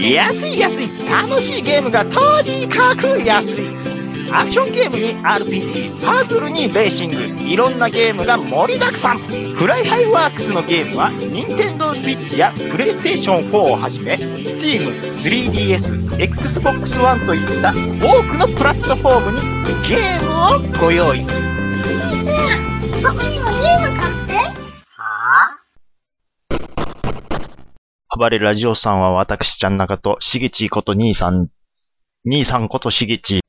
安い安い楽しいゲームがとにかく安いアクションゲームに RPG パズルにレーシングいろんなゲームが盛りだくさんフライハイワークスのゲームは NintendoSwitch や PlayStation4 をはじめ Steam3DSXbox One といった多くのプラットフォームにゲームをご用意兄ちゃん、僕にもゲーム買って。は暴れラジオさんは私ちゃん中と、しげちこと兄さん、兄さんことしげち。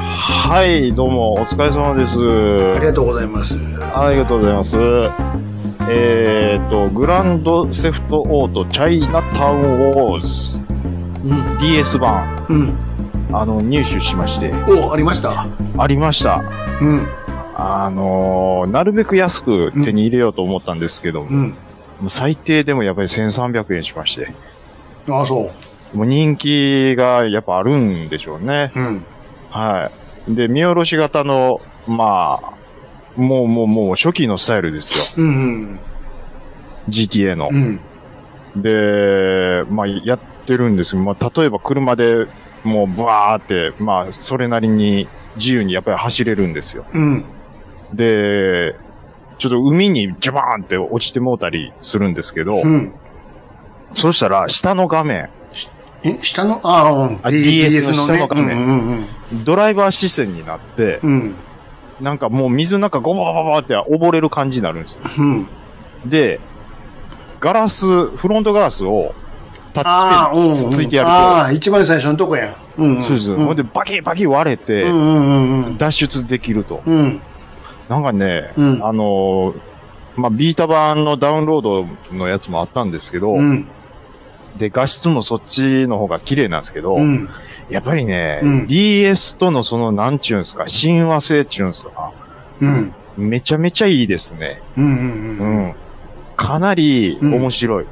はい、どうも、お疲れ様です。ありがとうございます。ありがとうございます。えっ、と、グランドセフトオートチャイナタウンウォーズうん、 DS 版、うん。あの、入手しまして、おありました。ありました。うん、あのーなるべく安く手に入れようと思ったんですけど、もうん。う最低でもやっぱり1300円しまして、ああ、そう。もう人気がやっぱあるんでしょうね。うん。はい。で、見下ろし型の、まあ、もうもうもう初期のスタイルですよ。うん、 GTA のうん。う。ん。で、まあやってるんですけど、まあ例えば車でもうブワーって、まあそれなりに自由にやっぱり走れるんですよ。うん。で、ちょっと海にジャバーンって落ちてもうたりするんですけど、うん。そうしたら、下の画面、え、下の、ああ、うん。あ DS の下の画面うん、ドライバー視線になってうん、う、ん。なんかもう水の中ゴババババって溺れる感じになるんですよ。うん。うん。で、ガラス、フロントガラスをタッああ、うん。チペンでつついてやるああ、一番最初のとこや。うん、と、そうです。うんほんで、バキバキ割れてうん、、うん、うん。脱出できると。うん、なんかね、うん。あのーまあ、ビータ版のダウンロードのやつもあったんですけど、うん、で、画質もそっちの方が綺麗なんですけど、うん。やっぱりね、うん DS とのその、なんちゅうんすか、親和性っちゅうんすか、うん、めちゃめちゃいいですね。うん、う。うんん。かなり面白い。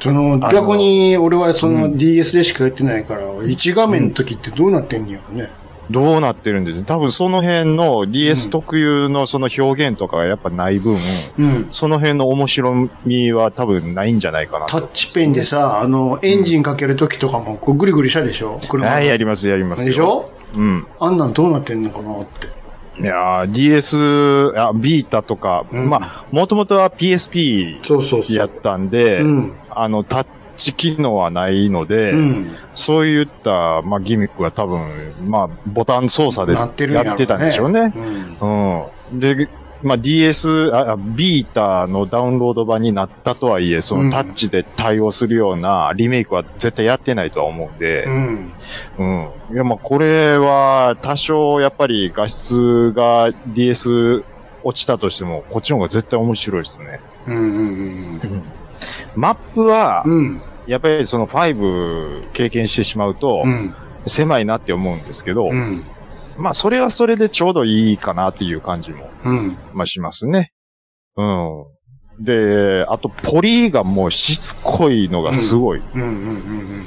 その、あの逆に、俺はそうんの DS でしかやってないから、一画面の時ってどうなってんのやろね。どうなってるんです多分その辺の DS 特有のその表現とかがやっぱない分、うん。その辺の面白みは多分ないんじゃないかなタと。ッチペンでさ、あの、エンジンかけるときとかも、こう、ぐりぐりしたでしょ車はい、やります、やりますよ。でしょうん。あんなんどうなってんのかなって。いやー DS、あ、ビータとか、うんまあ、もともとは PSP そうそうやったんで、うん。あの、タッチ機能はないので、うん。そういった、まあ、ギミックは多分、まあ、ボタン操作でなやってるんやろってたんでしょうね。うん。うん。で、まあ、DS、あ、あビータのダウンロード版になったとはいえ、そうんのタッチで対応するようなリメイクは絶対やってないとは思うんうで、ん。うん。いや、まあ、これは多少やっぱり画質が DS 落ちたとしても、こっちの方が絶対面白いですね。うん。うん。マップはう、ん。やっぱりその5経験してしまうとう、ん。狭いなって思うんですけど、うん。まあ、それはそれでちょうどいいかなっていう感じも、うん。まあ、しますね。うん。で、あと、ポリがもうしつこいのがすごい。うん。うん。うん。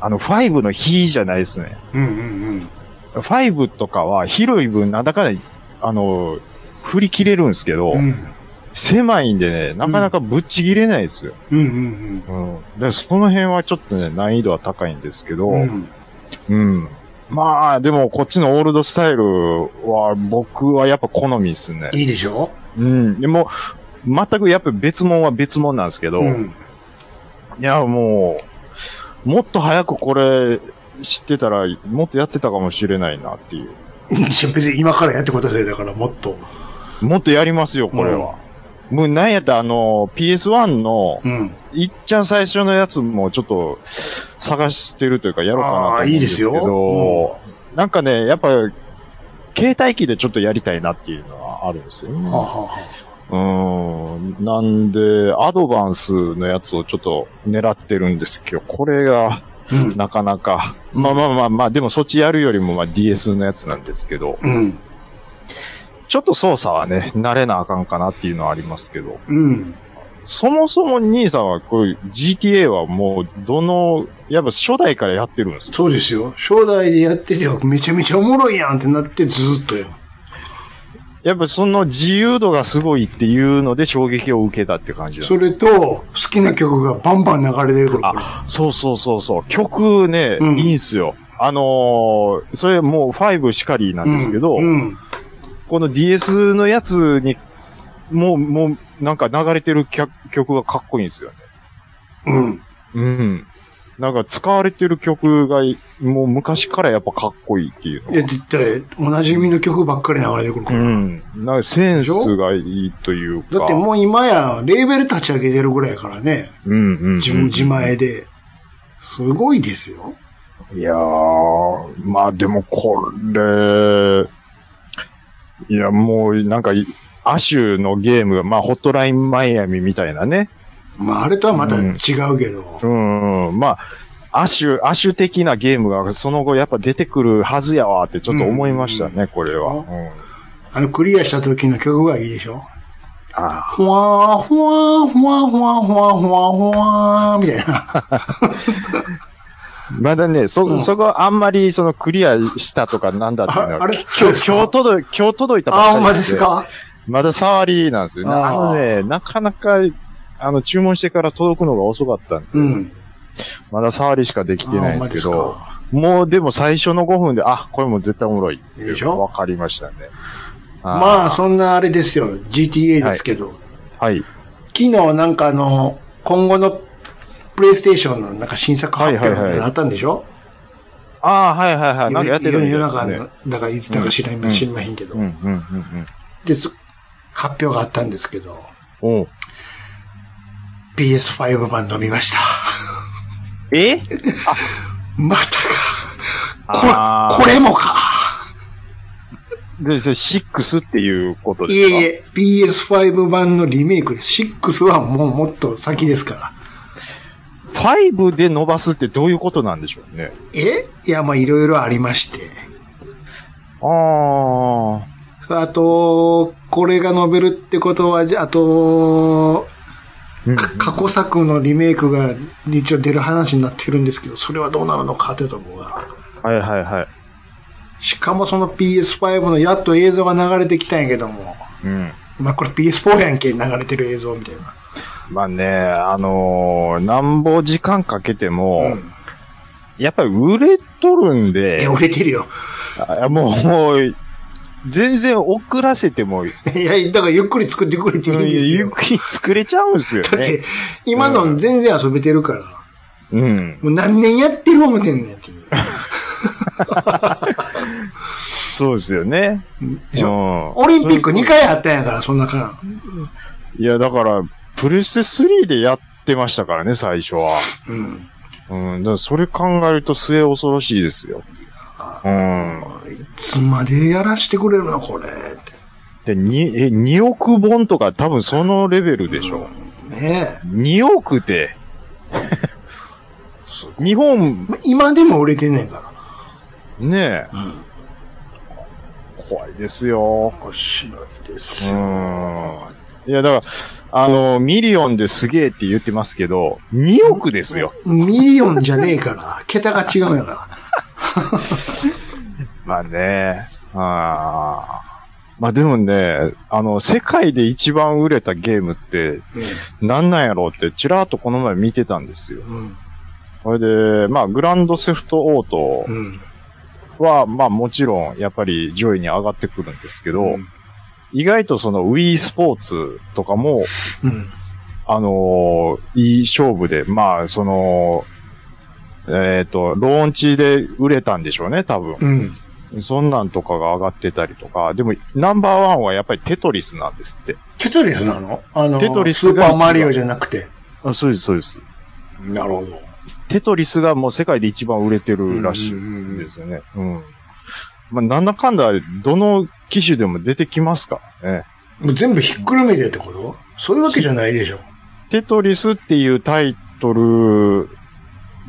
あの、5の比じゃないですね。うん。うん。 5とかは広い分、なんだかんだ、あの、振り切れるんですけど、うん。狭いんでね、なかなかぶっちぎれないですよ。うん。うん。うん。で、その辺はちょっとね、難易度は高いんですけど、うん。うん。まあ、でも、こっちのオールドスタイルは、僕はやっぱ好みですね。いいでしょうん。でも、全くやっぱ別物は別物なんですけど、いん。や、もう、もっと早くこれ知ってたら、もっとやってたかもしれないなっていう。別に今からやってことせいだから、もっと。もっとやりますよ、これは。もうなんやったら、あの、PS1 の、うん。いっちゃん最初のやつもちょっと探してるというか、やろうかなと思あうあ、んいいでですすけど、よ。なんかね、やっぱ、携帯機でちょっとやりたいなっていうのはあるんですよね。はははうーん。なんで、アドバンスのやつをちょっと狙ってるんですけど、これがうん。なかなか、まあまあまあまあ、でもそっちやるよりもまあ DS のやつなんですけど、うん。ちょっと操作はね、慣れなあかんかなっていうのはありますけど、うん。そもそも兄さんは、こういう GTA はもう、どの、やっぱ初代からやってるんですかそうですよ。初代でやってて、めちゃめちゃおもろいやんってなってずーっとやん。やっぱその自由度がすごいっていうので衝撃を受けたって感じなんですそれと、好きな曲がバンバン流れてくる。あ、そうそうそうそう。曲ね、うんいいんすよ。あのーそれもう5しかりなんですけど、うん。この DS のやつに、もう、もう、なんか流れてる曲曲がかっこいいんですよね。うん。うん。なんか使われてる曲が、もう昔からやっぱかっこいいっていうのいや、絶対、おなじみの曲ばっかり流れてくるかうら。ん。なんかセンスがいいというか。だってもう今や、レーベル立ち上げてるぐらいやからね。う、うんうん、うん。自分自前で。すごいですよ。いやー、まあでもこれ、いやもうなんかい、アシュのゲームが、まあホットラインマイアミみたいなね。まあ、あれとはまた違うけど。うん、うんまあ、アシュ、アシュ的なゲームがその後やっぱ出てくるはずやわってちょっと思いましたね、これは。うんあの、クリアした時の曲がいいでしょあふわー、ふわー、ふわー、ふわー、ふわー、ふわー、ふわー、みたいな。ーまだね、そ、うんそこはあんまりそのクリアしたとかなんだっていうのあは、あれ今日、今日届い、今日届いたばっかあ、りほんなんまですかまだ触りなんですよね。あーあのね、なかなか、あの、注文してから届くのが遅かったんで、うん。まだ触りしかできてないんですけあほどん、もうでも最初の5分で、あ、これも絶対おもろいっていうでしょわかりましたね。まあ、あそんなあれですよ。GTA ですけど。ー、はい。昨日なんかあの、今後のプレイステーションのなんか新作発表みたいなのあったんでしょ、ああ、はいはいはい。なんかやってるん夜で夜す中ねの。、だからいつだか知ら、うんん知りまへんけど。うん、うん、うん、で、そ発表があったんですけど、うん。おう PS5 版飲みました。 えまたあーか。これ、これもか。で、それ6っていうこといですかえいえ、PS5 版のリメイクです。6はもうもっと先ですから。 5で伸ばすってどういうことなんでしょうね。えいや、まあいろいろありまして。ああと、これがノベルってことは、じゃああと、あ。うん過去作のリメイクが一応出る話になってるんですけど、それはどうなるのかってとこが。はいはいはい。しかもその PS5 のやっと映像が流れてきたんやけども、うん。まあこれ PS4 やんけ、流れてる映像みたいな。まあね、あのーなんぼ時間かけても、うんやっぱり売れとるんえ、で、売れてるよ。あもう、もう全然遅らせても、いや、だからゆっくり作ってくれていいんですゆっよ。くり作れちゃうんですよだっねて。、今の全然遊べてるから、うん。もう何年やってる思てんねんっていう。そうですよね。でしょょオリンピック2回あったんやから、そんな感いや、だから、プレステ3でやってましたからね、最初は。じ。うん。うん。だからそれ考えると末恐ろしいですよ。うん。いつまでやらしてくれるの、これって。で、に、え、2億本とか多分そのレベルでしょ。ねえ。 2億 って、日本、今でも売れてないから。ねえ、ん怖いですよ。面白いでうす。ん。いや、だから、あの、ミリオンですげえって言ってますけど、2億ですよ。ミリオンじゃねえから、桁が違うんやかまあね。あーまあでもね、あの、世界で一番売れたゲームって、ら。なんなんやろうって、ちらっとこの前見てたんですよ。うん。それで、まあ、グランドセフトオートうん。は、まあもちろん、やっぱり上位に上がってくるんですけど、うん意外とその Wii スポーツとかも、うん。あのーいい勝負で、まあ、その、えっ、と、ローンチで売れたんでしょうね、多分。うん。そんなんとかが上がってたりとか、でも、ナンバーワンはやっぱりテトリスなんですって。テトリスなのあの、テトリススーがパーマリオじゃなくて。あそうです、そうです。なるほど。テトリスがもう世界で一番売れてるらしいんですよね。うん。まあ、なんだかんだ、どの機種でも出てきますからね。もう全部ひっくるめてってことそういうわけじゃないでしょ。テトリスっていうタイトル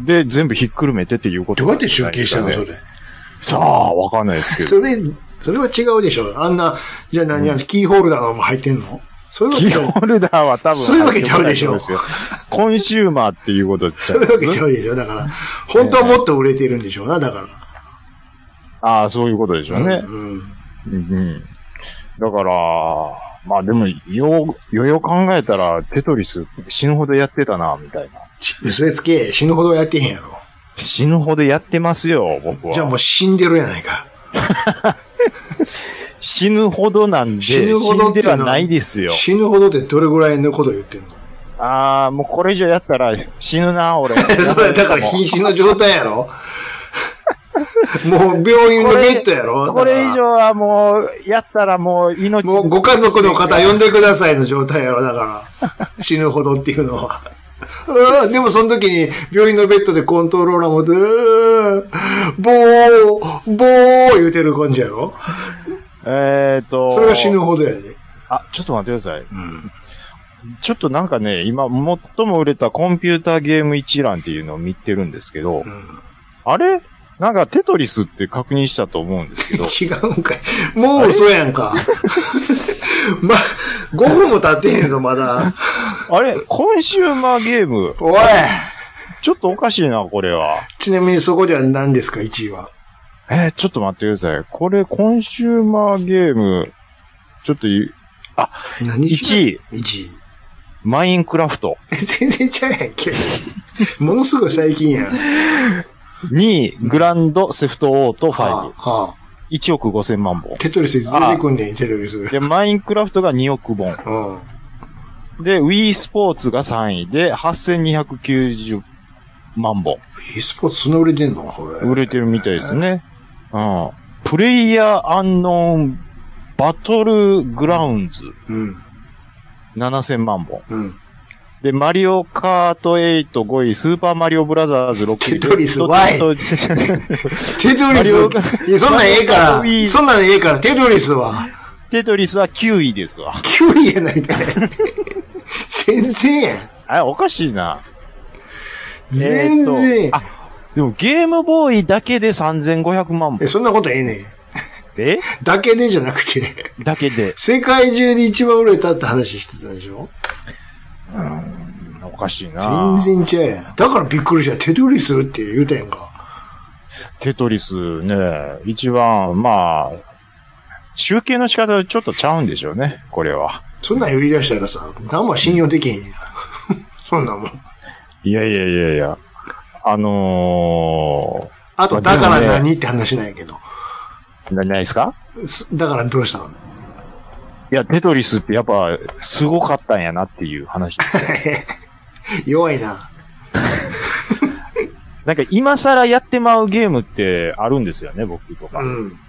で全部ひっくるめてっていうことどうやって集計したのなんそですかねれ。さあ、わかんないですけど。それ、それは違うでしょ。あんな、じゃあ何、あのキーホルダーがもう入ってんのそういキうーわホルダーは多分。そういうわけちゃうでし大ょ丈夫すよコンシューマーっていうことちゃけ、そうういうわけちゃうでしょ。だから、本当はもっと売れてるんでしょうな、だから。ああ、そういうことでしょうね。うん。うんうん。だから、まあでも、よう、よよ考えたら、テトリス死ぬほどやってたな、みたいな。それつけ、死ぬほどやってへんやろ。死ぬほどやってますよ、僕は。じゃあもう死んでるやないか。死ぬほどなんで、死死ぬほどっんていでうのははないですよ。死ぬほどってどれぐらいのこと言ってんのああ、もうこれ以上やったら死ぬな、俺。それ だから瀕死の状態 やろもう病院のベッドやろこれ以だから上はもう、やったらもう命もうご家族の方呼んでくださいの状態やろ、だから。死ぬほどっていうのは。うーでもその時に病院のベッドでコントローラー持って、うーぼー、ぼー言うてる感じやろえっ、と。それが死ぬ。ほどやで。あ、ちょっと待ってください。うん。ちょっとなんかね、今、最も売れたコンピューターゲーム一覧っていうのを見てるんですけど、うんあれなんかテトリスって確認したと思うんですけ ど、違うんかい。もう嘘やんか。 ま、5分も経ってへんぞ、まだ。あれコンシューマーゲームおいちょっとおかしいな、これは。ちなみにそこでは何ですか、1位は。えーちょっと待ってください。これ、コンシューマーゲーム、ちょっとい、何1位、位 ?1 位。マインクラフト。え全然ちゃうやんけ。ものすごい最近やん。 2位、グランドセフトオート5。あ、は1億5千万本あ。。テトリス出てくんねん、テトリス。うん。で、マインクラフトが2億本。で、Wii スポーツが3位で、8290万本。 e スポーツそんな売れてんのこれ。売れてるみたいですね。うん。プレイヤーアンノーンバトルグラウンズうん。 7000万本。うん。で、マリオカート8 5位、スーパーマリオブラザーズ6位。テトリスワイちょっとち ょっとテトマリリスオがいや、そんなんええか マリオら、がそんなんええから、テトリスは、テトリスは9位ですわ。 9位やないかい。全然やん。あれ、おかしいな。全えー然やとん。でも、ゲームボーイだけで3500万え、本。そんなことええねん。えだけでじゃなくて、だけで。世界中で一番売れたって話してたでしょおかしいな。全然ちゃうやん。だからびっくりした。テトリスって言うたやんか。テトリスね、一番、まあ、集計の仕方ちょっとちゃうんでしょうね、これは。そんなん言い出したらさ、何も信用できへんや ん。そんなんもん。いやいやいやいや。あのあと、だから何って話なんやけど。ー、な、ないですかすだからどうしたのいや、テトリスってやっぱ、すごかったんやなっていう話 ですよ。弱いな。なんか今更やってまうゲームってあるんですよね、僕とか。うん。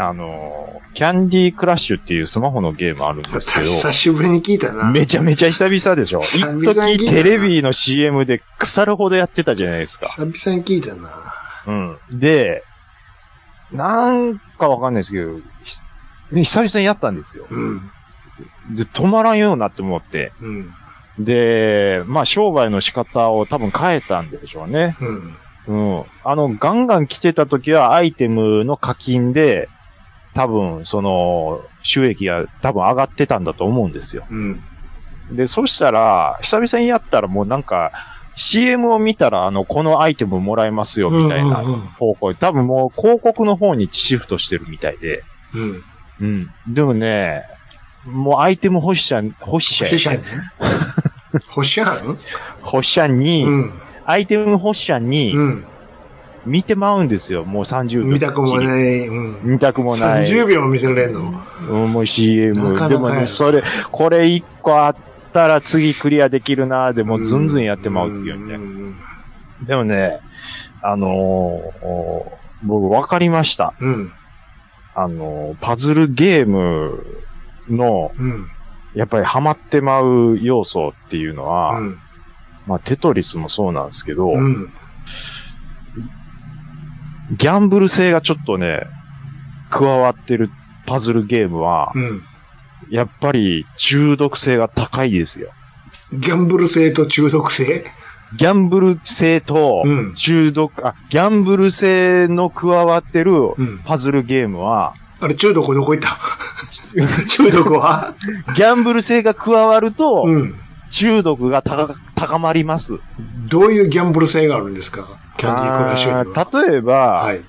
あのー、キャンディークラッシュっていうスマホのゲームあるんですけど。久しぶりに聞いたな。めちゃめちゃ久々でしょ。一久々に聞いたな時テレビの CM で腐るほどやってたじゃないですか。久々に聞いたな。うん。で、なんかわかんないですけど、ひ久々にやったんですよ。うん。で、止まらんようになって思って。うん。で、まあ商売の仕方を多分変えたんでしょうね。うん。うん。あの、ガンガン来てた時はアイテムの課金で、多分、その、収益が多分上がってたんだと思うんですよ。うん。で、そしたら、久々にやったらもうなんか、CM を見たら、あの、このアイテムもらえますよ、みたいなうんうんうん方向に、多分もう広告の方にシフトしてるみたいで。うん。うん。でもね、もうアイテム欲し者、欲し星者、社ね。星社ん欲し者に、うん。アイテム欲し者にうん。見てまうんですよ、もう30秒。見たくもい。ない。うん。見たくもない。 30秒も見せられんの。うん、もう CM。なかなかやでもね、それ、これ1個あったら次クリアできるなでもずんずんやってまうっていうね。んでもね、あのーお僕分かりました。うん。あのーパズルゲームの、うん。やっぱりハマってまう要素っていうのうは、ん。まあテトリスもそうなんですけど、うん。ギャンブル性がちょっとね、加わってるパズルゲームは、うん。やっぱり中毒性が高いですよ。ギャンブル性と中毒性ギャンブル性とうん、中毒、あ、ギャンブル性の加わってるうんパズルゲームは、あれ、中毒どこ行った中毒はギャンブル性が加わると、うん。中毒が高高まります。どういうギャンブル性があるんですかキャンディークラッシュには。あー例えば、はい。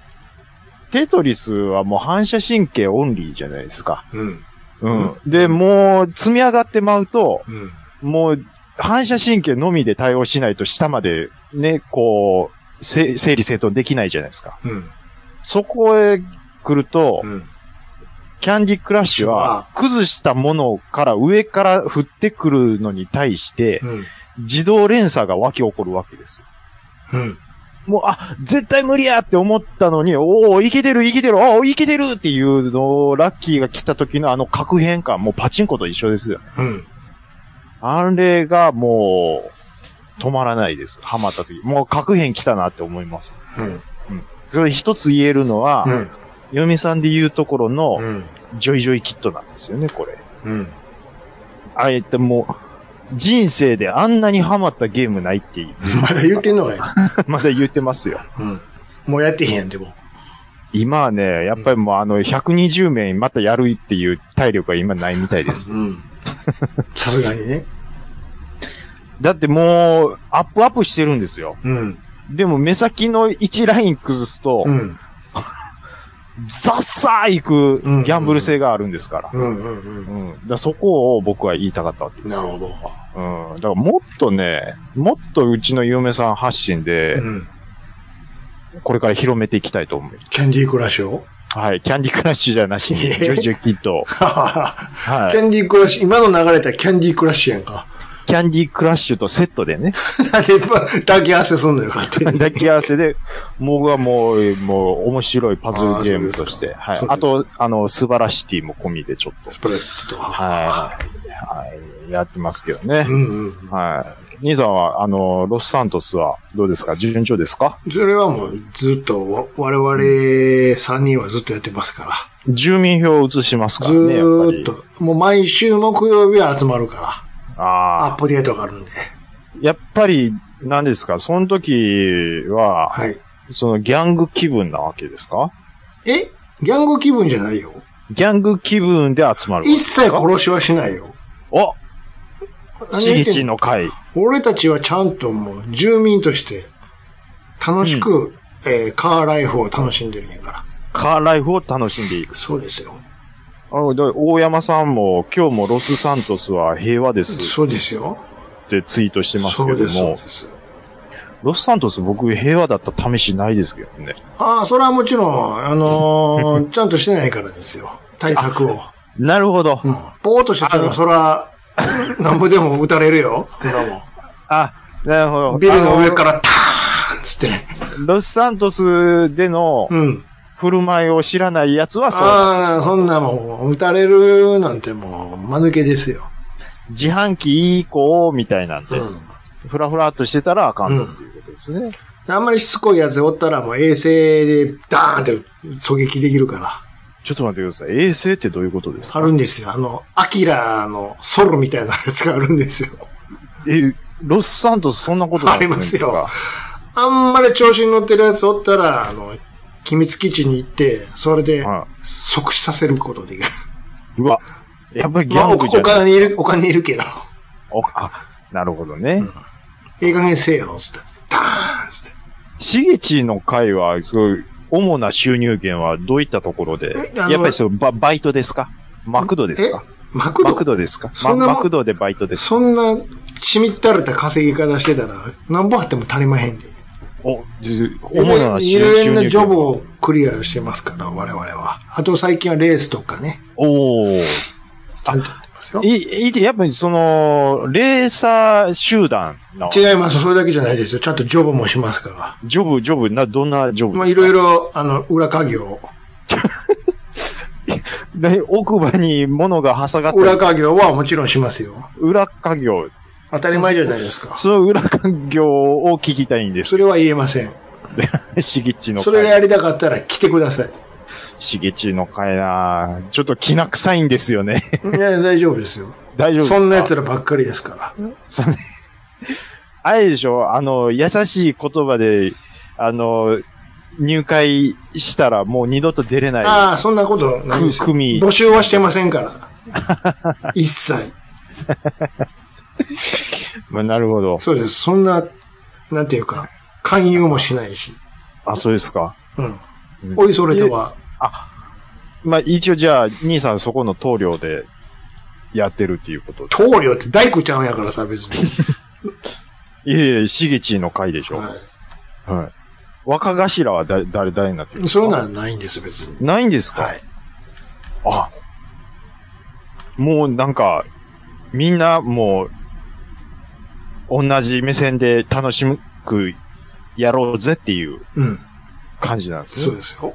テトリスはもう反射神経オンリーじゃないですか。うん。うん。で、もう積み上がってまうと、うん。もう反射神経のみで対応しないと下までね、こう、せ整理整頓できないじゃないですか。うん。そこへ来ると、うん。キャンディークラッシュは、崩したものから上から降ってくるのに対してう、ん。自動連鎖が湧き起こるわけです。うん。もう、あ、絶対無理やって思ったのに、おお、いけてる、いけてる、おお、いけてるっていうのを、ラッキーが来た時のあの確変感、もうパチンコと一緒ですよ。うん。あれがもう、止まらないです。ハマった時。もう確変来たなって思います。うん。それ一つ言えるのは、うん。ヨミさんで言うところの、うん。ジョイジョイキットなんですよね、これ。うん。あえてもう、人生であんなにハマったゲームないって、まだ言ってんのかい まだ言ってますよ。うん。もうやってへんやん、でも。今はね、やっぱりもうあの、120名またやるっていう体力は今ないみたいです。うん。さすがにね。だってもう、アップアップしてるんですよ。うん。でも目先の1ライン崩すと、うん。ザッサーいくうんギャンブル性があるんですから。うん。うん。うん。だからそこを僕は言いたかったわけうん。ですなるよ。ほど。うん。だからもっとね、もっとうちの嫁さん発信でう、ん。これから広めていきたいと思う。キャンディークラッシュをはい。キャンディークラッシュじゃな しに、ジえョイジョイキッド。ははははキい。ャンディークラッシュ、今の流れたらキャンディークラッシュやんか。 キャンディークラッシュとセットでね、なんで抱き合わせすんのよ、勝手 に。抱き合わせで、僕はもう、もう、面白いパズルゲームとして、あーそうはですい。かあと、あの、スバラシティも込みでちょっと、スプレッドとは。はい。はい。やってますけどねう。んうん。はい。兄さんは、あの、ロスサントスはどうですか順調ですかそれはもうずっとわ、我々3人はずっとやってますから。住民票を移しますかずらね、やっぱーっり。と。もう毎週木曜日は集まるかあら。あアップデートがあるんで。。やっぱり、何ですかその時は、はい。そのギャング気分なわけですかえギャング気分じゃないよ。ギャング気分で集まるわけ一ですか切殺しはしないよ。お何し言げってちんの会。俺たちはちゃんともう住民として楽しく、えーカーライフを楽しんでるんやから。カーライフを楽しんでいく。そうですよ。あの、だから大山さんも、今日もロスサントスは平和ですそうですよ。ってツイートしてますそけうどです。そうも、です。ロスサントス僕平和だった試しないですけどね。ああ、それはもちろん、あの ーちゃんとしてないからですよ。対策を。なるほど。うん。ぼーっとしてたら、そら、なんぼでも撃たれるよ。そんなもあ、なるほど。ん。ビルの上あからターンつって。のロスサントスでのうん。振る舞いを知らない奴はそう。ああ、そんなもん、撃たれるなんてもう、間抜けですよ。自販機いい子みたいなんうで、ん。ふらふらっとしてたらあかんとっていうことですね。あんまりしつこいやつおったら、もう衛星でダーンって狙撃できるから。ちょっと待ってください。衛星ってどういうことですあかるんですよ。あの、アキラのソロみたいなやつがあるんですよ。え、ロスサントスそんなことあなりいんまですすかよ。あんまり調子に乗ってるやつおったら、あの、機密基地に行って、それでは即死させることできる。い。うわ。やっぱりギまあ、ャおングじゃおない金にいる、お金にいるけど。おあ、なるほどね。いい加減せえよ、つって。ダーンつって。しげちの会は、そういう主な収入源はどういったところでえあのやっぱりそうババイトですかマクドですかマクドマクドですかそまんなもんマクドでバイトですかそんな、しみったれた稼ぎ方してたら、なんぼあっても足りまへんで。お、じ主ない収ろい収ろ入なジョブ源。をクリアしてますから、我々は。あと最近はレースとかね。おーちゃんとやってますよ。い、いい、やっぱりその、レーサー集団の、違います。それだけじゃないですよ。ちゃんとジョブもしますかジョブ、ジョブ、な、どんなジョら。ブまあ、でいすかろいろ、あの、裏稼業。で奥歯に物が挟がって裏稼業はもちろんしますよ。裏稼業。当たり前じゃないですか。その裏稼業を聞きたいんです。それは言えません。しげちの会。それがやりたかったら来てください。しげちの会なぁちょっと気な臭いんですよね。いや、大丈夫ですよ。大丈夫ですかそんな奴らばっかりですから。そんなあれでしょあの、優しい言葉で、あの、入会したらもう二度と出れない。ああ、そんなことないです。く組募集はしてませんから。一切。まあ、なるほど。そうです。そんな、なんていうか、勧誘もしないし。あ、そうですか。うんうん。おいそれとは、まあ、一応じゃあ、兄さんそこの棟梁でやってるっていうことで。棟梁って大工ちゃんやからさ、別に。いえいえ、しげちの会でしょ。ははい。若頭はだ誰、誰になってるんでいすかそういうのはないんです、別に。ないんですか、はい。あ。もうなんか、みんなもう、同じ目線で楽しくやろうぜっていううん。感じなんですそうねですよ。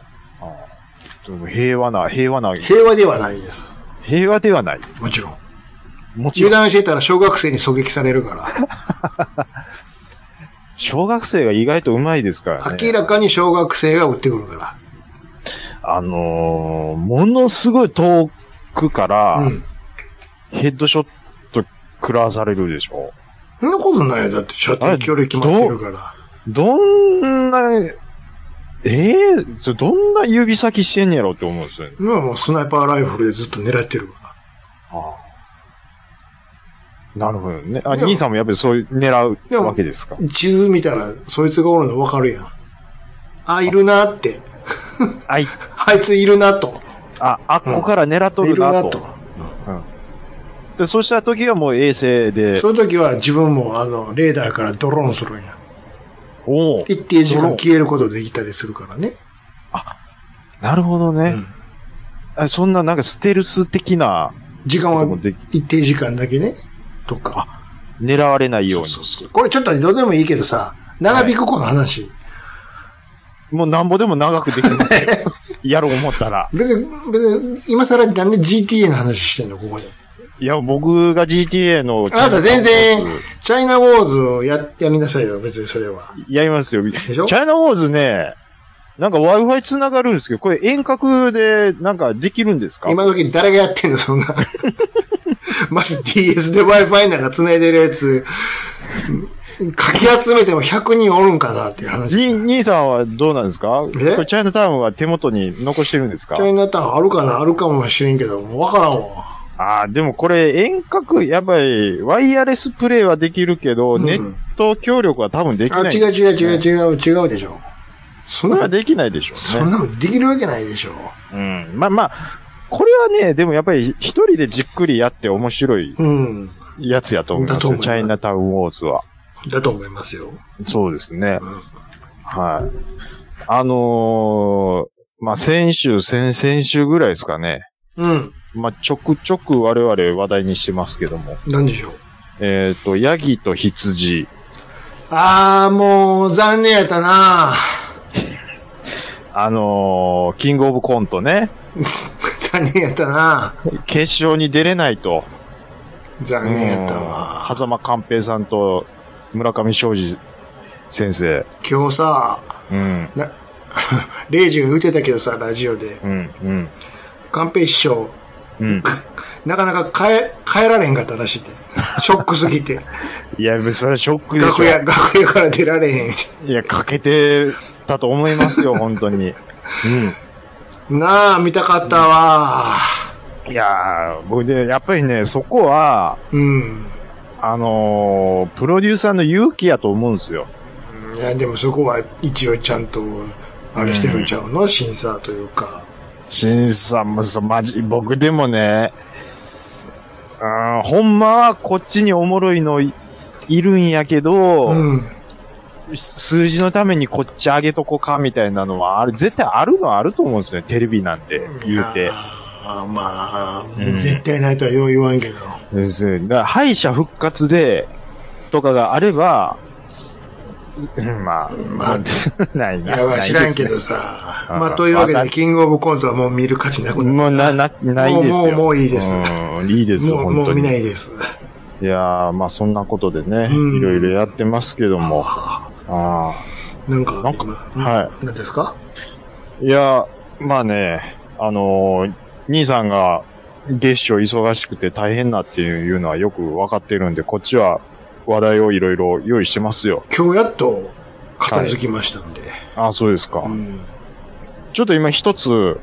でも平和な、平和な、平和ではないです。平和ではない。もちろん。もち油ろん、断してたら小学生に狙撃されるから。小学生が意外と上手いですからね。明らかに小学生が撃ってくるか。あのーものすごい遠くからうら、ん。ヘッドショット食らわされるでしょ。そんなことないよ。だって射程距離決まってるから。どんな、ええちょどんな指先してんねやろって思うんですよね。今はもうスナイパーライフルでずっと狙ってるかなるほどね。あ、でも。兄さんもやっぱりそういう狙うわけですから地図見たら、そいつがおるの分かるやん。あ、いるなって。あい、あいついるなと。あ、あっこから狙っといるるななと。と。でそうした時はもう衛星で、そういう時は自分もあの、レーダーからドローンするんや。おお一定時ドロー間ン消えることできたりするからね。なるほどうね、んあそんななんかステルス的な時間こはともでき、一定時間だけね。とか。狙われないように。そうそうそうこれちょっとどうでもいいけどさ、長引くこの話。もうなんぼでも長くできます よ。やろう思ったら。別に、別に、今更なんで GTA の話してんの、ここで。いや、僕が GTA の。あなた全然、チャイナウォーズをや、やりなさいよ、別にそれは。やりますよ。チしょャイナウォーズね、なんか Wi-Fi 繋がるんですけど、これ遠隔でなんかできるんですか今時誰がやってんの、そんな。 まず DS で Wi-Fi なんか繋いでるやつ、かき集めても100人おるんかなっていう話。チに、兄さんはどうなんですかこえれチャイナタウンは手元に残してるんですかャイナタウンあるかなあるかもしれんけど、もうわからんわ。ああ、でもこれ遠隔、やばい、ワイヤレスプレイはできるけど、んネット協力は多分できあ、ない。違う違う違う違う違うでしょ。そんそれなはの、できないでしょそうねん。なのできるわけないでしょ。うん。まあまあ、これはね、でもやっぱり一人でじっくりやって面白いうん。やつやと思いますだとよ。思いますチャイナタウンウォーズは。だと思いますよ。そうですね。うんはい。あのーまあ、先週、先々週ぐらいですかね。うん。まあ、ちょくちょく我々話題にしてますけども。なんでしょう。えっ、と、ヤギと羊。ああ、もう、残念やったな あのーキングオブコントね。残念やったな決勝に出れないと。残念やったうんわ。狭間寛平さんと村上昌司先生。今日さ、うん。 レイジが言ってたけどさ、ラジオで。うん。うん。寛平師匠、うん。なかなか変え、変えられへんかったらしいで。ショックすぎて。 いや、それはショックでし楽ょ。屋、楽屋から出られへん。いや、かけてたと思いますよ、本当に。うん。なあ、見たかったわ。いやー、僕ね、やっぱりね、そこは、うん。あのープロデューサーの勇気やと思うんですよ。いや、でもそこは一応ちゃんと、あれしてるんちゃうの、審査というか。審査もそう、まじ、僕でもね、うん、ほんまはこっちにおもろいのいいるんやけど、うん。数字のためにこっち上げとこかみたいなのは、ある、絶対あるのはあると思うんですよ、テレビなんて、言うて。あーまあ、うん絶対ないとはよう言わんけど。ですね。だから敗者復活で、とかがあれば、うんまあ、まあ、 ないいな。や、知らんけないでどすさ。うんまあ、というわけわかで、キングオブコントはもう見る価値なくね。なっもうな、な、ないですよ。もうもういいですうんいいです、た。もう、本も当う見に。ないいです。やー、まあそんなことでね、うんいろいろやってますけども。はああなんか、なんかははい。何ですかーいやー、まあね、あのー兄さんが月賞忙しくて大変なっていうのはよくわかってるんで、こっちは話題をいろいろ用意してますよ。今日やっと、片付きましたんで。あ、そうですか。うんちょっと今一つ、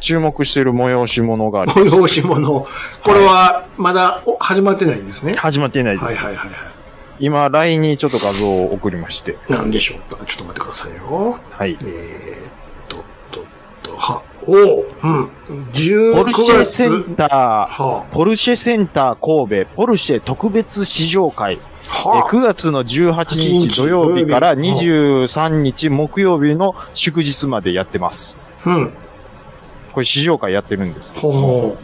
注目している催し物 があり、催し物。これは、まだお始まってないんですね。始まっていないです。はいはいはいは今、LINE にちょっと画像を送りまして。い。なんでしょうかちょっと待ってくださいよ。はいえ。ーっと、と、と、は、おおうん。ポ19ルシェセ月ン。タはー、ポルシェセンター神戸、ポルシェ特別試乗会、あ、えーは9月の18 18日日土曜日から土曜日23日木曜日の祝日までやってます。あ、うん。これ試乗会やってるんです。ほうほ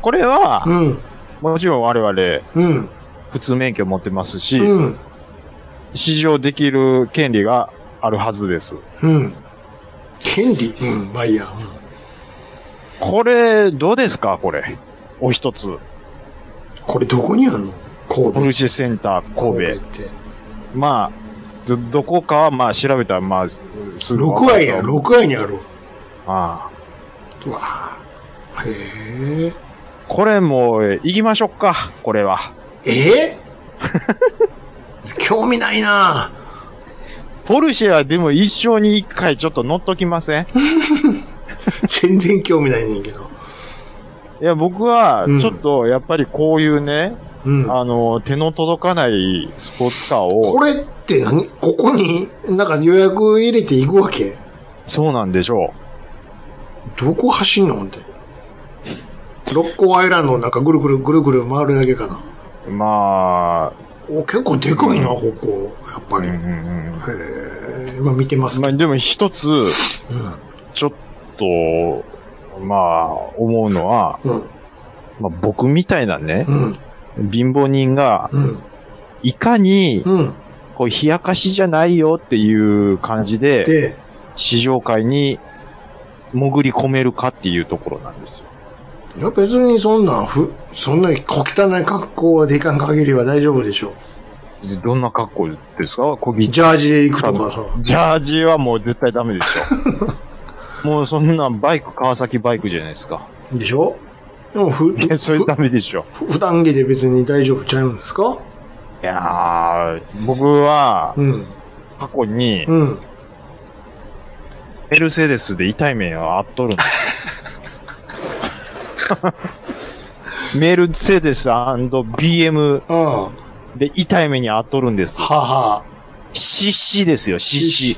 これはう。う、ん。もちろん我々、うん。普通免許持ってますし、うん。試乗できる権利があるはずです。うん。権利うん。まあいいや。うんこれ、どうですかこれ。お一つ。これどこにあるの神ポ戸。ルシェセンター神戸。って。まあ、ど、どこかはまあ調べたらまあ、すぐわ6かる愛や、と思う6愛にあるわ。あうわあへあえ。これもう、行きましょうか。これは。 えー興味ないなポルシェはでも一生に一回ちょっと乗っときません全然興味ないねんけど。いや、僕はうん、ちょっと、やっぱりこういうね、うん。あの、手の届かないスポーツカーこを、れって何ここに、なんか予約入れていくわけそうなんでしょどこ走んのって。六甲アイランドの中ぐるぐるぐるぐる回るだけかな。う。まあ、お、結構でかいな、ここ。やっぱうり。んうへんうん。え。今見てますまあ、けど。でも一つ、ちょっと、まあ、思うのは、うん。うん。まあ、僕みたいなね、うん。貧乏人が、うん。いかに、うん。こう、冷やかしじゃないよっていう感じで、で、市場界に潜り込めるかっていうところなんですよ。いや別にそんな、ふ、そんな小汚い格好はでいかん限りは大丈夫でしょう。でどんな格好ですかこぎジャージで行くとかさ。ジャージはもう絶対ダメでしょ。 もうそんなんバイク、川崎バイクじゃないですか。 でしょでもふ、いや、それダメでしょ。ふ普段着で別に大丈夫ちゃうんですかいやー、僕はうん。過去にうん。メルセデスで痛い目をあっとるんですよ。メルセデス &BM ああ。はで痛い目にあっとるんです。あはシシですよ、シシ。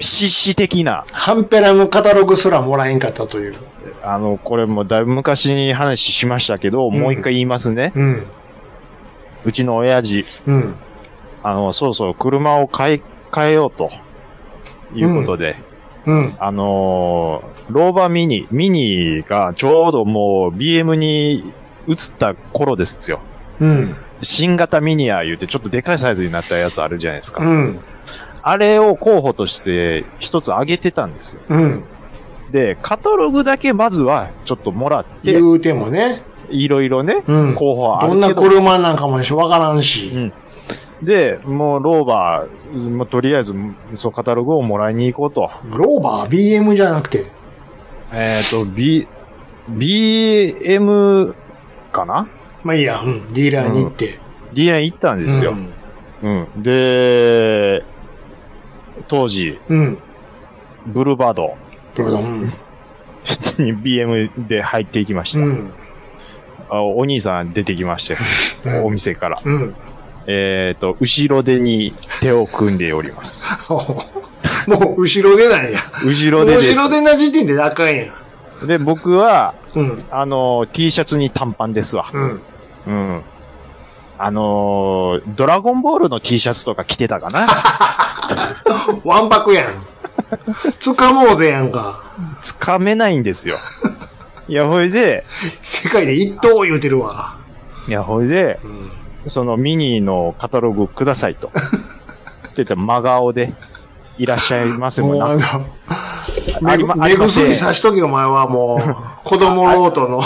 シシ的な。あ。ハンペラのカタログすらもらえんかったという。あの、これもだいぶ昔に話しましたけど、もう一回言いますね。うん。うちの親父。うん。あの、そうそう、車を買い、変えようと、いうことで、うん。あのーローバーミニ、ミニがちょうどもう BM に移った頃ですよ。うん。新型ミニや言うてちょっとでかいサイズになったやつあるじゃないですか。うん。あれを候補として一つ挙げてたんですよ。うん。で、カタログだけまずはちょっともらって言、うてもね。いろいろね、うん。候補はあどるんけなど、車なんかもしわからんうし。んで、もうローバー、もうとりあえず、そう、カタログをもらいに行こうと。ローバー ?BM じゃなくて。えっ、と、B、BM かなまあいいや、うん。ディーラーに行って。 ?D ライン行ったんですよ、うん。で、当時、うん。うん。ブルーバード ブルドン。に BM で入っていきましうた、ん。あお兄さん出てきまして、 うんお店から。うん。 えっ、と、後ろ手に手を組んでおります。もう、後ろ出ないや。後ろ手で後す。ろ出な時点で赤いやん。で、僕は、うん。あの、T シャツに短パンですわ。うん。うん。あのドラゴンボールの T シャツとか着てたかなわんぱくやん。つかもうぜやんか。つかめないんですよ。いや、ほいで、世界で一等言うてるわ。いや、ほいで、うん。そのミニのカタログくださいと。って言ったら真顔で、いらっしゃいませももうあな。の、あり目まぐ目あり薬まさしとけお前はもう、子供ロー トの。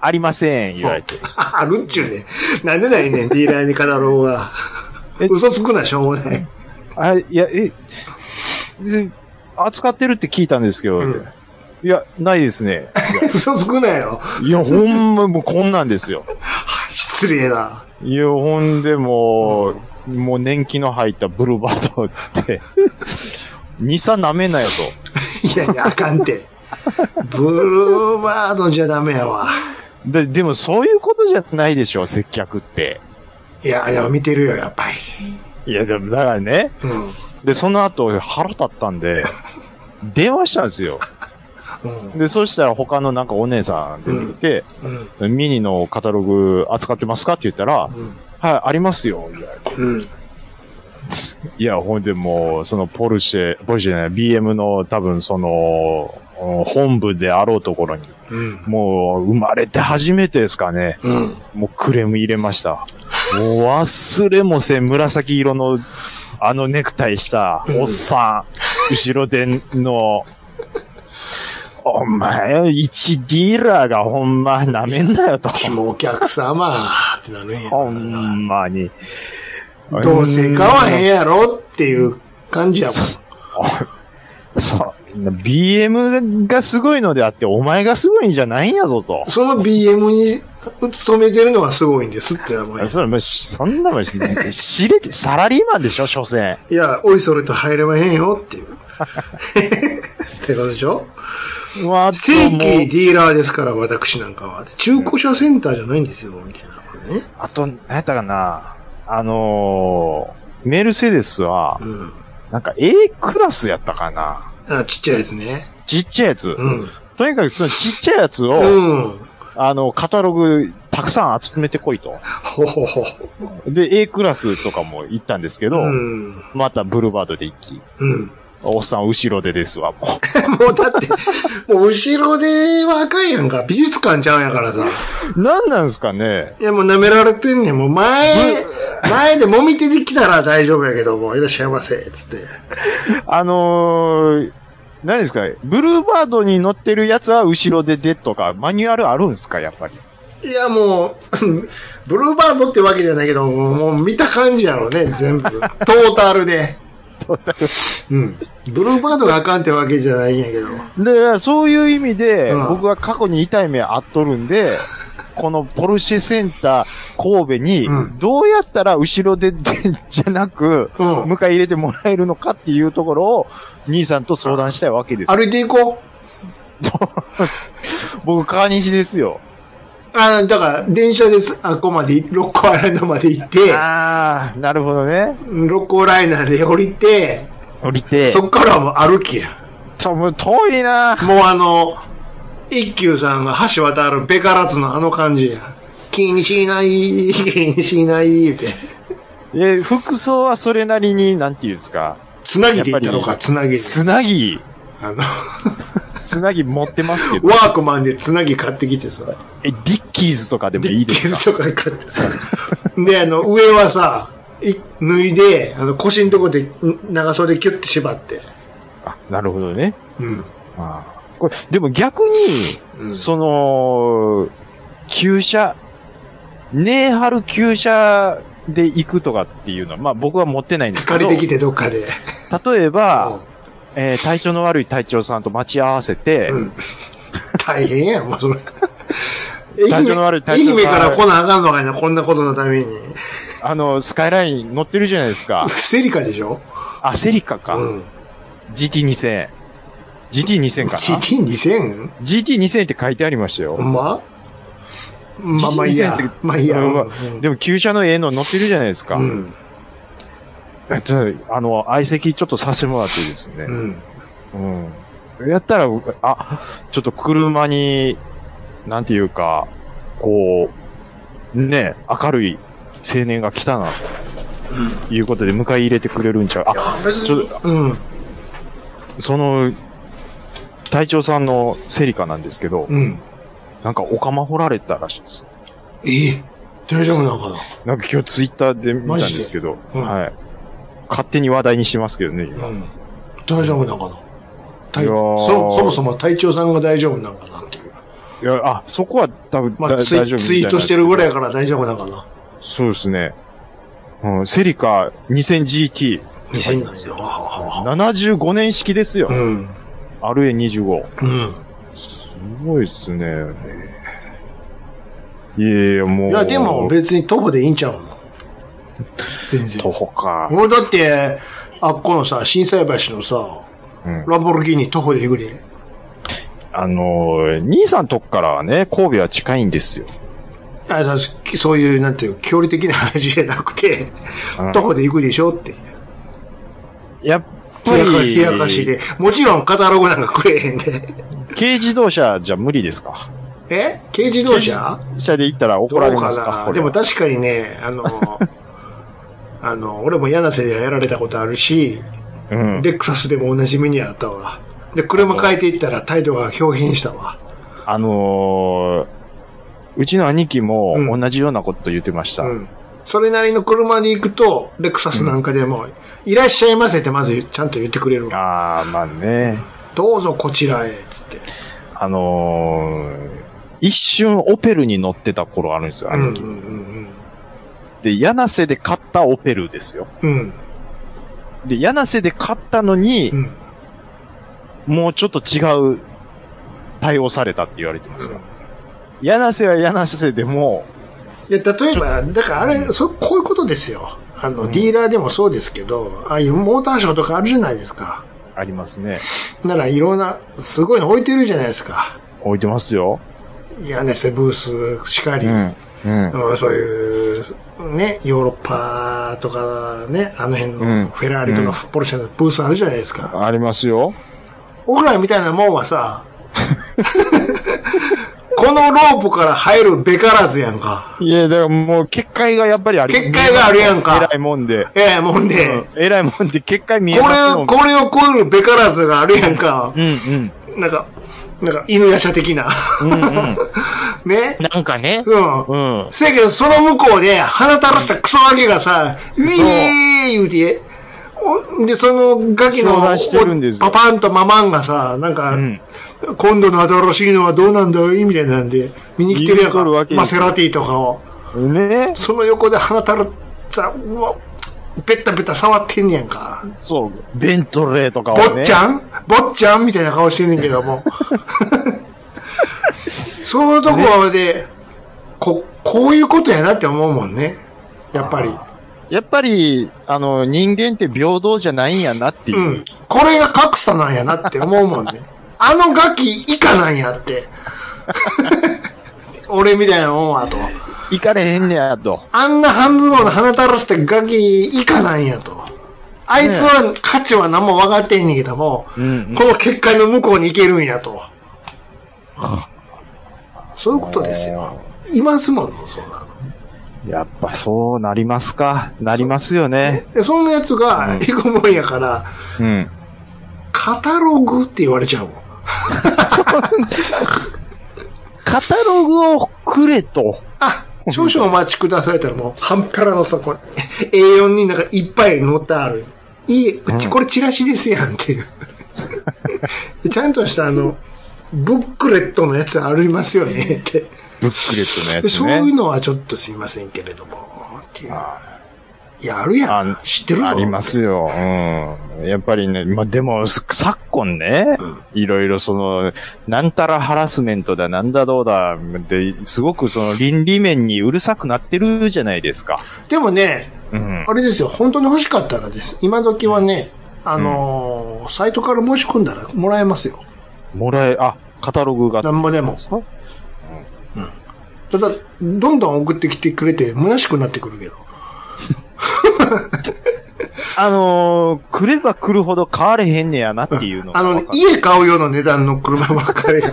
ありません、言われて。あるっちゅうね。なんでないねん、ディーラーに語ろうが。え嘘つくな、しょうもない。あ、いや、え、え扱ってるって聞いたんですけど、うんいや、ないですね。嘘つくなよ。いや、ほんま、もうこんなんですよ。失礼な。いや、ほんでもう、もう年季の入ったブルーバードって、ニサ舐めんなよと。いやいや、あかんて。ブルーバードじゃダメやわ。で、でもそういうことじゃないでしょ、接客って。いや、でも見てるよ、やっぱり。いや、でもだからね、うん。うん。で、その後腹立ったんで、電話したんですよ。で、そしたら他のなんかお姉さん出てきて、うん。ミニのカタログ扱ってますかって言ったら、うん。はい、ありますよ。みたいなうん。いや、ほんでもう、そのポルシェ、ポルシェじゃない、BM の多分その、本部であろうところに、うん。もう生まれて初めてですかね、うん。もうクレーム入れました。もう忘れもせん紫色のあのネクタイしたうんおっさん、後ろでの、お前、一ディーラーがほんま舐めんなよと。でもお客様ってなるんや。ほんまに。どうせ買わへんやろっていう感じやもん。そう。BM がすごいのであって、お前がすごいんじゃないんやぞと。その BM に勤めてるのがすごいんですってなもんや。それもうしそんなもんしね、知れて、サラリーマンでしょ、所詮。いや、おいそれと入れまへんよっていう。ってことでしょまあ、正規デもうィーラーですから、私なんかは。中古車センターじゃないんですよ、みたいな。これね。あと、何やったかな。あのー、メルセデスはう、ん。なんか A クラスやったかな。あ、ちっちゃいですね。ちっちゃいやつ。うん。とにかくそのちっちゃいやつを、うん。あの、カタログたくさん集めてこいと。ほほほ。で、A クラスとかも行ったんですけど、うん。またブルーバードで一気。うん。 おっさん後ろでですわ、もう。もうだって、もう後ろで若いやんか。美術館ちゃうんやからさ。 なんなんすかねいや、もう舐められてんねん。もう前、前で揉み手できたら大丈夫やけども、いらっしゃいませ、つって。あのー、何ですかブルーバードに乗ってるやつは後ろででとか、マニュアルあるんすかやっぱり。いや、もう、ブルーバードってわけじゃないけど、もう見た感じやろね、 全部。トータルで。うん。ブルーバードがあかんってわけじゃないんやけど。で、そういう意味で、うん僕は過去に痛い目あっとるん で、このポルシェセンター神戸にうん、どうやったら後ろででじゃなく、うん迎え入れてもらえるのかっていうところを、兄さんと相談したいわけです。歩いていこう。 僕、川西ですよ。あだから、電車です。あっこまで、六甲アイランドまで行って、あー、なるほどね。六甲ライナーで降りて、降りて。そっからはもう歩きや。ちょ、もう遠いなもうあの、一休さんが橋渡るベカラツのあの感じや。気にしない、気にしない、って。え、服装はそれなりに、なんていうんですか。つなぎで行ったのか、つなぎで。つなぎ、あの、つなぎ持ってますけどワ。ークマンでつなぎ買ってきてさ、え、ディッキーズとかでもデいいッでキすかーズとか買ってさ。で、あの、上はさ、い脱いで、あの、腰のとこで、ん長袖キュッて縛って。あ、なるほどね。うん。あーこれ、でも逆に、うんその、旧車、ネーハル旧車で行くとかっていうのは、まあ僕は持ってないんですけ借ど、りてき例てどっかで。えば、えー体調の悪い隊長さんと待ち合わせて、うん。大変やん、もうそれ。体調の悪い体調の悪愛い媛から来なあかんのかいな、こんなことのために。。あの、スカイライン乗ってるじゃないですかセリカでしょあ、セリカか。うん。 GT2000。GT2000 かな CT2000? ?GT2000 って書いてありましたよ。ほんままあまあいい GT2000 やって。まあいいや。うんまあうんでも、旧車の絵の載ってるじゃないですか。うん。えちょっとあの、相席ちょっとさせてもらっていいですうね。ん。うん。やったら、あ、ちょっと車に、なんていうか、こう、ね、明るい青年が来たな、ということで迎え入れてくれるんちゃう。あ、あ、別ちょっと、うん。その、隊長さんのセリカなんですけど、うん。なんかお釜掘られたらしいです。ええ大丈夫なのかななんか今日ツイッターで見たんですけど、ジでうんはい。勝手に話題にしてますけどね、今。うん。大丈夫なのかな体いやーそそもそも隊長さんが大丈夫なのかなっていう。いや、あ、そこは多分、まだあツイ大丈夫みたいなんですツけイどートしてるぐらいやから大丈夫なのかなそうですね。うん、セリカ 2000GT、 ?2000 なんで。わははは75年式ですよ。うん。 RA25。うん。すごいっすね。いやいや、もう。いや、でも別に徒歩でいいんちゃうの全然。徒歩か。俺だって、あっこのさ、震災橋のさ、うんランボルギーニ徒歩で行くで。あのー、兄さんとこからはね、神戸は近いんですよ。あのそういう、なんていう、距離的な話じゃなくてうん、徒歩で行くでしょって。やっぱ冷やかり、冷やかしで。もちろんカタログなんかくれへんで。軽自動車じゃ無理ですかえ軽自動車軽自動車で行ったら怒どうられますかかこなれでも確かにね、 あの、あの、俺も柳瀬でやられたことあるし、うん。レクサスでも同じ目にあったわ。で、車変えていったら態度が表変したわ。あのー、うちの兄貴もうん同じようなこと言ってました。うん。それなりの車で行くと、レクサスなんかでも、いらっしゃいませってまずちゃんと言ってくれるあわ。あ、まあね。どうぞこちらへ、つって。あのー、一瞬オペルに乗ってた頃あるんですよ、うんう兄ん貴。うんで、柳瀬で買ったオペルですよ。うん。うん。で、柳瀬で買ったのに、うん。もうちょっと違う対応されたって言われてますよ。柳瀬は柳瀬でも、いや、例えば、だからあれ、そ、こういうことですよ。あの、ディーラーでもそうですけど、ああいうモーターショーとかあるじゃないですか。ありますね。なら、いろんな、すごいの置いてるじゃないですか。置いてますよ。ヤネセブースしかり、うん。うん。うんそういう、ね、ヨーロッパとかね、あの辺うんのフェラーリとかポルシェのブースあるじゃないですか。ありますよ。僕らみたいなもんはさ、このロープから入るべからずやんか。いや、だからもう、結界がやっぱりあり結界があるやんか偉いもんで。ええもんで、うん偉いもんで、結界見えこまれすもを、ん。これを超えるべからずがあるやんか。うんなんか、なんか、犬夜叉的な。うん。うんうん。 ね。なんかね。うん。うん。せやけど、その向こうで、鼻垂らしたクソガキがさ、ウィー言うて、おで、そのガキの相談してるんですよパパンとママンがさ、なんか、うん今度の新しいのはどうなんだいみたいなんで、見に来てる見やんに来かるわけですよマセラティとかを。ねその横で鼻垂らさ、うわ、ベタベタ触ってんねやんか。そう。ベントレーとかを坊ね。っちゃん坊っちゃんみたいな顔してんねんけども。そういうところで、こ、こういうことやなって思うもんね。やっぱり。やっぱり、あの、人間って平等じゃないんやなっていうう。ん。これが格差なんやなって思うもんね。あのガキ以下なんやって。 俺みたいなもんはと。行かれへんねや、と。あんな半ズボンの鼻垂らしてガキ以下なんやと。あいつは価値は何も分かってんねんけども、うんこの結界の向こうに行けるんやと。そういうことですよ。いますもん、そんなの。やっぱそうなりますか。なりますよね。でそんなやつが行くもんやから、うん。カタログって言われちゃうもん。カタログをくれと。あ、少々お待ちくださいって言ったらもう、半端らのさ、これ、A4 になんかいっぱい載ってある。いい、うちこれチラシですやんっていう。ちゃんとしたあの、ブックレットのやつありますよねって。ブックレットのやでつそういねう。のはちょっとすいませんけれども、っていう。やるやんあ。 知ってるぞ。ありま。すよ。うん。やっぱりね、まあ、でも、す昨今ね、いろいろその、なんたらハラスメントだ、なんだどうだ、で、すごくその倫理面にうるさくなってるじゃないですか。でもね、うん。あれですよ、本当に欲しかったらです。今時はね、あのーサイトから申し込んだらもらえますよ。もらえ、あ、カタログが。なんぼでも。そただ、どんどん送ってきてくれて、虚しくなってくるけど。あのー、来れば来るほど買われへんねやなっていうのがあの分ねか、る家買うような値段の車ばっ かりが。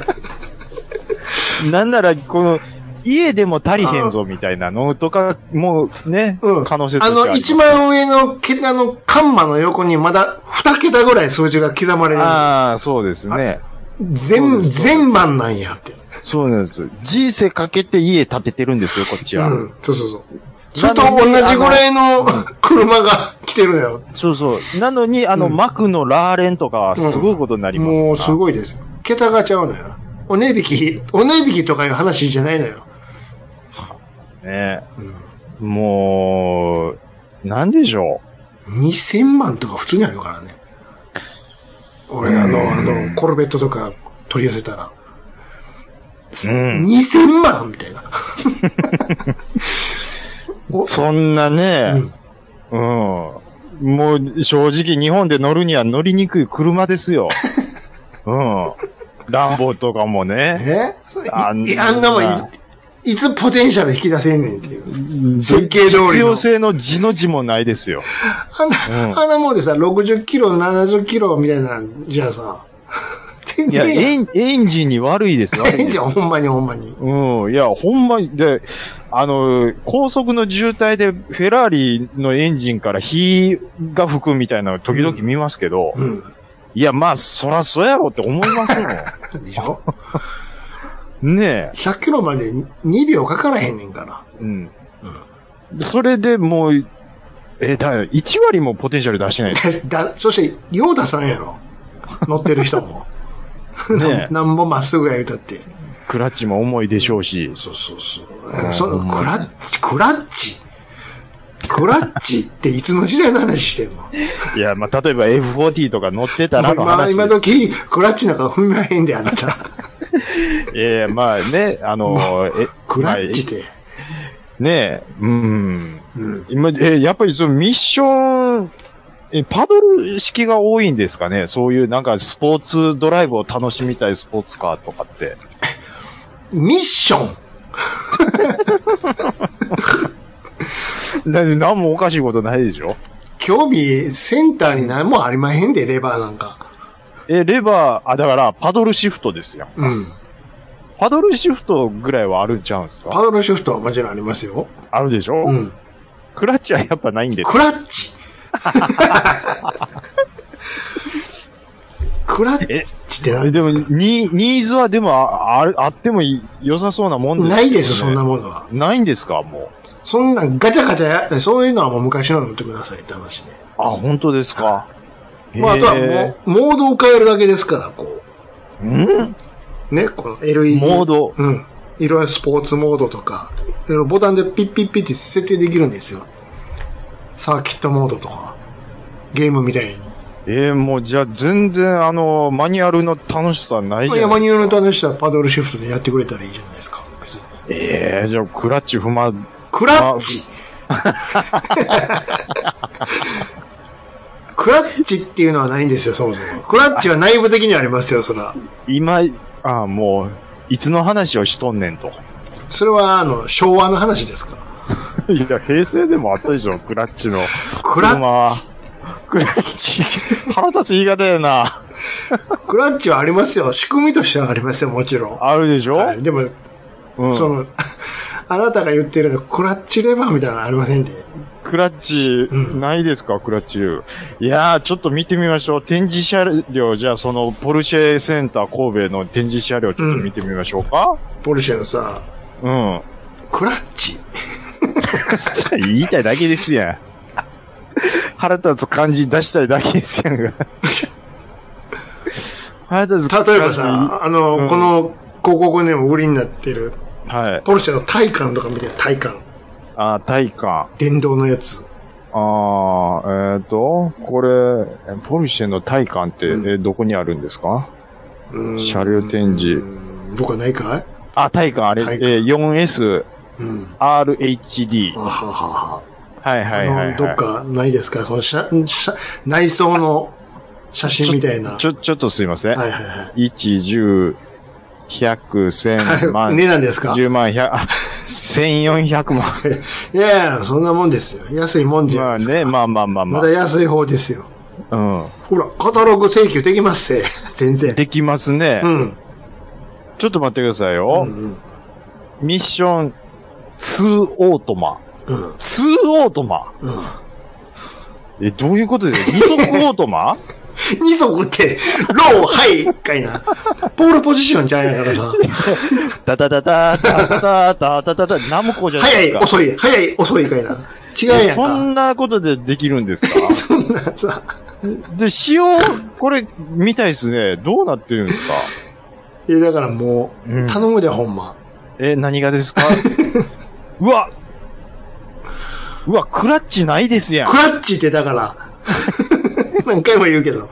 なんなら、この、家でも足りへんぞみたいなのとか、もうね、うん。可能性とあしての、ります一番上の桁のカンマの横にまだ二桁ぐらい数字が刻まれてる。ああ、そうですね。全、全万なんやって。そうなんです。人生かけて家建ててるんですよ、こっちうは。ん。そうそうそう。そなれのとに同じぐらいの車が来てるのよ。そうそう。なのに、あの、マクのラーレンとかはすごいことになりますから。もうすごいですよ。桁がちゃうのよ。お値引き、お値引きとかいう話じゃないのよ。ね。もう、なんでしょ2000万とか普通にあるからね。俺、あの、あの、コルベットとか取り寄せたら。う。うん。 2000万みたいな。おそんなね、うん、もう正直日本で乗るには乗りにくい車です よ。うん。乱暴とかもね。えそれいあんないあんなもんい、いつポテンシャル引き出せんねんっていう。設計通りの必要性の字の字もないですよ。あんな、うんあんなもんでさ、60キロ、70キロみたいなんじゃあさ、全いや、然エンエンジンに悪いですよ。えんじゃん、ほんまにほんまに。うん。いや、ほんまに、で、あの、高速の渋滞でフェラーリのエンジンから火が吹くみたいなの時々見ますけど、うん。いや、まあ、そらそうやろって思いますよ。でしょ ね ?100 キロまで2秒かからへんねんから。え。うん。それでもう、え、だから1割もポテンシャル出してないでだ、だそして、ヨーダさんやろ。乗ってる 人も。 すねえ。なんぼまっすぐや言うたって。クラッチも重いでしょうし。そうそうそう。その、クラッチ、クラッチ。クラッチっていつの時代の話してんのいや、まあ、例えば F40 とか乗ってたらの今、話です。今時、クラッチなんか踏めへんで、あなた。ええまあね、あの、え、クラッチって。ねえ、うん。うん。今、えーやっぱりそのミッション、えーパドル式が多いんですかねそういうなんかスポーツドライブを楽しみたいスポーツカーとかって。ミッション。ななんもおかしいことないでしょ興味、センターに何もありまへんで、レバーなんか。えーレバー、あ、だからパドルシフトですよ。うん。パドルシフトぐらいはあるんちゃうんですかパドルシフトはもちろんありますよ。あるでしょ、うん。クラッチはやっぱないんです。クラッ チ。クラッチってえ何ででも、すかニニーズはでもあ、あるあってもいい良さそうなもんですよねないです、そんなものは。ないんですかもう。そんなんガチャガチャや、そういうのはもう昔の乗ってくださいって話ね。あ、本当ですか。まあ、あとはへもう、モードを変えるだけですから、こえんう。ね、この LED。モードうん。いろいろスポーツモードとか、いろいろボタンでピッピッピッって設定できるんですよ。サーキットモードとか、ゲームみたいに。ええもうじゃあ全然あの、マニュアルの楽しさないじゃな山いによると話したらパドルシフトでやってくれたらいいじゃないですか。別にええじゃあクラッチ踏ま、クラッチクラッチっていうのはないんですよ、そもそも。クラッチは内部的にありますよ、そら。今、あもう、いつの話をしとんねんと。それは、あの、昭和の話ですか。 いや、平成でもあったでしょ、クラッチの。クラ車はクラッチ、腹立つ言い方やな。クラッチはありますよ。仕組みとしてはありますよ、もちろん。あるでしょ、はい、でも、うん。その、 あなたが言ってるのクラッチレバーみたいなのありませんで。クラッチ、うんないですか、クラッチ。いやー、ちょっと見てみましょう。展示車両、じゃあその、ポルシェセンター神戸の展示車両、ちょっと見てみましょうか。ポルシェのさ、うん。クラッチ。言いたいだけですやん。腹立つ感じ出したいだけですやんか。腹立つ感じ例えばさ、、あの、うんこの広告でも売りになってる、はい。ポルシェのタイカンとかみたいなタイカン。あ、体感。電動のやつ。あーえっ、と、これ、えポルシェの体感って、うんえどこにあるんですかうん車両展示うんどこかないかいあ、体感あれ、体感えー、うん。 4SRHD あ。ははは。はいはいはい、あはい。の、どっかないですかその写、写内装の写真みたいな。ちょ、ちょっとすいません。はいはいはい。 1、10、100、1000 は万い、、値段ですか10万、100、あ、1400万。 いやいや、そんなもんですよ。安いもんじゃまないあですか。ね、まあまあまあままあ。だ安い方ですよ。うん。ほら、カタログ請求できますせ。全然。できますね。うん。ちょっと待ってくださいうよ。ん。ミッション2オートマ。うん。 2オートマうん。え、どういうことですか二足オート マ二足って、ロー、ハイ、か いな。ポールポジションじゃんやからさ。タタタタ、タタタタタタタ、ナムコじゃない早ですい、か。遅い、早い、遅いかいな。違うやんそか。んなことでできるん ですかそんなさ。で、仕様、これ、見たいですね。どうなってるんですかえ、だからもうんう、頼むで、ほんま。え、何がですか うわうわ、クラッチないですやんク。ラッチってだから、 何回も言うけど。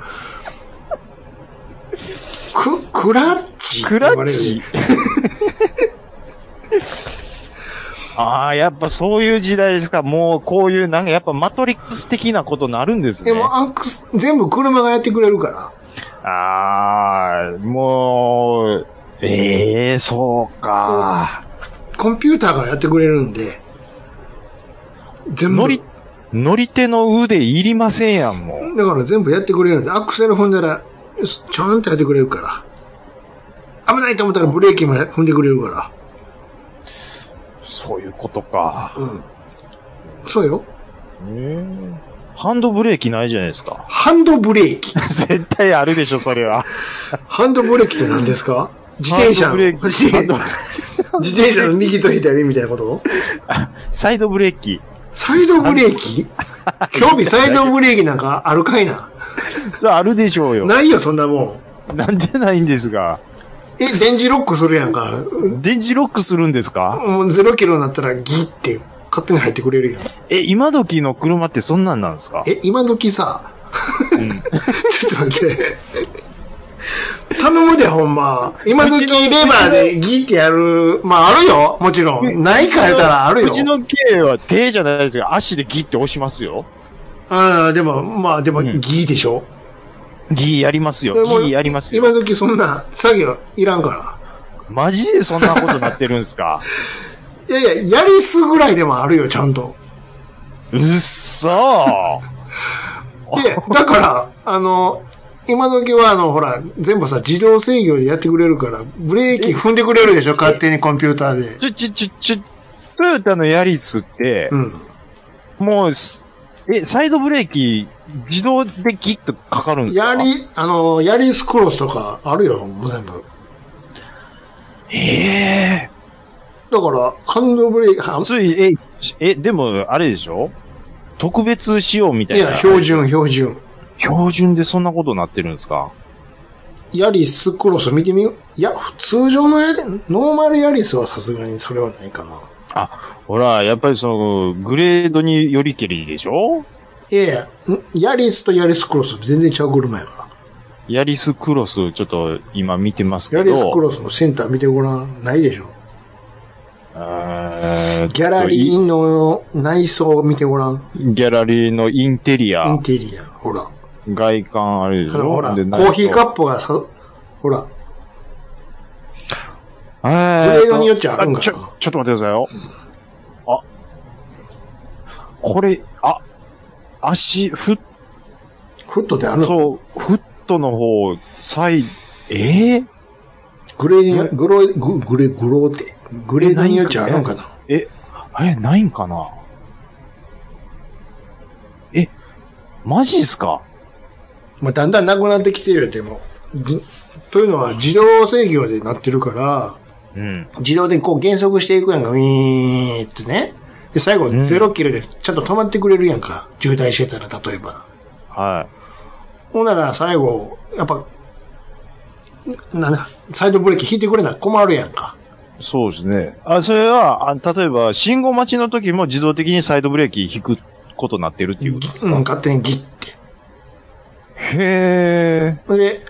ク、クラッチってク言ラわれッるチ ああ、やっぱそういう時代ですか。もうこういう、なんかやっぱマトリックス的なことになるんですねで。も、アンクス、全部車がやってくれるから。ああ、もう、ええそうか。コンピューターがやってくれるんで、全部乗、り、乗り手の腕いりませんやん、もう。だから全部やってくれるんです。アクセル踏んだら、すちゃんとやってくれるから。危ないと思ったらブレーキも踏んでくれるか。。そういうことからうん。そうよ。ええハンドブレーキないじゃないですか。ハンドブレーキ。 絶対あるでしょ、それは。ハンドブレーキって何ですか自転車ハンドブの。レーキ自転ハン自転車の右と左みたいなことサイドブレーキ。サイドブレーキ興味サイドブレーキなんかあるかいな。それあるでしょうよ。ないよ、そんなもん。なんでないんですが。え、電磁ロックするやんか。電磁ロックするんですかもう0キロになったらギって勝手に入ってくれるやん。え、今時の車ってそんなんなんですかえ、今時さ、 ちょっと待って。頼むで、ほんま。今時レバーでギってやる。まあ、あるよ。もちろん。ないかやったらあるよ。うちの系は手じゃないですが、足でギって押しますよ。ああ、でも、まあ、でも、んギーでしょ、ギーやりますでよ。もギーやります今よ。時そんな作業いらんかマジでそんなことなってるんです から。いやいや、やりすぐらいでもあるよ、ちゃんと。うっそー。で、だから、あの、今時は、あの、ほら、全部さ、自動制御でやってくれるから、ブレーキ踏んでくれるでしょ、勝手にコンピューターちょ、で。ちょ、ちょ、ちょ、トヨタのヤリスってう、ん。もうす、え、サイドブレーキ、自動でギッとかかるんですかやり、あの、やりスクロスとかあるよ、もう全部。ええだから、ハンドブレーキ、はそれ、え、え、でも、あれでしょ特別仕様みたいいな。や、標準、標準。標準でそんなことなってるんですかヤリスクロス見てみよう。いや、通常のヤリ、ノーマルヤリスはさすがにそれはないかな。ほら、やっぱりその、グレードによりけりでしょいやいや、んヤリスとヤリスクロス全然ちゃう車やかヤリスクロス、ちょっと今見てますけら。ヤど。リスクロスのセンター見てごらん。ないでしょ。えーっとギャラリいーの内装見てごらん。ギャラリーのインテリイアン、テリア。ほら。外観あれでしょほら、コでーヒーカなんかップがさ、ほら、えーグレードによっちゃあるんかなちょ、ちょっと待ってくださいよ。あ。これ、あ、足、フッフットであるのト、フットの方、サイ、えー、グレーによ、グロ、ググレ、グローって。グレードによっちゃあるんかな。え、え、ないんかなえ、マジっすかまあ、だんだんなくなってきてるよ、でも。ずというのは、自動制御でなってるから、うん。自動でこう減速していくやんか、ウィーンってね。で、最後、ん0キロでちゃんと止まってくれるやんか。渋滞してたら、例えば。はほんなら、最後、やっぱ、な、な、サイドブレーキ引いてくれな、困るやんか。い。そうですね。あ、それは、あ例えば、信号待ちの時も自動的にサイドブレーキ引くことになってるっていうことですうん、か、勝手にギッて。へえ。で、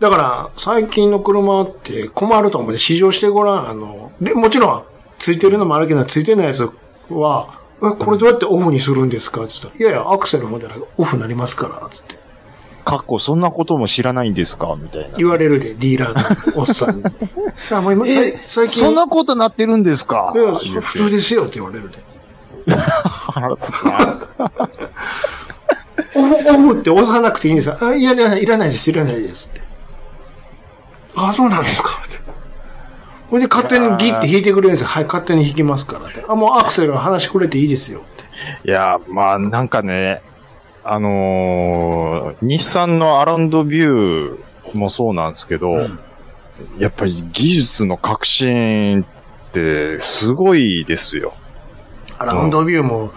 だから、最近の車って困ると思って試乗してごらん。あの、で、もちろん、ついてるのもあるけど、ついてないやつは、え、これどうやってオフにするんですかつったら、いやいや、アクセル踏んだらオフになりますから、つって。かっこ、そんなことも知らないんですかみたいな。言われるで、ディーラーのおっさ んに。あ、もう今、さい最近、そんなことなってるんですかいや普 通ですよって言われるで。腹立つなオフ、オフって押さなくていいんですかあ、いやいや、いらないです、いらないですって。あ、そうなんですかって。ほいで勝手にギって引いてくれるんですよ。はい、勝手に引きますからって。あ、もうアクセルは話してくれていいですよって。いや、まあ、なんかね、あのー日産のアランドビューもそうなんですけど、やっぱり技術の革新ってすごいですよ。アラウンドビューも、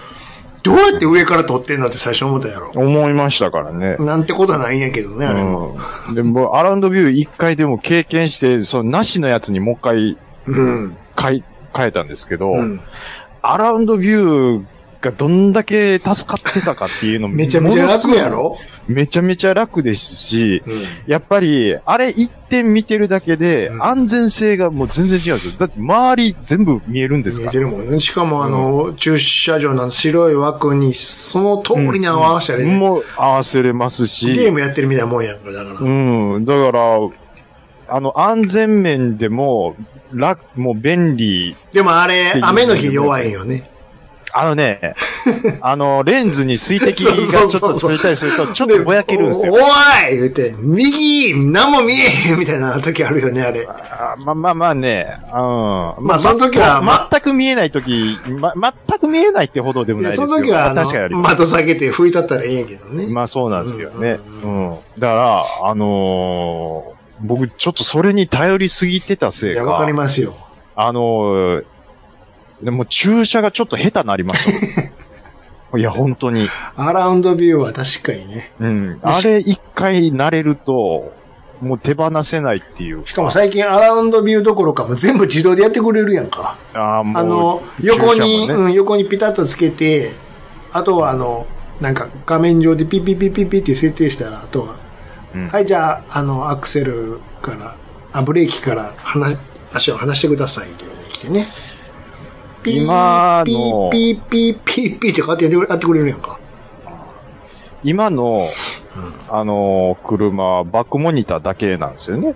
どうやって上から撮ってんだって最初思ったやろ。思いましたからね。なんてことはないんやけどね、あれも。うん、でも、アラウンドビュー一回でも経験して、そのなしのやつにもう一回うん。変え、変えたんですけど、うん。アラウンドビューがどんだけ助かってたかっていうのもめちゃめちゃ楽やものろすごいめちゃめちゃ楽ですし、うん。やっぱり、あれ一点見てるだけでう、ん安全性がもう全然違うんですよ。だって周り全部見えるんです見えかてら。るもんね。しかもあの、駐車場の白い枠に、その通りに合わせたり、ねもう合わせれますし。ゲームやってるみたいなもんやんか、だから。うん。だから、あの、安全面でも、楽、もう便利。でもあれ、雨の日弱いんよね。あの ね、あの、レンズに水滴がちょっとついたりすると、ちょっとぼやけるんですよお。い言って、右何も見えへんみたいな時あるよね、あれ。あまあまあまあね、うん。ままあその時はま全く見えない時、ま、全く見えないってほどでもいないでやすけそど。の時は、あ確かにありの、ます。窓下げて拭いたったらええんやけどね。 まあそうなんですけどね。ううん。だから、あのー僕ちょっとそれに頼りすぎてたいせいや、わかりか、ますよ。あのーでも注射がちょっと下手になりま した。いや、本当に。アラウンドビューは確かにね。うん。あれ一回慣れると、もう手放せないっていう。しかも最近アラウンドビューどころか、もう全部自動でやってくれるやんか。ああ、もう。あの、横注に、射もうねん、横にピタッとつけて、あとはあの、なんか画面上でピッピッピッピッピッって設定したら、あとは、うんはい、じゃあ、あの、アクセルから、あ、ブレーキから、話、足を離してください、っていうのができてね。ピ今ー、ピのー、ピー、ピー、ピー、ピーって勝手にやってくれやってくれるやんか。今の、あのー車はバックモニターだけなんですよね。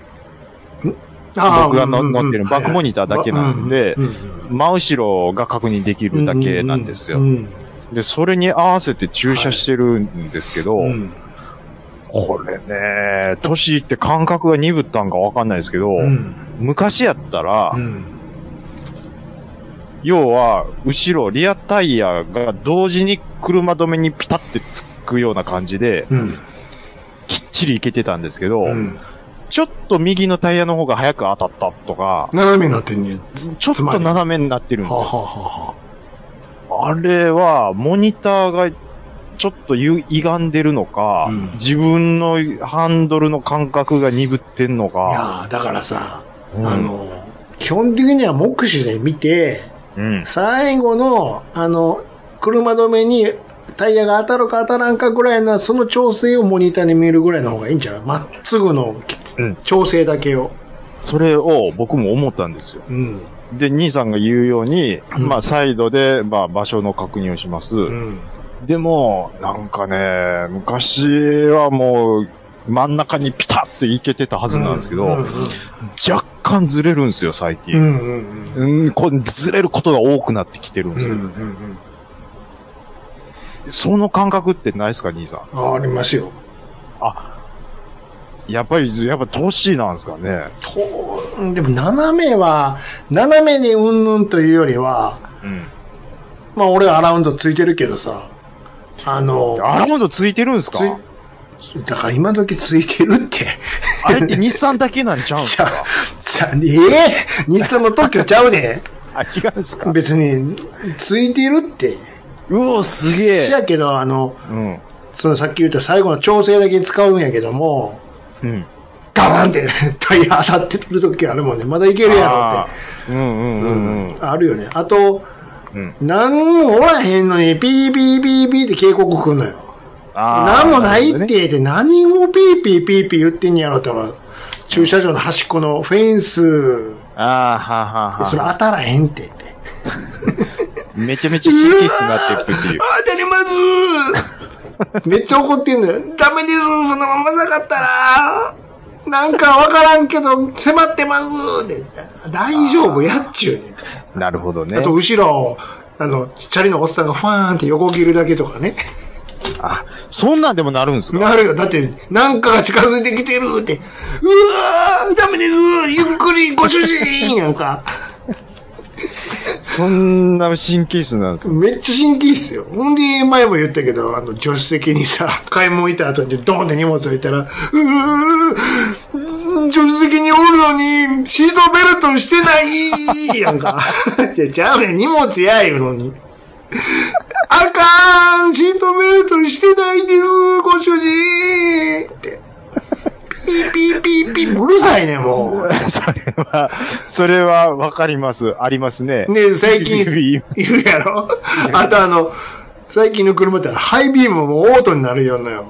あー僕がのうんうんうん乗ってるバックモニターだけなんでうんうん真後ろが確認できうるんだけなんですよ。うんうんで、それに合わせて駐車してるんですけど、うんこれね、年って感覚が鈍ったんかわかんないですけど、うん昔やったら、うん要は、後ろ、リアタイヤが同時に車止めにピタってつくような感じで、うんきっちり行けてたんですけど、うんちょっと右のタイヤの方が早く当たったとか、斜めになってんねつちょっつとまり斜めになってるんですはあはよ。あはあれは、モニターがちょっとゆ歪んでるのか、うん自分のハンドルの感覚が鈍ってんのあいやか、ーだからさ、うんあの、基本的には目視で見て、うん。最後の、あの、車止めにタイヤが当たるか当たらんかぐらいの、その調整をモニターに見るぐらいの方がいいんちゃうまっすぐの、うん調整だけを。それを僕も思ったんですよ。うん。で、兄さんが言うように、うんまあ、サイドで、まあ、場所の確認をします。うん。でも、なんかね、昔はもう、真ん中にピタッといけてたはずなんですけど、うん若干ずれるんですよ、最うんう近。んうんうん、こうずれることが多くなってきてるんうんですうよ。んうんその感覚ってないですか、兄さん。うん。ありますよ。やっぱり、やっぱ年なんですかね。と、でも斜めは、斜めにうんぬんというよりは、うん。まあ俺はアラウンドついてるけどさ、あの、アラウンドついてるんですかついだから今時ついてるって。あれって日産だけなんちゃうんですじゃかあ、じゃあ、ええ日産の特許ちゃうねあ、 違うんですか別に、ついてるって。うお、すげしえ。やけど、あの、うん。そのさっき言った最後の調整だけ使うんやけども、うん。ガバンって タイヤ当たってる時あるもんね。まだいけるやろあって。ーうんうんうんうん。あるよね。あと、うん何もおらへんのに、ピーピーピーピーって警告くんのよ。あ何ーもないるっほどてね言って、何をピーピーピーピー言ってんやろって言ったら、駐車場の端っこのフェンス、あーはあはあそれはあ。当たらへんって言 って。めちゃめちゃ神経質になっていくっていう。当たります めっちゃ怒ってんのよ。ダメですそのままなかったらなんかわからんけど、迫ってますって大丈夫やっちゅうねんなるほどねあ。と、後ろ、あの、チャリのおっさんがファーンって横切るだけとかね。あ、そんなんでもなるんですかなるよ。だって、なんかが近づいてきてるって。うわーダメですゆっくりご主人なんか。そんな神経質なんですかめっちゃ神経質よ。ほんで、前も言ったけど、あの、助手席にさ、 買い物行った後にドーンって荷物置いたら、うー、助手席におるのに、シートベルトしてないやんか。 いや、ちゃうねん、荷物や言うのに。あかーんシートベルトしてないですご主人って。ピーピーピーピー、うるさいね、もう。 それは、それはわかります。ありますね。ね最 近言う言う 言うやろあとあの、最近の車ってハイビームもオートになるようなよ。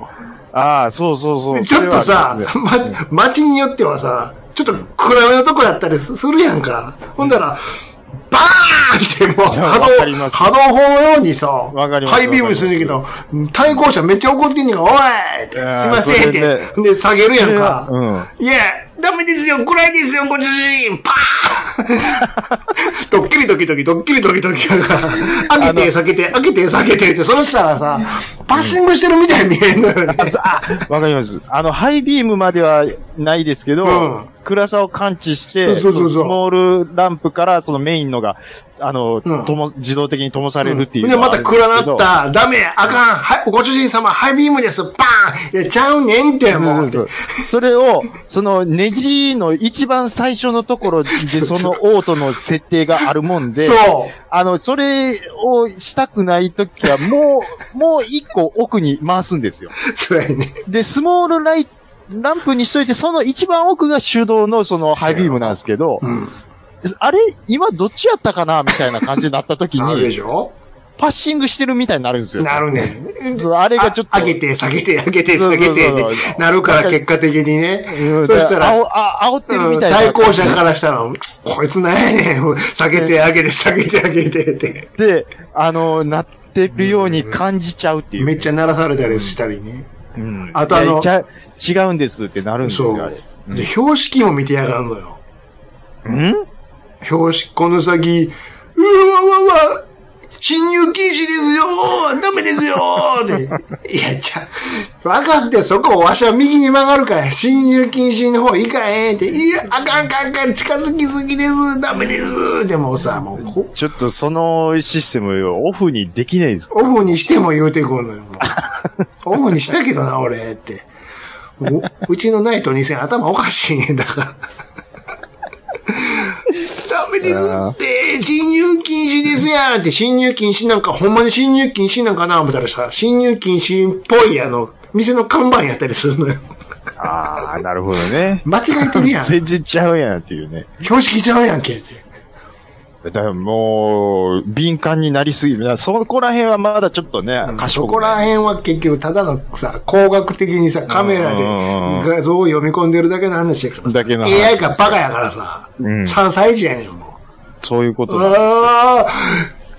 ああ、そうそうそう。ちょっとさそれは、ま、街によってはさ、ちょっと暗めのとこやったりすするやんか。ほんだら、バーンってもういや波わかり動、ます波動砲のようにさ、わかりますハイビームするんだけど、対向車めっちゃ怒ってんねんから、おいって、いやーすいませんっそれて。で、下げるやんか。ういや、ダメですよ、暗いですよ、ご主人パ ーンドッキリドキドキ、ドッキリドキドキやから、開けて、下げて、開けて、下げてって、その人らさ、パッシングしてるみたいに見えんのよね。わかります。あの、ハイビームまではないですけど、うん暗さを感知して、そうそうそうそうそのスモールランプからそのメインのが、あの、うんとも自動的に灯されるっていうで、のはまあるんたですけど。暗なった。ダメ、あかん。はい、ご主人様、ハイビームです。バーンいや、ちゃうねんって、もう。そうそうそう。それを、そのネジの一番最初のところで、そのオートの設定があるもんで、そうあの、それをしたくないときは、もう、もう一個奥に回すんですよ。そうやね。で、スモールライランプにしといて、その一番奥が手動のそのハイビームなんですけど、うん。あれ今どっちやったかなみたいな感じになったと きなるでに、しょパッシングしてるみたいになるんですよ。なるねん。そうあれがちょっとあ上げて、下げて、上げて、そう下そうそげうてって、なるから結果的にうね。んそしたら、煽あ煽ってるうみんたいな。対向車からしたら、こいつなんやねん。下げて、上げて、下げて、上げてって。で、あの、なってるように感じちゃうっていう。めっちゃ鳴らされたりしたりね。うんあとあのいやちゃ違うんですってなるんですそよ、あうれ。。で、標識も見てやがんのよ。うん標識、この先、うわわわ、侵入禁止ですよダメですよって。 いや、ちゃ、分かって、そこをわしは右に曲がるから、侵入禁止の方いいかえって。いや、あかんあかんあかん、近づきすぎですダメですでもさ、もうこ、ちょっとそのシステムをオフにできないです。オフにしても言うてくんのよ。もうオフにしたけどな、俺って。ううちのナイト2000頭おかしいねんだから。ダメですって、侵入禁止ですやんって、侵入禁止なんか、ほんまに侵入禁止なんかな思ったらさ、侵入禁止っぽいあの、店の看板やったりするのよ。ああ、なるほど ね。間違えてるやん。全然ちゃうやんっていうね。標識ちゃうやんけって。だからもう、敏感になりすぎる。だからそこら辺はまだちょっとね、そ賢くこらない。辺は結局ただのさ、工学的にさ、カメラでうんうんうん画像を読み込んでるだけの話やからさ。だけの話 AI がバカやからさ、うん3歳児やねん、もう。そういうことだ。ああ、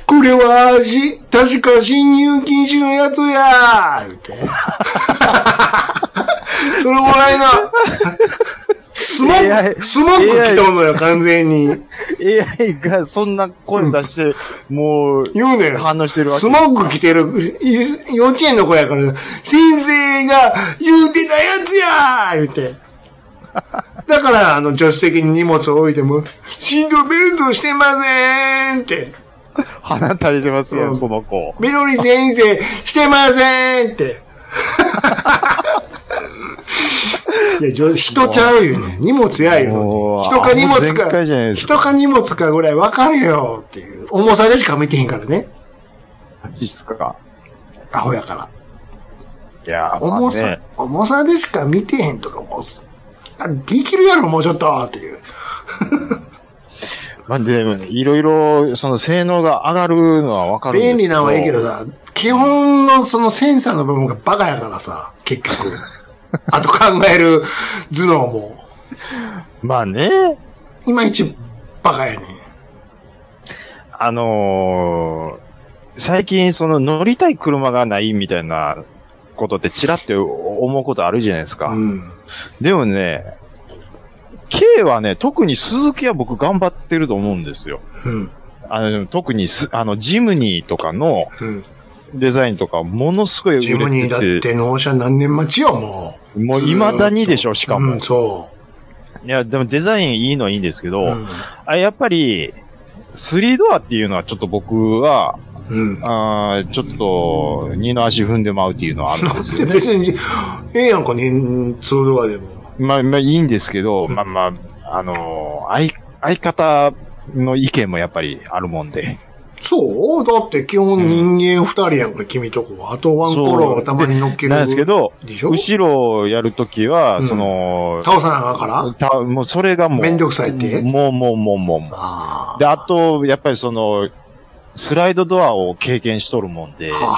これは、し、確か侵入禁止のやつやー って。それも らいな。スモー AI ク、スモーク来とんのよ、完全に。 AI がそんな声出 して、もう、言うねん。反応してるわけスモーク着てる、い幼稚園の子やから、先生が言うてたやつやー言 って。だから、あの、助手席に荷物を置いても、振動ベルトしてませんって。放たれてますうよ、んその子。みどり先生、してません って。いや、ちょ人ちゃうよね。荷物やよも。う人か荷物あもう全か開じゃないですか人か荷物かぐらい分かるよっていう。重さでしか見てへんからね。いいっすか。アホやから。いやー、ま重あさ、ね。重さでしか見てへんとかもうす、あできるやろ、もうちょっとっていう。まあでも、いろいろ、その性能が上がるのはわかるんですけ便ど。利なのはいいけどさ、基本のそのセンサーの部分がバカやからさ、結局。 あと考える頭脳も。まあね。いまいちバカやねあのー最近その乗りたい車がないみたいなことってちらって思うことあるじゃないですか。うん。でもね、K はね、特に鈴木は僕頑張ってると思うんですよ。うん。あの、特にす、あの、ジムニーとかのうん。デザインとかものすごい売れてジてムニーだって納車何年待ちよ、ももうずーっと未だにでしょ、しう。かも。うん、いそや、でもデザインいいのはいいんですけど、う。うん。あやっぱり、スリードアっていうのはちょっと僕は、うん。あーちょっと、二の足踏んでまうっていうの はあるんですよでね。別に、ええやんか、ね、ツードアでも。まあ、まあ、いいんですけど、うんまあまあ、あのー相、相方の意見もやっぱりあるもんで。そうだって基本人間二人やんか、君とこは。あとワンコロをたまに乗っける。なんですけ。ど、でしょ後ろをやるときは、うんその、倒さなあかんからたもうそれがもう、めんどくさいってもうもうもうもうもう。ああ。で、あと、やっぱりその、スライドドアを経験しとるもんで、ははは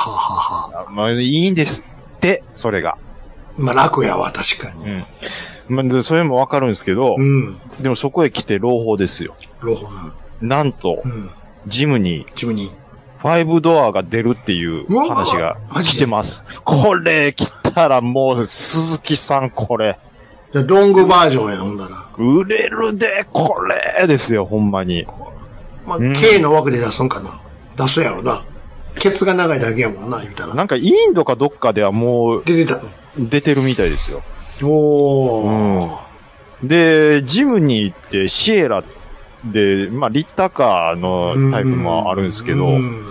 は。まあ、いいんですって、それが。まあ、楽やわ、確かに。うん。まあで、それもわかるんですけど、うん。でもそこへ来て朗報ですよ。ロホン。なんとう、ん。ジムに自分に。 5ドアが出るっていううわ話がマジで来てます。これ来たらもう、鈴木さんこれ、じゃあロングバージョンや、ほんだら。売れるで、これですよ、ほんまに。まあ、うん K の枠で出すんかな。出すやろな。ケツが長いだけやもんな、言うたら。なんかインドかどっかではもう出てたの。出てるみたいですよ。おー。うん。で、ジムに行って、シエラで、まあ、リッタカーのタイプもあるんですけど、うん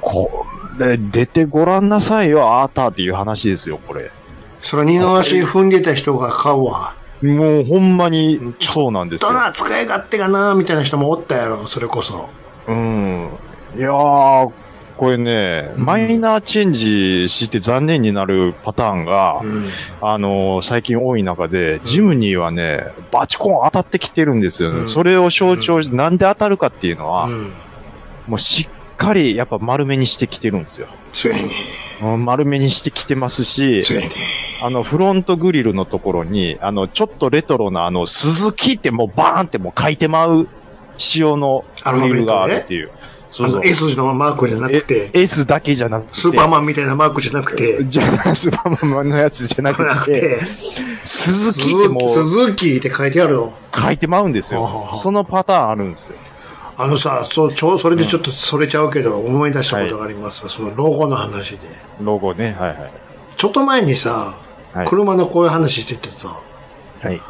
これ、出てごらんなさいよ、あーたーっていう話ですよ、これ。それ二の足踏んでた人が買うわ。もう、ほんまに、そうなんですどよ。な、使い勝手がな、みたいな人もおったやろ、それこそ。うん。いやー、これね、うんマイナーチェンジして残念になるパターンが、うん。あのー最近多い中で、ジムニーはね、バチコン当たってきてるんですよね。うんそれを象徴し、なんで当たるかっていうのは、うん。もうしっかりやっぱ丸めにしてきてるんですよ。ついに、うん丸めにしてきてますし、ついに。あのフロントグリルのところに、あのちょっとレトロなあの鈴木ってもうバーンってもう書いてまう仕様のグリルがあるっていう。そあうそうの、。S 字のマークじゃなくて、 S だけじゃなくて。スーパーマンみたいなマークじゃなくて、じゃあ、スーパーマンのやつじゃなじゃなくくて、て、鈴木って鈴も木う鈴木って書いてあるの。書いてまうんですほうよほ。うそのパターンあるんですよ。あのさ、そう、ちょ、それでちょっとそれちゃうけど、思い出したことがありますわそのロゴの話で。ロゴね。はいはい。ちょっと前にさは、い車のこういう話しててさ、はい。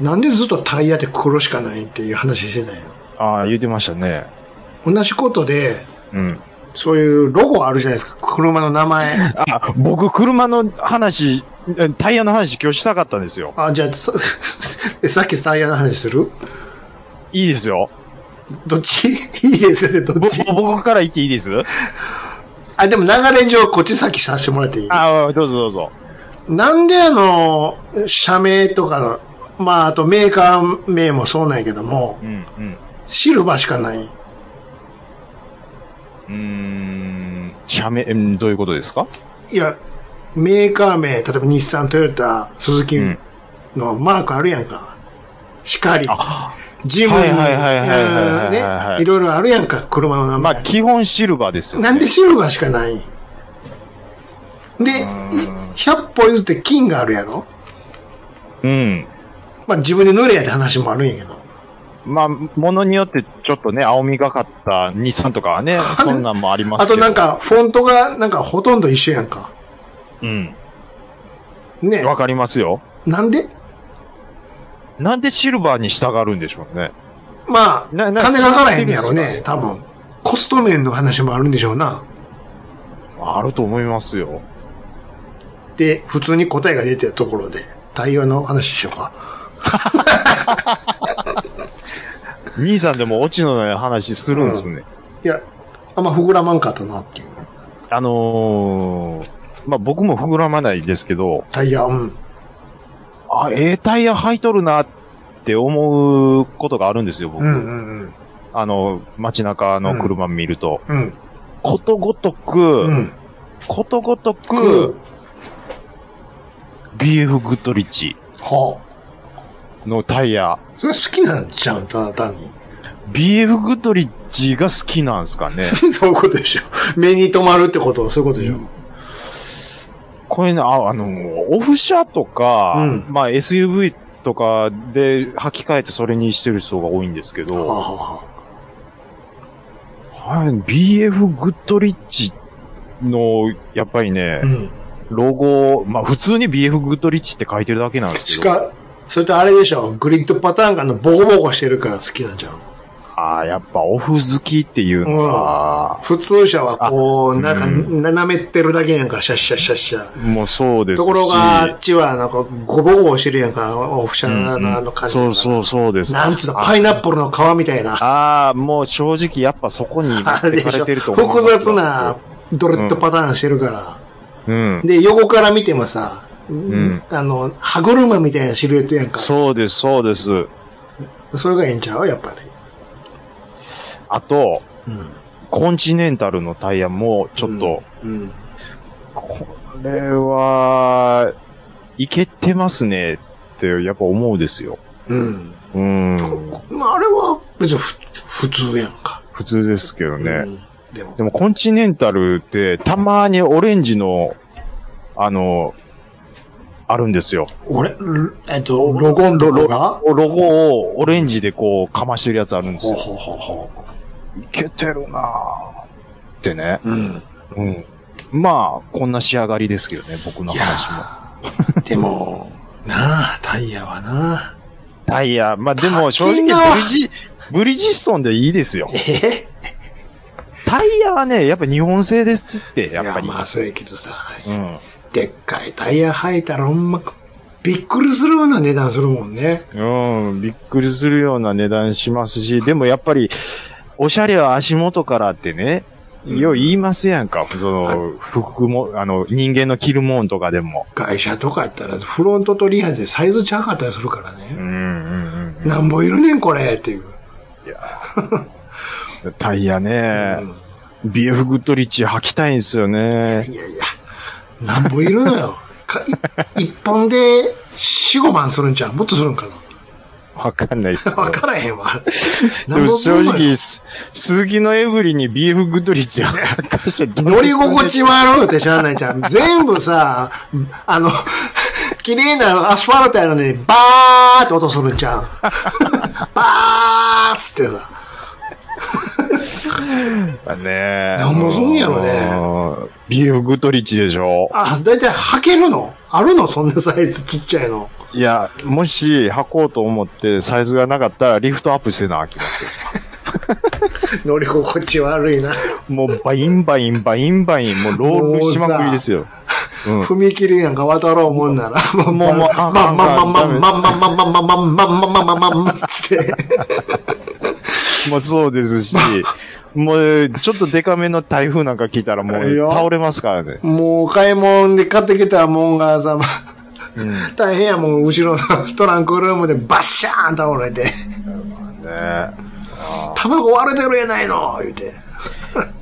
なんでずっとタイヤって黒しかないっていう話してたよ。ああ、言ってましたね。同じことで、うん。そういうロゴあるじゃないですか。車の名前。あ、僕、車の話、えタイヤの話今日したかったんですよ。あ、じゃあ、さ えさっきタイヤの話するいいですよ。どっち いいですよね、どぼっち僕から言っていいですあ、でも流れ上こっち先させてもらっていいあどうぞどうぞ。なんであの、社名とかの、まあ、あとメーカー名もそうなんやけどもう、ん、うん。シルバーしかない。うーん、社名、うんどういうことですかいや、メーカー名、例えば日産、トヨタ、スズキうんのマークあるやんか。しかり。あジムに、はいいはいはいはいはいはいはいね、いろいろあるやんか、車の名ま前。あ、基本シルバーですよ、ね。なんでシルバーしかないで、い100歩譲って金があるやろうん。まあ自分で塗れやって話もあるんやけど。まあ、ものによってちょっとね、青みがかった日産とかはね、そんなんもありますあけど。となん、か、フォントがなんかほとんど一緒やんか。うん。ね。わかりますよ。なんでなんでシルバーに従るんでしょうね。まあ、なな金がかからへんやろいいんでねす、多分。コスト面の話もあるんでしょうな。あると思いますよ。で、普通に答えが出てるところで、対話の話しようか。兄さんでもオチのない話するんですね。いや、あんま膨らまんかったなっていう。あのー、まあ、僕も膨らまないですけど、タイヤ、うん。あ、ええタイヤ履いとるなって思うことがあるんですよ、僕。うんうんうん。あの、街中の車見ると。うん。ことごとく、うん。ことごとく、く、 BF グッドリッチはのタイヤ。あ。それ好きなんじゃん、ただ単に。 BF グッドリッチが好きなんですか ね。そういうことでしょ。目に留まるってことはそういうことでしょ。これね、ああの、オフ車とか、うんまあ SUV とかで履き替えてそれにしてる人が多いんですけど、はあ、ははい、BF グッドリッチの、やっぱりねあ、う、ん。ロゴ、まあ普通に BF グッドリッチって書いてるだけなんですしけど、か、それとあれでしょ。グリッドパターンがあの、ボコボコしてるから好きなんじゃん。ああ、やっぱオフ好きっていうのが、普通車はこう、あなんか、うん斜めってるだけやんか、シャッシャッシャッシャ。もうそうですし、ところが、あっちはなんか、ゴボゴボしてるやんか、オフシャうーんうんのあの感じ、そうそうそうです。なんつうの、あパイナップルの皮みたいな。ああ、もう正直やっぱそこに持あっれてでかしれょ。てると思う。複雑な、ドレッドパターンしてるから。うん。で、横から見てもさ、んあの、歯車みたいなシルエットやんか。そうです、そうです。それがええんちゃうやっぱり。あと、うん。コンチネンタルのタイヤも、ちょっと、うん。これは、いけてますねって、やっぱ思うですよ。うん。うん。まあ、あれは別にふ普通やんか。普通ですけどね。うん。でもで。もコンチネンタルって、たまにオレンジの、あの、あるんですよ。俺、えっと、ロゴンロゴがロゴをオレンジでこう、かましてるやつあるんですほうよ。ほうほうほいけてるなぁ。ってね。う。うん。うん。まあ、こんな仕上がりですけどね、僕のいや話も。ーでも、なあ、タイヤはなタイヤ、まあでも正直高いなブリジ、ブリヂストンでいいですよえ。えタイヤはね、やっぱ日本製ですって、やっぱり。いまあ、そうやけどさ。うん。でっかいタイヤ履いたらほんま、びっくりするような値段するもんね。うん、びっくりするような値段しますし、でもやっぱり、おしゃれは足元からってね、うんよう言いますやんか。そはいの、服も、あの、人間の着るもんとかでも。会社とかやったら、フロントとリアでサイズちゃうかったりするからうね。んうんうんなんぼいるねん、これっていう。うん。タイヤうね、んビエフグッドリッチ履きたいんですよね。いやいや、なんぼいるのよ。かい一本で4、5万するんちゃうもっとするんかわかんないっすな。 わからへん わ。でなんぼもする正のよ直、す鈴木のエブリにビーフグッドリッツや乗乗り心地悪いってしゃあないじゃん。全部さ、あの、 綺麗なアスファルトやのに、バーって音するんちゃう バーっつってさ。だね。なんぼすんやろねね。ビーフグッドリッチでしょ。あ、だいたい履けるのあるのそんなサイズちっちゃいの。いや、もし履こうと思ってサイズがなかったらリフトアップしてなあきませ乗り心地悪いな。ん。もうバインバインバインバイン、もうロールしまくりですよ。うん踏切なんか渡ろうもんなら、もう、もうもうあまあんまんまあんまんまんまんまんまんまんまんまんまんまんまんまんまんつって。もうそうですし、もうちょっとデカめの台風なんか来たらもいういよ倒れますからね。もう買い物で買ってきたもんがさ、うん。ね大変やもん、後ろのトランクルームでバッシャーン倒れて。卵割れてるやないの言うて。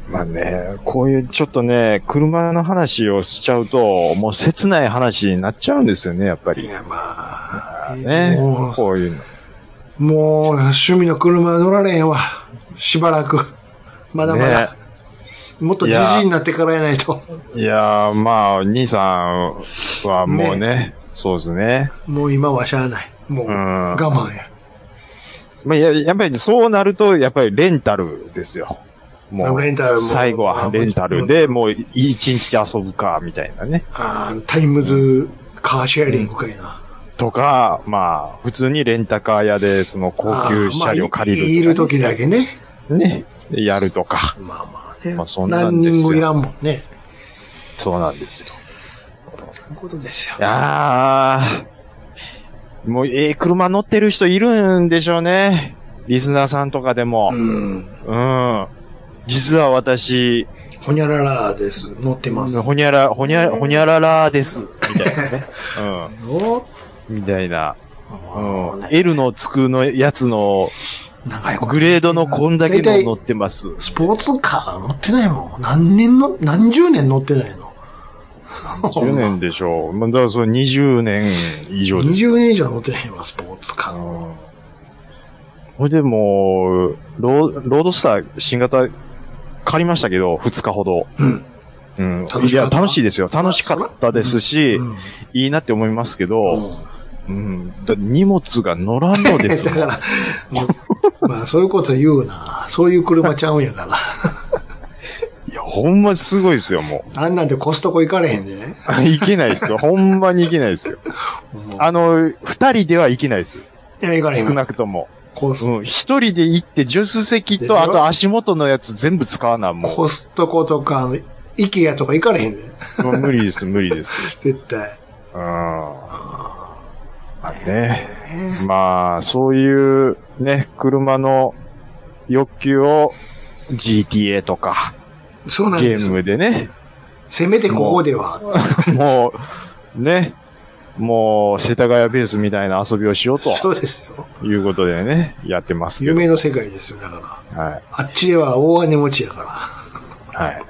まあね、こういうちょっとね、車の話をしちゃうと、もう切ない話になっちゃうんですよね、やっぱいり。や、まあ、ねも。こういうの。う、もう趣味の車乗られへんわ。しばらく。まだまだ。ねもっとじじいになってからやないと。いやー、まあ、兄さんはもうねそうですね。もう今はしゃあない。もう、うん我慢や。まあ、ややっぱりそうなると、やっぱりレンタルですよ。もう、レンタルも最後はレンタルで、もう一日遊ぶか、みたいなね。あータイムズカーシェアリングかいな。とか、まあ、普通にレンタカー屋で、その高級車両借あーまあいいりるるとか時だけね。ね、やるとか。まあまあね。まあそんラなンんですよニングいらんもんね。そうなんですよ。そういうことですよい。やー、もう、ええ車乗ってる人いるんでしょうね。リスナーさんとかでもう。ん。うん。実は私、ほにゃららです。乗ってます。ほにゃら、ほにゃ、ほにゃららです。みたいなね。おうん。みたいな。もううんね。 L のつくのやつの、長いことグレードのこんだけの乗ってます。スポーツカー乗ってないもん。何年の、何十年乗ってないの。 10年でしょう。まあ、だからそれ20年以上です。 20年以上乗ってないわ、スポーツカうー。んほいでもう、ロー、ロードスター新型借りましたけど、2日ほど。うん。うん楽しかった。いや、楽しいですよ。楽しかったですし、うんいいなって思いますけど、ううん。だ荷物が乗らんのでん。す だもんから、まあそういうこと言うな。そういう車ちゃうんやから。いや、ほんますごいですよ、もう。あんなんでコストコ行かれへんでね。いけない ですよ。ほんまにいけないですよ。あの、二人ではいけないですよ。いや、行かれへんわ。少なくとも。コスうん。一人で行って、助手席でしょと、あと足元のやつ全部使わな、もコストコとか、あの、イケアとか行かれへんで。 う。もう無理です、無理です。絶対。うん。まあね。まあ、そういう、ね、車の欲求を GTA とか、そうなんゲですー。ムでね、 せめてここでは。もう、ね、もう、世田谷ベースみたいな遊びをしようとそうですよ。いうことでね、やってますけど。夢の世界ですよ、だから。はい。あっちでは大金持ちやかはい。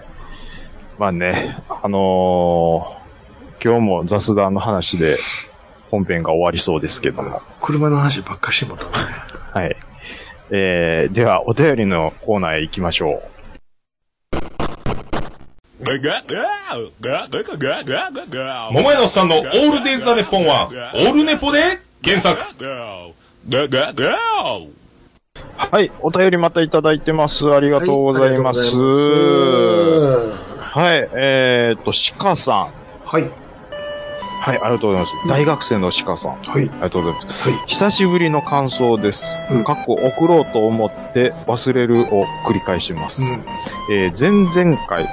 まあね、あのー今日も雑談の話で本編が終わりそうですけどもら。。車の話ばっかしてもったね。はい。えー、では、お便りのコーナーへ行きましょ桃屋のおっさんのオールデイズ・ザ・ネッポンは、オールネポで原作。う。はい。お便りまたいただいてます。ありがとうございます。ははい。えー、っと、鹿さん。い。はい、ありがとうございます。大学生の鹿さん。あはい。りがとうございます。はい久しぶりの感想です。うんかっこ送ろうと思って忘れるを繰り返します。うん。えー前々回、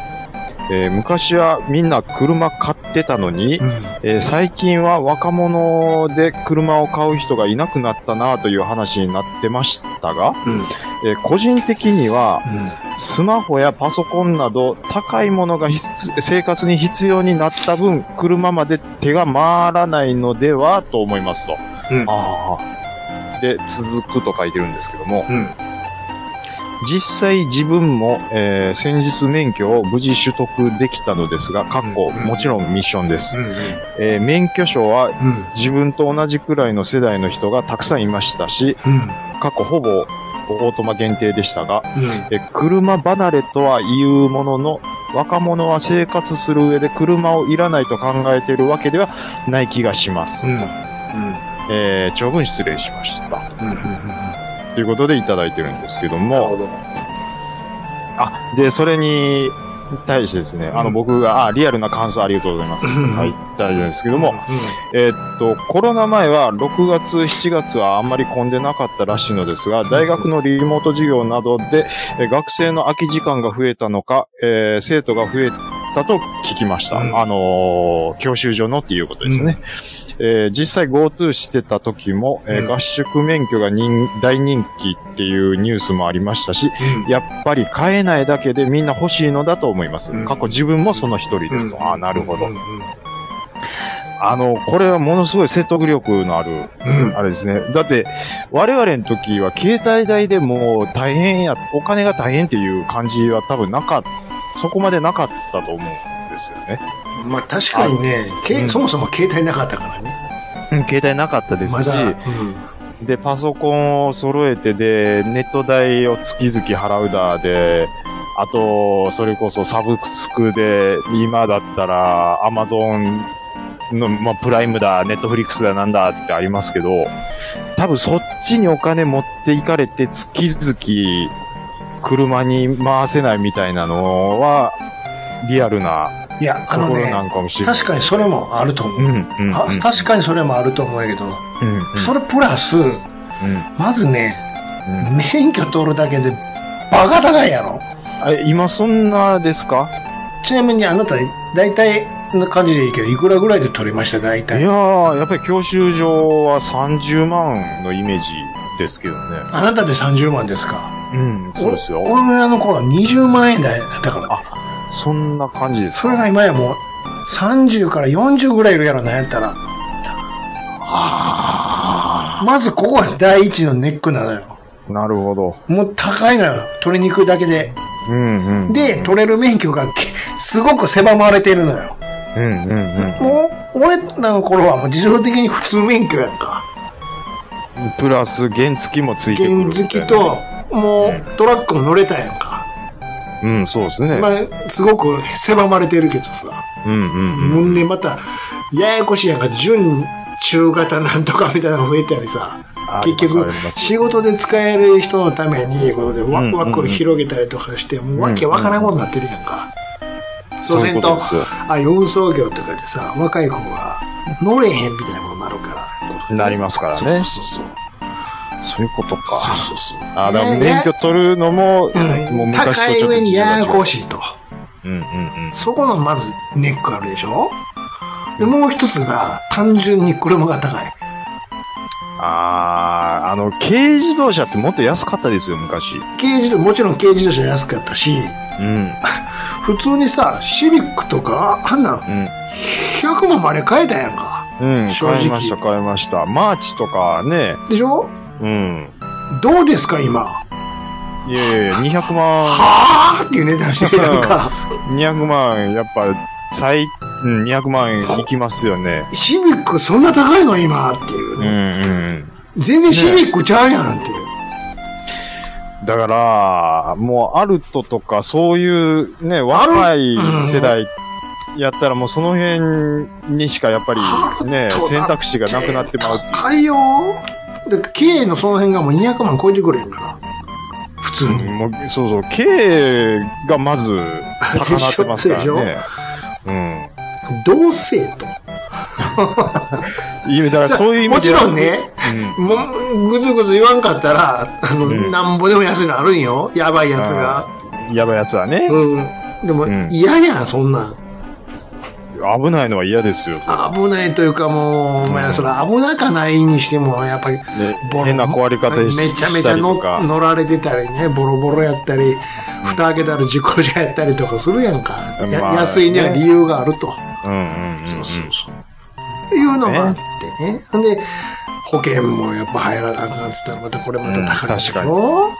えー昔はみんな車買ってたのに、うん。えー最近は若者で車を買う人がいなくなったなという話になってましたが、うん。えー個人的にはうん。スマホやパソコンなど高いものが必生活に必要になった分、車まで手が回らないのではと思いますと。うんああ。で、続くと書いてるんですけども、うん。実際自分も、えー先日免許を無事取得できたのですが、かっこ、うんもちろんミッションです。うん。えー免許証はうん。自分と同じくらいの世代の人がたくさんいましたし、うん。過去ほぼオートマ限定でしたが、うん。え車離れとは言うものの、若者は生活する上で車をいらないと考えているわけではない気がします。うん。えー長文失礼しました。うん。ということでいただいてるんですけどなるほも、ど。あ、で、それに対してですね、あうのん僕が、あ、リアルな感想ありがとうございます。うんはい、大丈夫ですけども、えーっと、コロナ前は6月、7月はあんまり混んでなかったらしいのですが、大学のリモート授業などで、えー学生の空き時間が増えたのか、えー生徒が増えたと聞きました。うんあのー教習所のっていうことですね。えー実際 GoTo してた時も、えーうん合宿免許が人大人気っていうニュースもありましたし、うん。やっぱり買えないだけでみんな欲しいのだと思います。うん過去自分もその一人ですと。うんああ、なるほどう。んうんあの、これはものすごい説得力のある、うんあれですね。だって、我々の時は携帯代でもう大変や、お金が大変っていう感じは多分なかった、そこまでなかったと思うんですよね。まあ確かにね、けうんそもそも携帯なかったからね。うん、携帯なかったですまし、だ。うんで、パソコンを揃えてで、ネット代を月々払うだで、あと、それこそサブスクで、今だったら、アマゾンの、まあ、プライムだ、ネットフリックスだ、なんだってありますけど、多分そっちにお金持っていかれて、月々、車に回せないみたいなのは、リアルないや、あとのころね、なんかもしれない。確かにそれもあると思う。うん、うん、うん。あ確かにそれもあると思うんやけど、うん、それプラス、うん、うんまずね、うん免許取るだけでバカ高いやろ。あ今そんなですかちなみにあなた、大体の感じでいいけど、いくらぐらいで取りました、大い体や。ー、やっぱり教習所は30万のイメージですけどね。あなたで30万ですか。うん、そうですおよ。俺らの頃は20万円台だったから、あそんな感じですそかれが今やもう30から40ぐらいいるやろ、なんやったら。あまずここが第一のネックなのよ。ーなるほど。もう高いのよ。取りに行くだけで。うんうん。で、取れる免許がけすごく狭まれてるのよ。うんうんうん。もう、俺らの頃はもう自動的に普通免許やんか。プラス原付もついてくる原みたいな。付と、もうトラックも乗れたやんか。うん、そうですね。まあ、すごく狭まれてるけどさ。うんうんもうんん。でまた、ややこしいやんか、準中型なんとかみたいなの増えたりさ。あり結ます局ありま、す仕事で使える人のために、これでワクワうんうんうクん広げたりとかして、もうわけわからんことになってるやんか。そそううせいんうこととで、すよ。あ、運送業とかでさ、若い子が乗れへんみたいなことになるから。なりますからねそうそうそう。そういうことそうか。そうそう。あーだからね免許取るのも、うんもう昔高といちょっと上にややこい。しいと。うんうんうん。そこのまずネックあるでしょで、もう一つが単純に車が高い。あー、あの、軽自動車ってもっと安かったですよ、昔。軽自動、もちろん軽自動車安かったし、うん。普通にさ、シビックとか、あんなんうん。 100万まで買えたやんか。うん、正直買いました、買いました。マーチとかね、でしょうん。どうですか、今。いやいやいや、200万、はぁーっていう値段して、なんか、 200万、やっぱ、最、うん、200万いきますよね。シビックそんな高いの今っていううん、ね。うん。全然シビックちゃうやんっていう。だから、もうアルトとかそういうね、若い世代やったらもうその辺にしかやっぱりね、アルトだって選択肢がなくなってまうっていう。高いよで、K のその辺がもう200万超えてくれへんから。普通に。もうそうそう、経営がまず高鳴ってますからね。同性と。うん。いや、だからそういう意も味ちで。ろん。ね、もう、ぐずぐず言わんかったら、あの、んなんぼでも安いのあるんよ。やばいやつが。うん。やばいやつはね。うん。でもん、嫌やん、そんなん。危ないのは嫌ですよ。危ないというかもう、お前、それ危なかないにしても、やっぱり、ね変な壊れ方しめちゃめちゃしたりとのか乗られてたりね、ボロボロやったり、蓋開けたら事故車やったりとかするやんか。やまあ安いにはね理由があると。うんうんうんうん。いうのがあってね。ほんで、保険もやっぱ入らなあかんっつったら、またこれまた高いでしょ、うん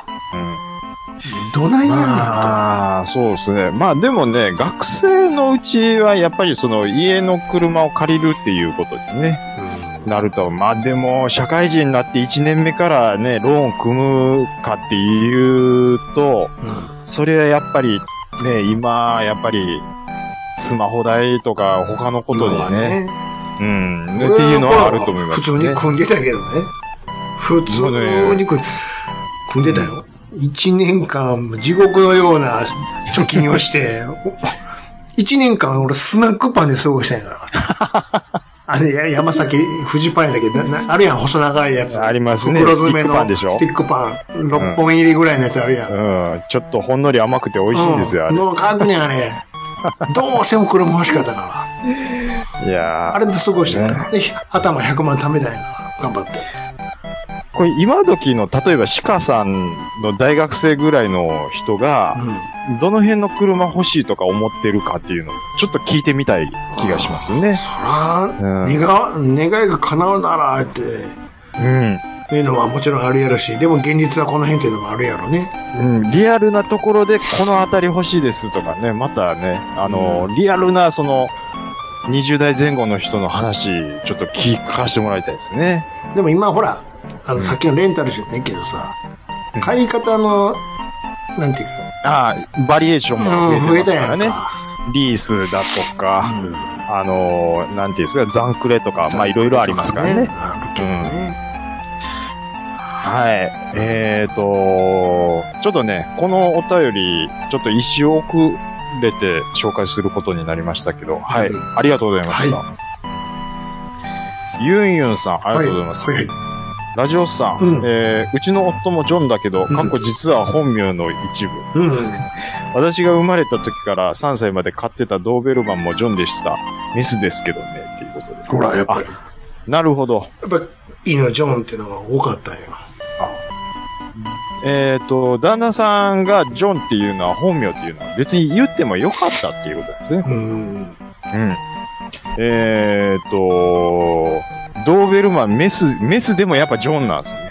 どないなんだまあ、そうですね。まあでもね、学生のうちはやっぱりその家の車を借りるっていうことにね、なると、まあでも社会人になって1年目からね、ローン組むかっていうと、と。うんそれはやっぱりね、今、やっぱりスマホ代とか他のことにね、うん、っていうのはあると思います、ね。普通に組んでたけどね。普通に組ん組んでたよ。一年間、地獄のような貯金をして、 一年間俺スナックパンで過ごしたんや から。あれ、や山崎、富士パンやだけど、ななあるやん、細長いやつ。ありますね袋詰めスティッのクパンでしょスティックパン。6本入りぐらいのやつあるやん。うん、ちょっとほんのり甘くて美味しいんですよ、あうんもう乾くねん、あれ。どうしても車欲しかったから。れ。いやーあれで過ごしてるから、で頭100万貯めたいから、頑張って。これ今時の、例えば鹿さんの大学生ぐらいの人が、うどの辺の車欲しいとか思ってるかっていうのを、ちょっと聞いてみたい気がしますね。うんん。そら、願い願いが叶うなら、ってうん。いうのはもちろんあるやろし、でも現実はこの辺っていうのもあるやろね。うん、リアルなところでこの辺り欲しいですとかね、またね、あの、リアルなその、20代前後の人の話、ちょっと聞かせてもらいたいですね。でも今ほら、あの、さっきのレンタルじゃないけどさ、買い方の、なんていうああ、バリエーションか、うん、も増増ええてたますかやらんね。か。リースだとか、あの、なんていうんですか、残クレとか、まあいろいろありますからね。あるけどね。はい。えーと、ちょっとね、このお便り、ちょっと一周遅れて紹介することになりましたけど、はい。うんありがとうございました。ユンユンさん、ありがとうございます。はいはいラジオスさん、うんえーうちの夫もジョンだけど、うん過去実は本名の一部。うん。私が生まれた時から3歳まで飼ってたドーベルマンもジョンでした。メスですけどね、っていうことで。ほら、やっぱり、なるほど。やっぱ、イのジョンっていうのが多かったんよ。えっ、と、旦那さんがジョンっていうのは本名っていうのは別に言ってもよかったっていうことですね。うん。うん。えっ、と、ドーベルマン、メス、メスでもやっぱジョンなんですね。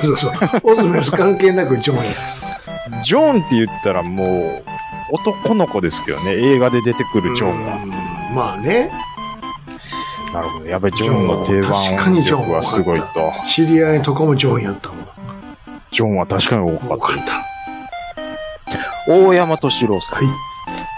そうそう。オスメス関係なくジョンや。ジョンって言ったらもう、男の子ですけどね、映画で出てくるジョンが。うんまあね。なるほど。やっぱりジョンの定番力はすごい確かにジョンとは。知り合いとかもジョンやったもん。ジョンは確かに多か多っかった。た。大山敏郎さん。はい。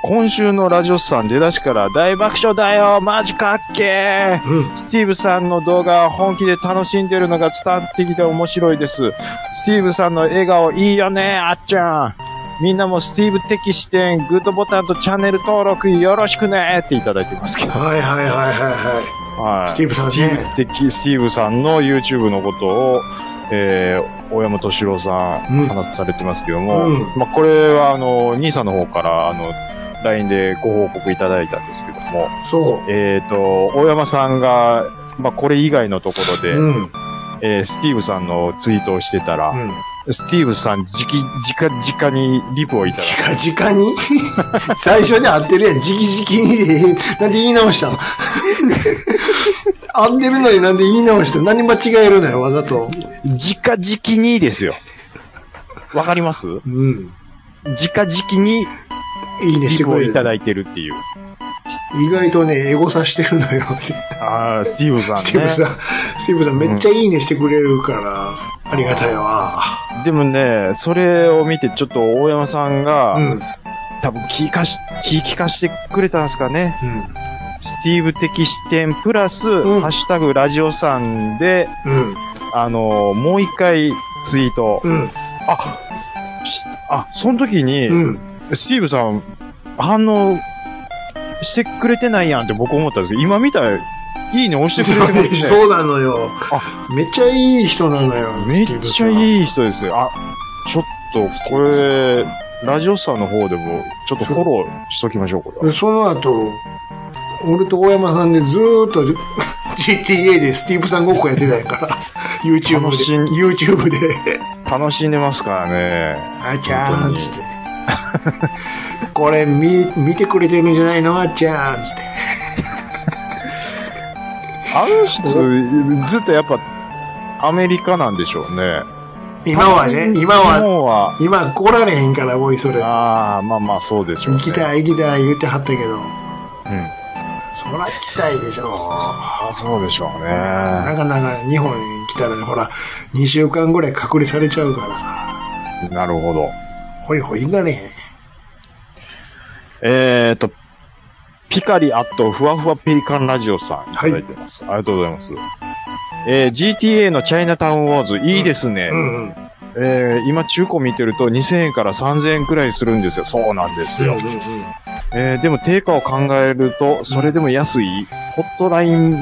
今週のラジオスさん出だしから大爆笑だよマジかっけーうん。スティーブさんの動画を本気で楽しんでるのが伝わってきて面白いです。スティーブさんの笑顔いいよね、あっちゃん。みんなもスティーブ的視点、グッドボタンとチャンネル登録よろしくねっていただいてますけど。はいはいはいはいは。はいスティーブさんスティーね。ブ的、スティーブさんの YouTube のことを、えー、大山敏郎さうんん、話されてますけども、うんまあ、これは、あの、兄さんの方から、あの、LINE でご報告いただいたんですけども、そえっ、と、大山さんが、まあ、これ以外のところう。で、うん。うん。えースティーブさんのツイートをしてたら、スティーブさん、じき、じか、じかにリプをいただい近々に 最初で合ってるやん。じきじきに。 なんで言い直した ん合ってるのになんで言い直したん何間違えるのよ、わざと。た。じかじきにですよ。わかりますうん。じかじきにいいねリしてプくをれいたる。だいてるっていう。意外とね、エゴさしてるのよ。ああ、スティーブさんね。スティーブさん、スティーブさんめっちゃいいねしてくれるから、ありがたいわ。でもね、それを見てちょっと大山さんが、うん。うん。多分聞かし、聞きかしてくれたんですかね。スティーブ的視点プラス、うんハッシュタグラジオさんで、うん。あのーもう一回ツイート。うん。あ、しあ、その時に、うん。スティーブさん、反応してくれてないやんって僕思ったんですけど、今見たら、いいね押してくれてますね。そうなのよ。めっちゃいい人なのよ。めっちゃい。いい人ですよ。あ、ちょっと、これ、ラジオさんの方でも、ちょっとフォローしときましょう、これは。その後、俺と大山さんでずーっと GTA でスティーブさんごっこやってたんやから。YouTube 楽しいで。YouTube で。楽しんでますからね。あちゃーんっつって。 これ見、見てくれてるんじゃないのあちゃーんっつって。あの人、ずっとやっぱ、アメリカなんでしょうね。今はね、今日は、本は、今来られへんから、おい、それ。行ああ、まあまあ、そうでしょう、ね。きたい、行きたい言ってはったけど。うん。そら行きたいでしょ。ああ、そうでしょうね。なかなか日本に来たら、ほら、2週間ぐらい隔離されちゃうからさ。なるほど。ほいほい行かれへん。えーと、ピカリアットふわふわペリカンラジオさんいはたいだいてます。ありがとうございます。えー GTA のチャイナタウンウォーズ、いいですね。うんうん。えー今中古見てると2000円から3000円くらいするんですよ。そうなんですよ。えーでも定価を考えると、それでも安い、ホットライン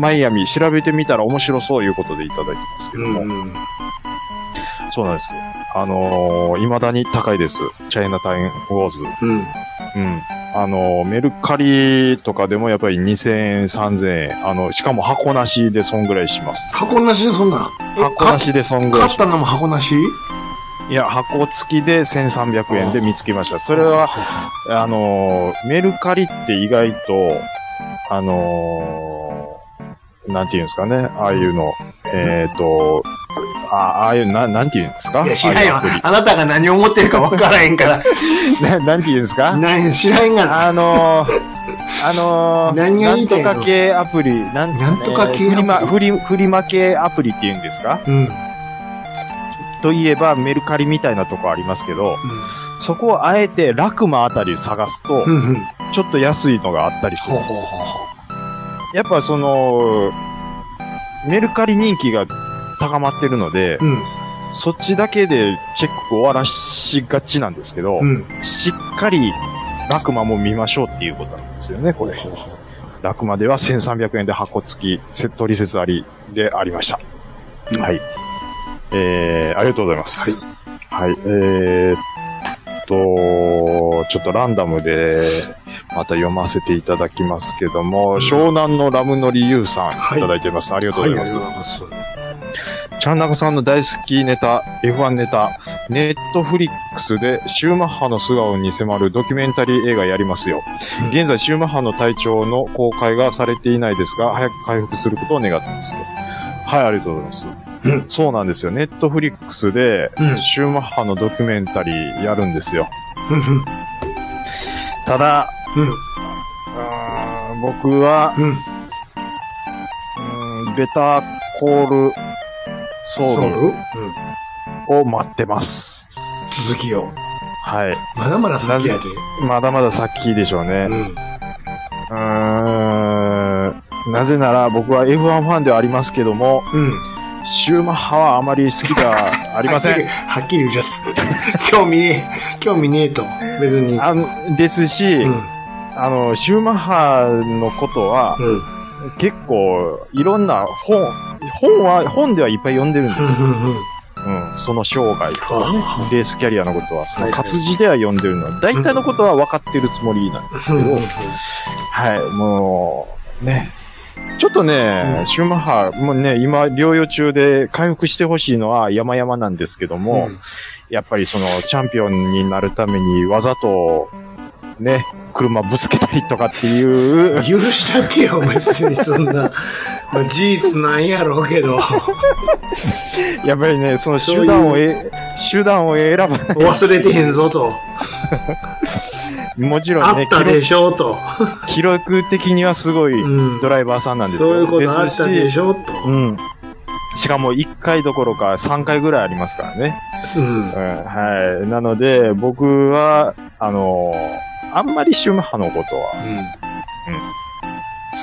マイアミ調べてみたら面白そういうことでいただいてますけども。うんうん。そうなんです。あのー、未だに高いです。チャイナタウンウォーズ。うん。うん。あの、メルカリとかでもやっぱり2000円、3000円。あの、しかも箱なしでそんぐらいします。箱なしでそんなん。箱なしでそんぐらい買っしたのも箱なしいや、箱付きで1300円で見つけました。それは、あの、メルカリって意外と、あの、なんていうんですかね。ああいうの、えっ、と、あああいう、な、なんていうんですかいや、知らんよああいうア。あなたが何を思ってるか分からへんから。プリななんていうんですか何、知らんがな。あのー、あのー、何がな言いんたといのか系アプリ、なんなんとか系えーフリマアフリフリマ系アプリっていうんですかうん。うん。といえばメルカリみたいなとこありますけど、そこをあえてラクマあたり探すとう、んうん。ちょっと安いのがあったりすほうるほうほうほやっぱその、メルカリ人気が高まってるのでう。、うん。そっちだけでチェック終わらしがちなんですけど、うん。しっかりラクマも見ましょうっていうことなんですよね、これ。ほうほうラクマでは1300円で箱付き、セットリセツありでありました。うんはい。えー、ありがとうございます。はい。はい、えーっと、ちょっとランダムで、また読ませていただきますけども、湘南のラムノリユウさん、はいいただいてます。ありがとうはごい、ありざいがますとう。ございます。ちゃんなかさんの大好きネタ、F1 ネタ、ネットフリックスでシューマッハの素顔に迫るドキュメンタリー映画やりますよ。現在、シューマッハの体調の公開がされていないですが、早く回復することを願ってます。はい、ありがとうございます。うんそうなんですよ。ネットフリックスでう、んシューマッハのドキュメンタリーやるんですよ。うんうん。ただ、うん。うーん僕は、うん。うーんベターコールソそーううん。ドを待ってます。続きよ。はい。まだまだ先やで。まだまだ先でしょうねう。ん。うーん。なぜなら僕は F1 ファンではありますけども、うん。シューマッハはあまり好きではありません。 はっきりはっきり言っちゃった。興味ねえ、興味ねえと、別に。あのですし、うん。あの、シューマッハのことは、うん。結構、いろんな本、本は、本ではいっぱい読んでるんうですよ。ん。うん。うん。その生涯とかね、はレースキャリアのことは、そはのいはい活字では読んでるのは、大体のことは分かってるつもりなんですけど、はい、もう、ね、ちょっとね、シューマッハ、もうね、今、療養中で回復してほしいのは山々なんですけども、うんやっぱりその、チャンピオンになるためにわざと、ね、車ぶつけたりとかって いう、許したってよ、別にそんな。まあ、事実なんやろうけど、やっぱりね、そのそういう手段をえ、手段を選ばな忘れてへんぞと、い。 もちろんあねっ、記たで録しょうと、記録的にはすごいうんドライバーさんなんですよ。そういうことあでっすたでししょうと。うん。しかも1回どころか3回ぐらいありますからね。うんうん、はい。なので、僕は、あのーあんまりシューマッハのことうはん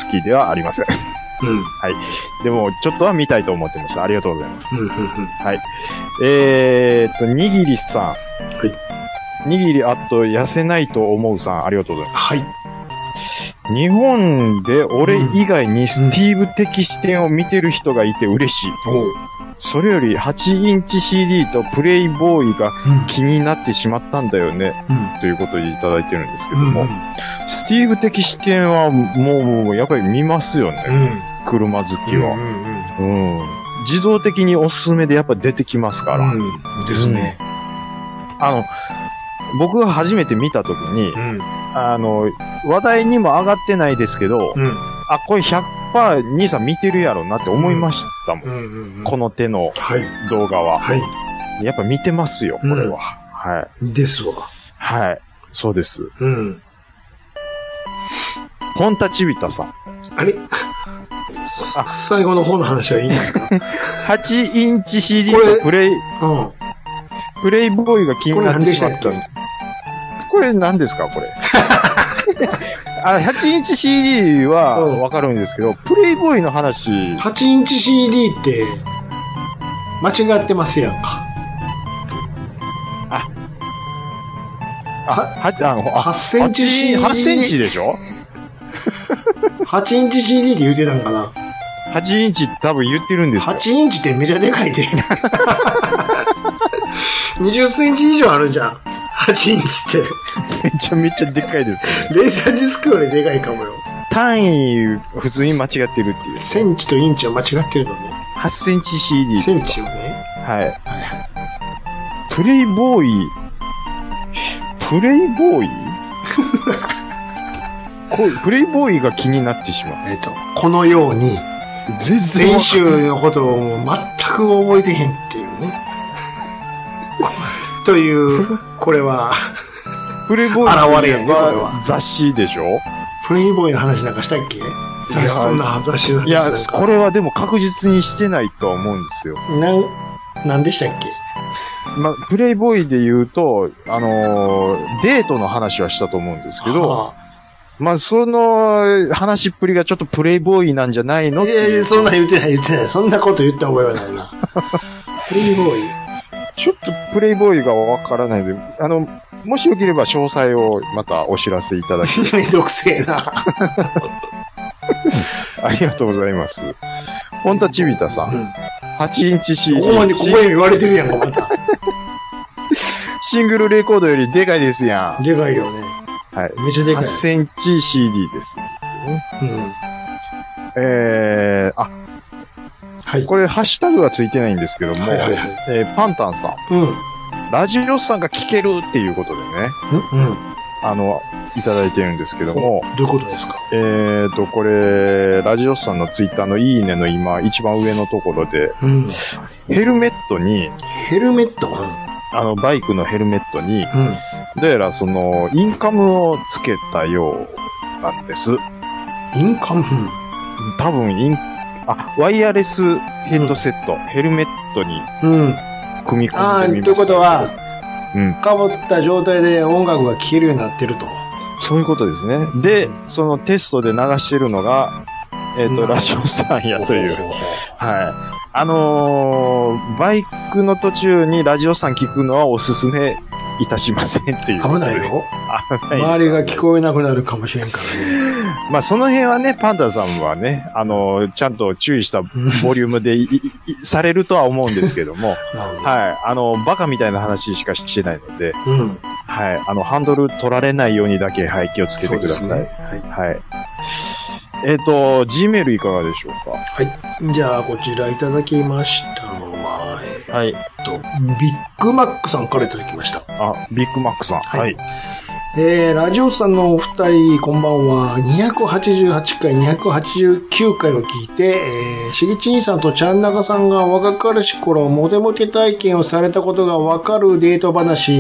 好きではありません。 うんうんでも、ちょっとは見たいと思ってました。ありがとうございます。うん。えーっと、にぎりさん。はいにぎりあと、痩せないと思うさん、ありがとうございまはい。す。日本で俺以外にスティーブ的視点を見てる人がいて嬉しい。おうそれより8インチ CD とプレイボーイが気になってしまったんだよね、ということでいただいてるんですけどうん。うん。も、スティーブ的視点はもう、もうやっぱり見ますよね、車好きうん。は、うん。うん。うん。自動的におすすめでやっぱ出てきますから、うん。ですね。あの、僕が初めて見た時にう、ん。あの、話題にも上がってないですけど、うん。あ、これ100%兄さん見てるやろなって思いましたもん。うんうんうん。この手のはい。動画は。はい。やっぱ見てますよ、これは。うんはい。ですわ。はい。そうです。うん。ホンタチビタさん。あれさ最後の方の話はいいんです か8インチ CD とこれプレイ、うん。プレイボーイが気になってしまった。ここれ何でれし何ですか これ。あ8インチ CD はうんわかるんですけど、プレイボーイの話、 8インチ CD って、間違ってますやんか。あ、はあの、あ8センチ CD 8センチでしょ8インチ CD って言うてたんかな ?8 インチ多分言ってるんですよ。 ?8 インチってめちゃでかいで。20センチ以上あるじゃん。8インチっめちゃめちゃでっかいですよね。て。レーザーディスクよりでかいかもよ。単位、普通に間違ってるっていう。センチとインチは間違ってるのね。 8センチ CD ですセか。ンチをね。はい。プレイボーイ、プレイボーイ こうプレイボーイが気になってしまう。えっと、このように、全然前週のことをもう全く覚えてへんっていう ね。という、これは、プレイボーイ現れやねこれは雑誌でしょプレイボーイの話なんかしたっけ雑誌そんな雑誌の話いやなん、かこれはでも確実にしてないとは思うんですよ。なん、なんでしたっけまあ、プレイボーイで言うと、あのーデートの話はしたと思うんですけど、はまあ、その話っぷりがちょっとプレイボーイなんじゃないあのっいてやいいうや、そんなん言ってない言ってない。そんなこと言った覚えはないな。プレイボーイ。 ちょっとプレイボーイがわからないので、あの、もしよければ詳細をまたお知らせいただき、 めんどくせえな。ありがとうございます。本田ちびたさ、うんん8インチ CD、ここまで、ここへ言われてるやんか、また。シングルレコードよりでかいですやでかいよね。ん。はい。めちゃでか8い。センチ CD です。うん。えー、あ、はい。これハッシュタグはついてないんですけども、はいはいはい。えーパンタンさん、うん。ラジオさんが聞けるっていうことでね、うん。うん。あの、いただいてるんですけども、どういうことですかえーと、これ、ラジオスさんのツイッターのいいねの今、一番上のところで、うん。ヘルメットに、ヘルメットあの、バイクのヘルメットに、うん。うん。どうやらその、インカムをつけたようなんです。インカム。多分、イン、あ、ワイヤレスヘッドセット、ヘルメットにうん。組みあ込あ、んとでみいました。うこと、は、うんかぶった状態で音楽が聴けるようになってると。そういうことですね。で、そのテストで流してるのが、えっ、と、うんラジオスさんやというほ。ほほはい。あのーバイクの途中にラジオさん聞くのはおすすめいたしませんっていう。危 ない。よ。危ない周りがです聞こえなくなるかもしれんからね。まあその辺はね、パンダさんはね、あのーちゃんと注意したボリュームでい、いいされる とは思うんですけども、なるほど。はい。あの、バカみたいな話しかしてないので、うん。はい。あの、ハンドル取られないようにだけ、はい、気をつけてください。はい。はい。えっ、と、Gmail いかがでしょうかはい。じゃあ、こちらいただきましたのは、えはい。ーっと、ビッグマックさんからいただきました。あ、ビッグマックさん。ははいい。えー、ラジオさんのお二人、こんばんは。288回、289回を聞いて、えー、しげちにさんとちゃんなかさんが若かりし頃、モテモテ体験をされたことがわかるデート話、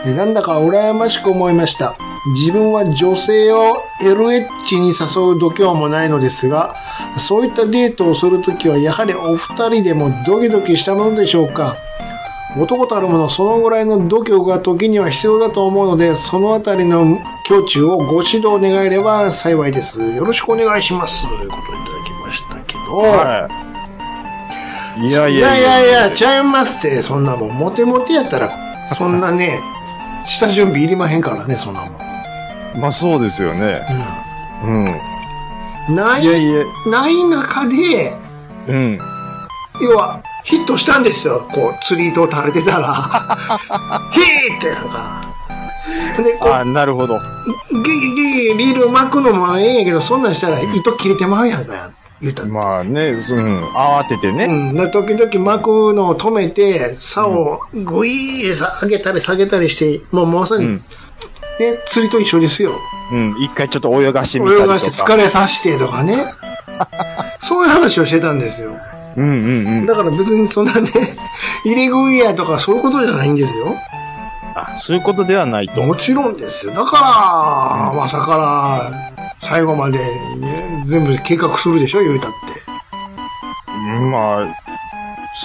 えーなんだか羨ましく思いました。自分は女性を LH に誘う度胸もないのですが、そういったデートをするときは、やはりお二人でもドキドキしたものでしょうか男たるものそのぐらいの度胸が時には必要だと思うのでそのあたりの胸中をご指導願えれば幸いですよろしくお願いしますということをいただきましたけど、はい。いやい、いややいやいやちゃいますってそんなもんモテモテやったらそんなね下準備いりまへんからねそんなもん、まあそうですよね。うん。うん、ないいやいや、ない中でうん。要はヒットしたんですよこう釣り糸を垂れてた らヒーってなんかでこうあ、なるほど。ギギギギリール巻くのもええんやけど、そんなんしたら糸切れてまうやんか、言うたら。まあね、うん。慌ててうね。ん、だから時々巻くのを止めて、竿をぐいー下げたり下げたりして、もうまさうに、んね、。釣りと一緒ですよ。うん。一回ちょっと泳がしてみたりと泳か。がして疲れさしてとか ね。そういう話をしてたんですよ。うんうんうん。だから別にそんなね、 入り食いやとかそういうことじゃないんですよ。あ、そういうことではないと。もちろんですよ。だから、まさから、最後までね全部計画するでしょ、言うたって。まあ、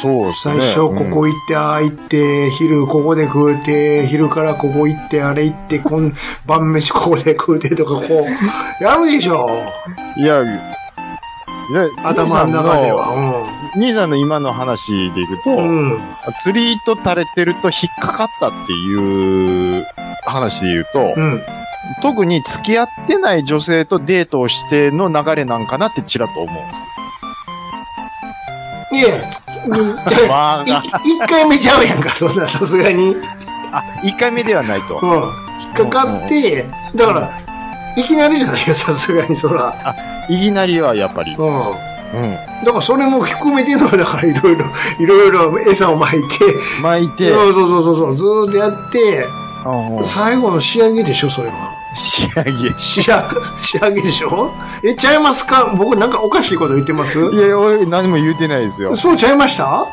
そうです最ね。初ここ行って、ああ行って、昼ここで食うて、昼からここ行って、あれ行って、こん晩飯ここで食うてとかこ う、やるでしょうんいや、いや頭の中で。は。兄さんの今の話でいくと、うん。うん。釣り糸垂れてると引っかかったっていう話で言うと、うん。特に付き合ってない女性とデートをしての流れなんかなってちらっと思うんです いえ、よ。まあ、一回目ちゃうやんか、そんな、さすがに。うん。あ、一回目ではないと。引っかかって、だから、いきなりじゃないよ、さすがに、そら。いきなりはやっぱり。うん。うん。だから、それも含めての、だから、いろいろ、いろいろ餌を巻いて、巻いて、そうそうそうそう、ずーっとやって、うんうん最後の仕上げでしょ、それは。仕上げ。仕上仕上げでしょえ、ちゃいますか僕なんかおかしいこと言ってますいや、おい何も言うてないですよ。そうちゃいました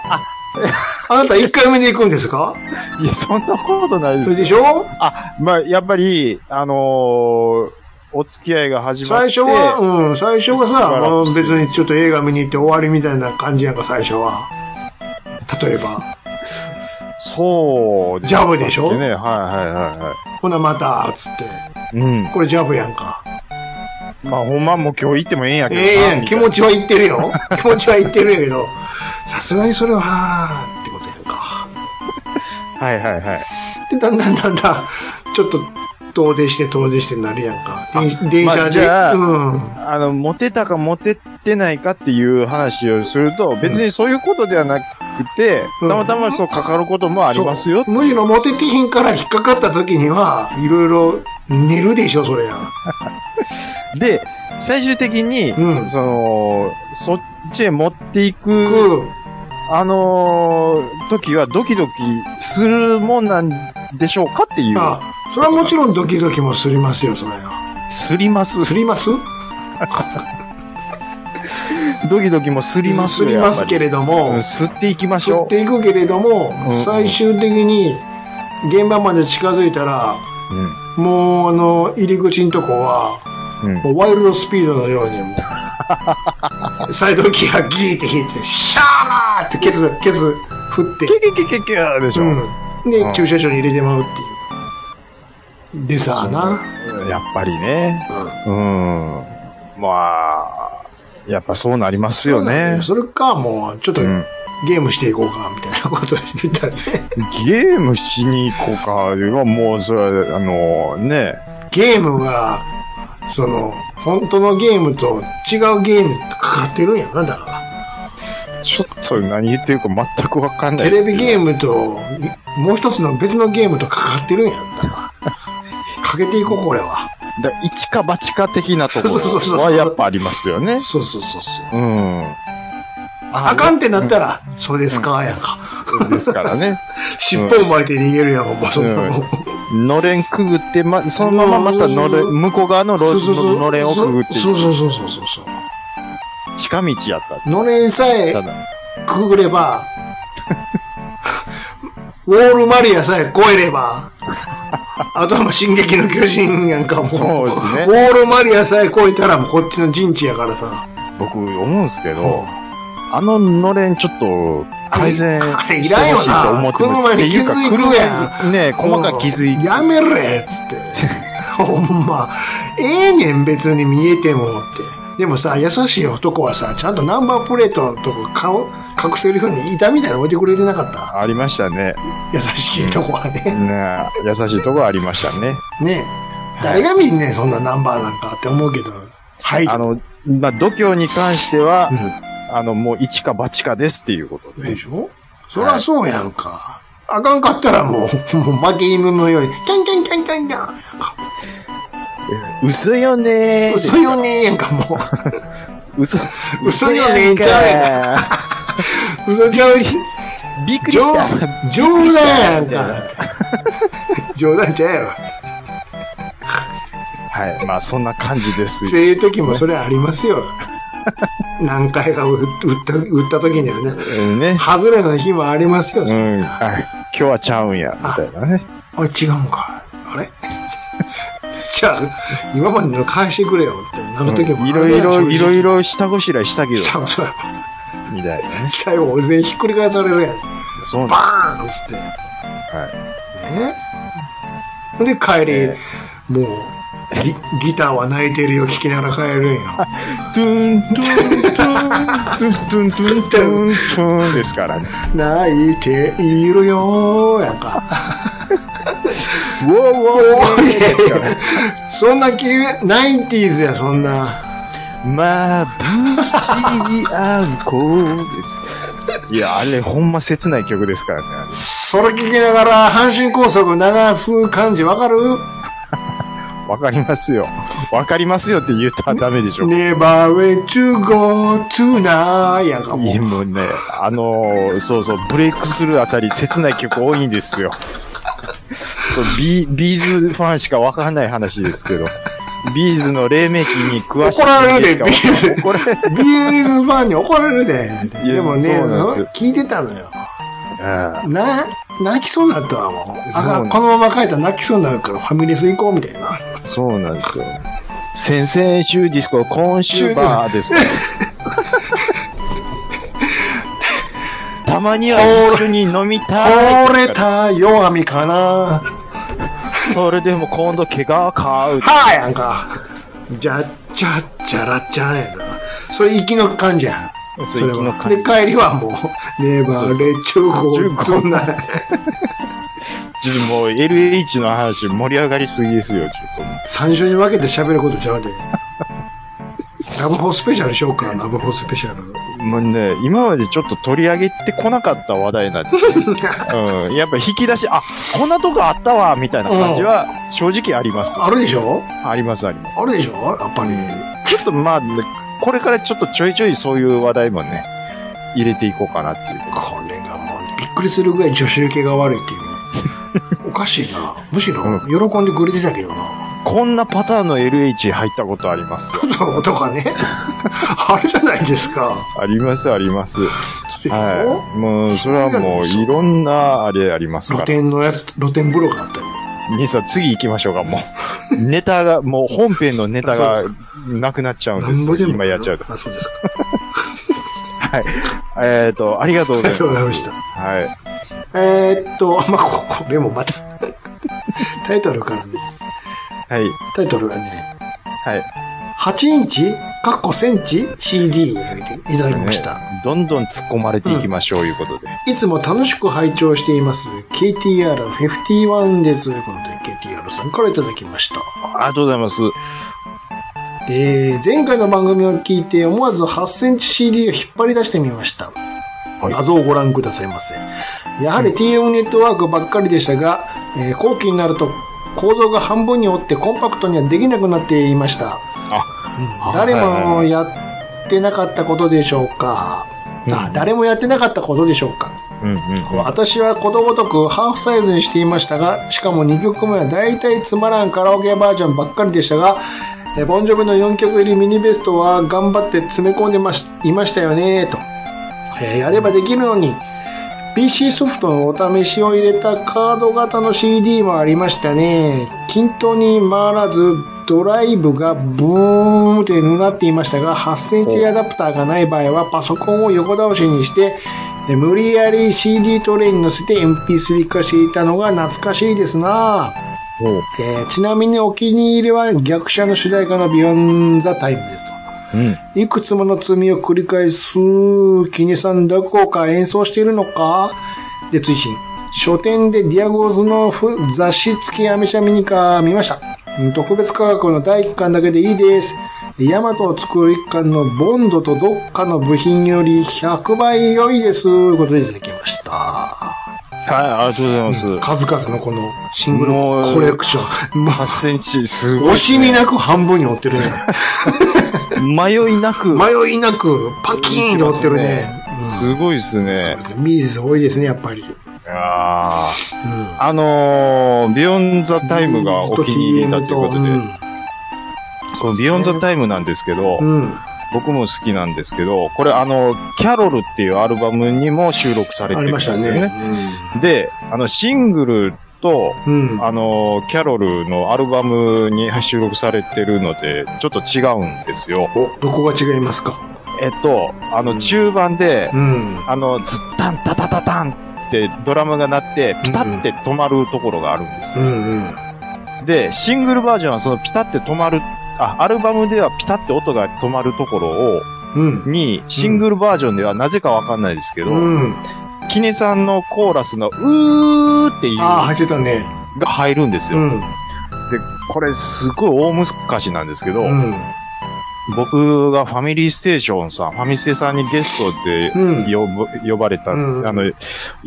あなた1回目で行くんですか いや、そんなことないでそすれよでしょあ、まあ、やっぱり、あのーお付き合いが始まっ最て。初は、うん、最初はしばらさ、くもう別にちょっと映画見に行って終わりみたいな感じやんか、最初は。例えば、そうすね。ジャブでしょね、はいはいはいはほなまた、つって。い。うん。これジャブやんか。まあ、ほんまもう今日行ってもええんやけどな。ええやん、み気たいな持ちは言ってるよ。気持ちは言ってるんやけど、さすがにそれは、はーってことやんか。はいはいはい。で、だんだんだんだん、ちょっと、遠出して遠出してなるやんか。電電まあ車じで、ゃあうん。あの、モテたかモテてないかっていう話をすると、別にそういうことではなくて、うんたまたまそうかかることもありますよ。そうむしろモテてひんから引っかかった時には、いろいろ寝るでしょ、それや。で、最終的に、うんその、そっちへ持っていくく、あのー時はドキドキするもんなんでしょうかっていう。あ、それはもちろんドキドキもすりますよ、それは。すります。すりますドキドキもすりますすりますけど。れどうもん、吸っていきまし吸ょっていくけれどもう、ん最終的に、現場まで近づいたら、う。もう、あの、入り口のとこは、うん。うん。もうワイルドスピードのように、もうサイドギアギーって引いて、シャーってケツ、ケツ振って、キキキキキューでしょ。うん、で、うん駐車場に入れてまうっていう。でさあな、やっぱりね。うん。まあ、やっぱそうなりますよね。それか、もう、ちょっとうんゲームしていこうか、みたいなこと言ったらね。ゲームしに行こうか、はもう、それは、あの、ね。ゲームが、その、本当のゲームと違うゲームとかかってるんやな、だから。ちょっと何言ってるか全くわかんないテレビゲームムと、もう一つの別のゲームとかかってるんや、だから。かけていこう、これは。だから一か八か的なとこそうそうそろうそはうやっぱありますよね。そうそうそうそうう。ん。あかんってなったら、そうですか、やんか。ですからね。尻尾を巻いて逃げるやん か、もうそんなもん。のれんくぐって、ま、そのまままたのれん、向こう側のそろうそうそうのれんをくぐって、そうそうそうそうそうそう。近道やった。のれんさえただ、くぐれ ば、ウォールマリアさえ超えれば、あとはもう進撃の巨人やんかもう。そうですねウォールマリアさえ超えたらもうこっちの陣地やからさ。僕思うんですけど、あののれんちょっと改善あれいしてらんほよなしいと思って車に気づくやんっていうか車にね、細かく気づいて。やめれっつって。 ほんま。ええねん、別に見えてもって。でもさ、優しい男はさ、ちゃんとナンバープレートのとこ顔隠せるように板みたいなの置いてくれてなかったありましたね。優しいとこはね。ね優しいとこありましたね。ねえ。誰が見んねん、そんなナンバーなんかって思うけど。はい。あの、まあ、度胸に関してはう、あの、もう一か八かですっていうことでで。しょそりゃそうやんか。あかんかったらもう、もう負け犬のように、キャンキャンキャンキャンキャン。嘘よねー。嘘よねーやんか、もう。嘘。嘘よねーちゃう 嘘ちゃうびっくり冗した。冗談やんか。冗談ちゃうやろ。はい。まあ、そんな感じですっ。ていう時もそれありますよ。何回か打った、打った時にはね。うんね。外れの日もありますよ。うん。あ、今日はちゃうんや、みたいなね。あれ違うんか。あれじゃあ、今までの返してくれよってなる時もあいるろやいんろ、いろい。ろ下ごしらえしたけど正、直多分みたいなね。最後、全員ひっくり返されるやん。そうなんバーンっつって。はね。ほんで、帰り、えもう、ギギターは泣いてるよ、聴きながら帰るんや。い。トゥン、トゥン、トゥン、トゥン、トゥン、トゥン、トゥンです からね。泣いているよーやんか。ウォーウおォーーいやいやそんな気、ナインティーズや、そんな。まぶしいあんこです。いや、あれほんま切ない曲ですからね。それ聞きながら、阪神高速流す感じわかるわかりますよ。わかりますよって言ったらダメでしょ。 ?Never went to go tonight やんか、いもやう。もうね、あのーそうそう、ブレイクするあたり切ない曲多いんですよ。そうビービーズファンしかわかんない話ですけど、ビーズの黎明期に詳しい怒られるで、ビ人しーズ。かわかんな い。これ、ビーズファンに怒られるで。いやでもねそうなんですよ、聞いてたのよ。うんな、泣きそうになったわ、もう。そうなあんこのまま帰ったら泣きそうになるから、ファミレス行こう、みたいな。そうなんですよ。先々週ディスコ、今週バー ですね。たまには一緒に飲みたい。折れた弱みかな。それでも今度怪我買う。はぁやんか。じゃっちゃっちゃらっちゃんやな。それ、行きの感じやん。そう行きの感じそれはで、帰りはもう、ネバーレチュゴ15そんな。ちょっともう LH の話盛り上がりすぎですよ、ちょっ三週に分けて喋ることちゃうで。ラブホスペシャルしようか、ラブホスペシャル。 と。もうね、今までちょっと取り上げてこなかった話題なんで、うん。やっぱ引き出し、あ、こんなとこあったわ、みたいな感じは正直あります。あるでしょあります、あります。あるでしょやっぱり。ちょっとまあ、ねこれからちょっとちょいちょいそういう話題もね、入れていこうかなっていう。これがもうびっくりするぐらい女子受けが悪いっ ていうね。おかしいな。むしろう喜んでくれてたけどな。こんなパターンの LH 入ったことありますよ。そうと かね。あれじゃないですか。あります、あります。そうでしょはい。もう、それはもう、いろんなあれありますか露ら。天のやつ、露天風呂があったり。兄さん、次行きましょうか、もう。 ネタが、もう本編のネタがなくなっちゃうんでなんぼすでよ。も。今やっちゃうと。あ、そうですか。はい。えっと、ありがとうございます。ありがとうございましたはい。えーっと、まあ、ここ れもまた。タイトルからね。はい。タイトルがね、はい。 8インチかっこセンチ CD やげていただきました。ねどんどん突っ込まれていきましょう、いうことで。いつも楽しく拝聴しています。KTR51 です。ということで、KTR さんからいただきました。ありがとうございます。えー前回の番組を聞いて思わず8センチ CD を引っ張り出してみました。い画像をご覧くださいませ。やはり TM ネットワークばっかりでしたが、えー後期になると構造が半分に折ってコンパクトにはできなくなっていました。あ誰はいはいはもいやってなかったことでしょうか。うんあ誰もやってなかったことでしょうか。うんうん。私はことごとくハーフサイズにしていましたが、しかも2曲目は大体つまらんカラオケバージョンばっかりでしたが、えボンジョブの4曲入りミニベストは頑張って詰め込んでましいましたよね、と。えーやればできるのに、PC ソフトのお試しを入れたカード型の CD もありましたね。均等に回らず、ドライブがブーンってうなっていましたが、8センチアダプターがない場合はパソコンを横倒しにして、え無理やり CD トレイに乗せて MP3 化していたのが懐かしいですなぁおうえーちなみにお気に入りは逆者の主題歌のビヨンザタイムですと。うん。いくつもの罪を繰り返す、キネさんどこか演奏しているのかで、追伸。書店でディアゴーズのふ雑誌付きアメシャミニカ見ました。うん特別価格の第1巻だけでいいです。ヤマトを作る1巻のボンドとどっかの部品より100倍良いです。ということでいただきました。はい、ありがとうございます。数々のこのシングルもうコレクション。ま8あ、センチ、すごい。惜しみなく半分に折ってるね。迷いなく。迷いなくパキーンと折ってるね。うんすごいですそうねで。すねミーズ多いですね、やっぱり。うん。ああ。あのー、ビヨンザタイムがお気に入りだということで、このビヨンザタイムなんですけどう、ん。うん。僕も好きなんですけど、これあの、キャロルっていうアルバムにも収録されてるあんりでますしたよね。ね。で、あの、シングルと、うん。あの、キャロルのアルバムに収録されてるので、ちょっと違うんですよ。お、どこが違いますかえっと、あの、中盤で、うん。あの、ズッタンタタタタンってドラムが鳴って、ピタって止まるところがあるんですうよ。んうん。で、シングルバージョンはそのピタって止まる、あ、アルバムではピタって音が止まるところを、うん。に、シングルバージョンではなぜかわかんないですけど、うん。キネさんのコーラスのうーっていうああ、が入ってたね。入るんですうよ。ん。で、これすごい大難しなんですけど、うん。僕がファミリーステーションさん、ファミステさんにゲストでうん呼ぶ呼ばれた、うんあの、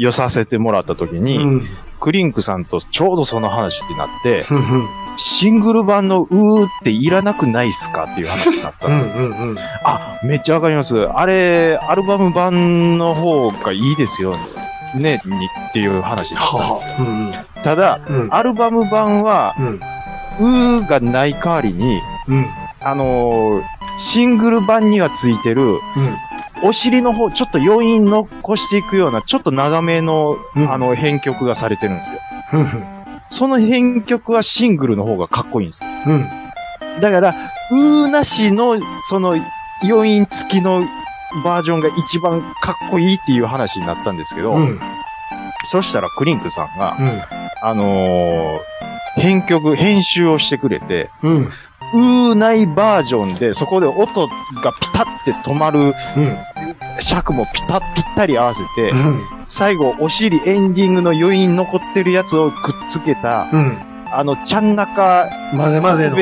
呼させてもらった時うに、ん。クリンクさんとちょうどその話になって、うん。うん。シングル版のうーっていらなくないっすかっていう話になったうんです。ん。うん。あ、めっちゃわかります。あれ、アルバム版の方がいいですよね、にっていう話になったんですよはただ、あ。うん。うん。アルバム版は、うん。うーがない代わりに、うん。あのーシングル版にはついてる、お尻の方、ちょっと余韻残していくような、ちょっと長めの、うんあの、編曲がされてるんですよ。うん。その編曲はシングルの方がかっこいいんですよ。うん。だから、うーなしの、その、余韻付きのバージョンが一番かっこいいっていう話になったんですけど、うん。そしたらクリンクさんが、うん。あのー編曲、編集をしてくれて、うん。うーないバージョンで、そこで音がピタって止まるうん。尺もピタぴったり合わせて、うん。最後、お尻エンディングの余韻残ってるやつをくっつけた、うん。あの、ちゃんなか混ぜ混ぜの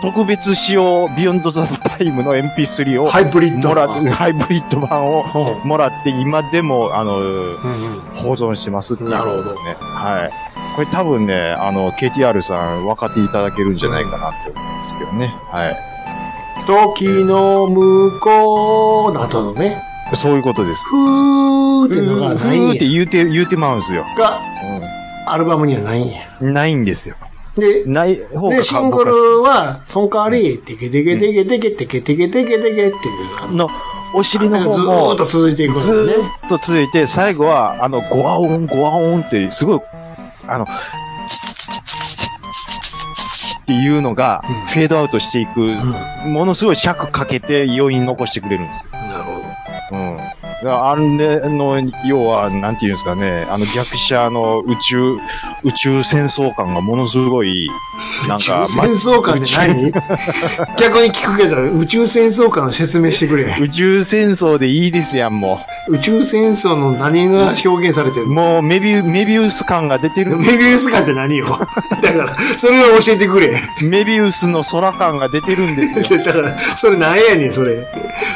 特別仕様ビヨンドザタイムの MP3 をハイブリッド。もらっ、ハイブリッド版をほうもらって、今でも、あの、うん。保存してますっていうなるほどね。はい。これ多分ね、あの、KTR さん分かっていただけるんじゃないかなって思うんですけどね。はい。時の向こうの後のね、そういうことです。ふーっていうのがないんうーやって言うて、言うてまうんですよ。が、アルバムにはないんや。うん。ないんですよ。で、ない方がで、シングルは、その代わり、テケテケテケテケテケテケテケテケっていう。の、お尻のず方ーっとも、続いていくずのね。ーっと続いて、最後は、あの、ゴワオン、ゴワオンって、すごい、あの、っていうのが、フェードアウトしていく、ものすごい尺かけて余韻残してくれるんですよ。なるほど。うん。だからあれの、要は、なんていうんですかね、あの逆者の宇宙、宇宙戦争感がものすごい、なんか、ま宇宙戦争感って何逆に聞くけど、宇宙戦争感を説明してくれ。宇宙戦争でいいですやん、もう。宇宙戦争の何が表現されてるのもうメビウ、メビウス感が出てるメ、ビウス感って何よ だから、それを教えてくれ。 メビウスの空感が出てるんですよ。だから、それなんやねん、それ。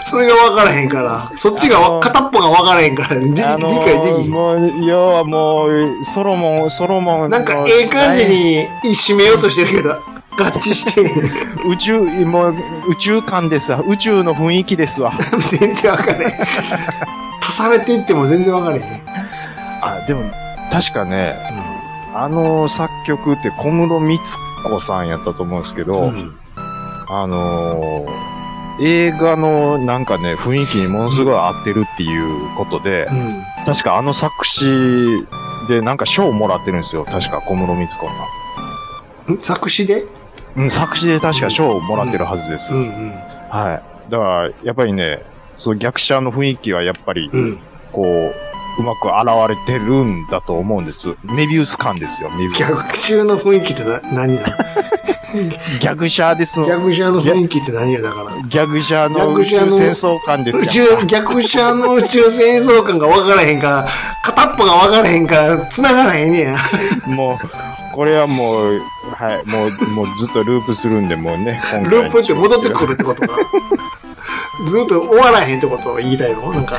それが分からへんから。そっちがわ、あのー片っぽが分からへんから、理理あの解できー、ひん。もう、要はもう、ソロモン、ソロモもん。なんかもうええ感じに締めようとしてるけど、合致して、宇宙、もう、宇宙観ですわ。宇宙の雰囲気ですわ。 全然わかれへん。足されていっても全然わかれへん。あ、でも、確かね、あの作曲って小室光子さんやったと思うんですけど、うんあのー映画のなんかね、雰囲気にものすごい合ってるっていうことで、うん確かあの作詞でなんか賞をもらってるんですよ。確か小室光子さうん作詞でん。うん、作詞で確か賞をもらってるはずです。うんはい。だから、やっぱりね、その逆者の雰囲気はやっぱり、うん。うん。こう、うまく現れてるんだと思うんです。メビウス感ですよ、メビウス。逆襲の雰囲気ってな何だ逆者です。逆襲の雰囲気って何やだから。逆者の宇逆宙者の戦争感です宇よ。宙、逆者の宇宙戦争感が分からへんから、片っぽが分からへんから、繋がらへんねや。もう、これはもう、はい、もう、もうずっとループするんで、もうね、今回ループって戻ってくるってことか。ずっと終わらへんってことを言いたいのなんか、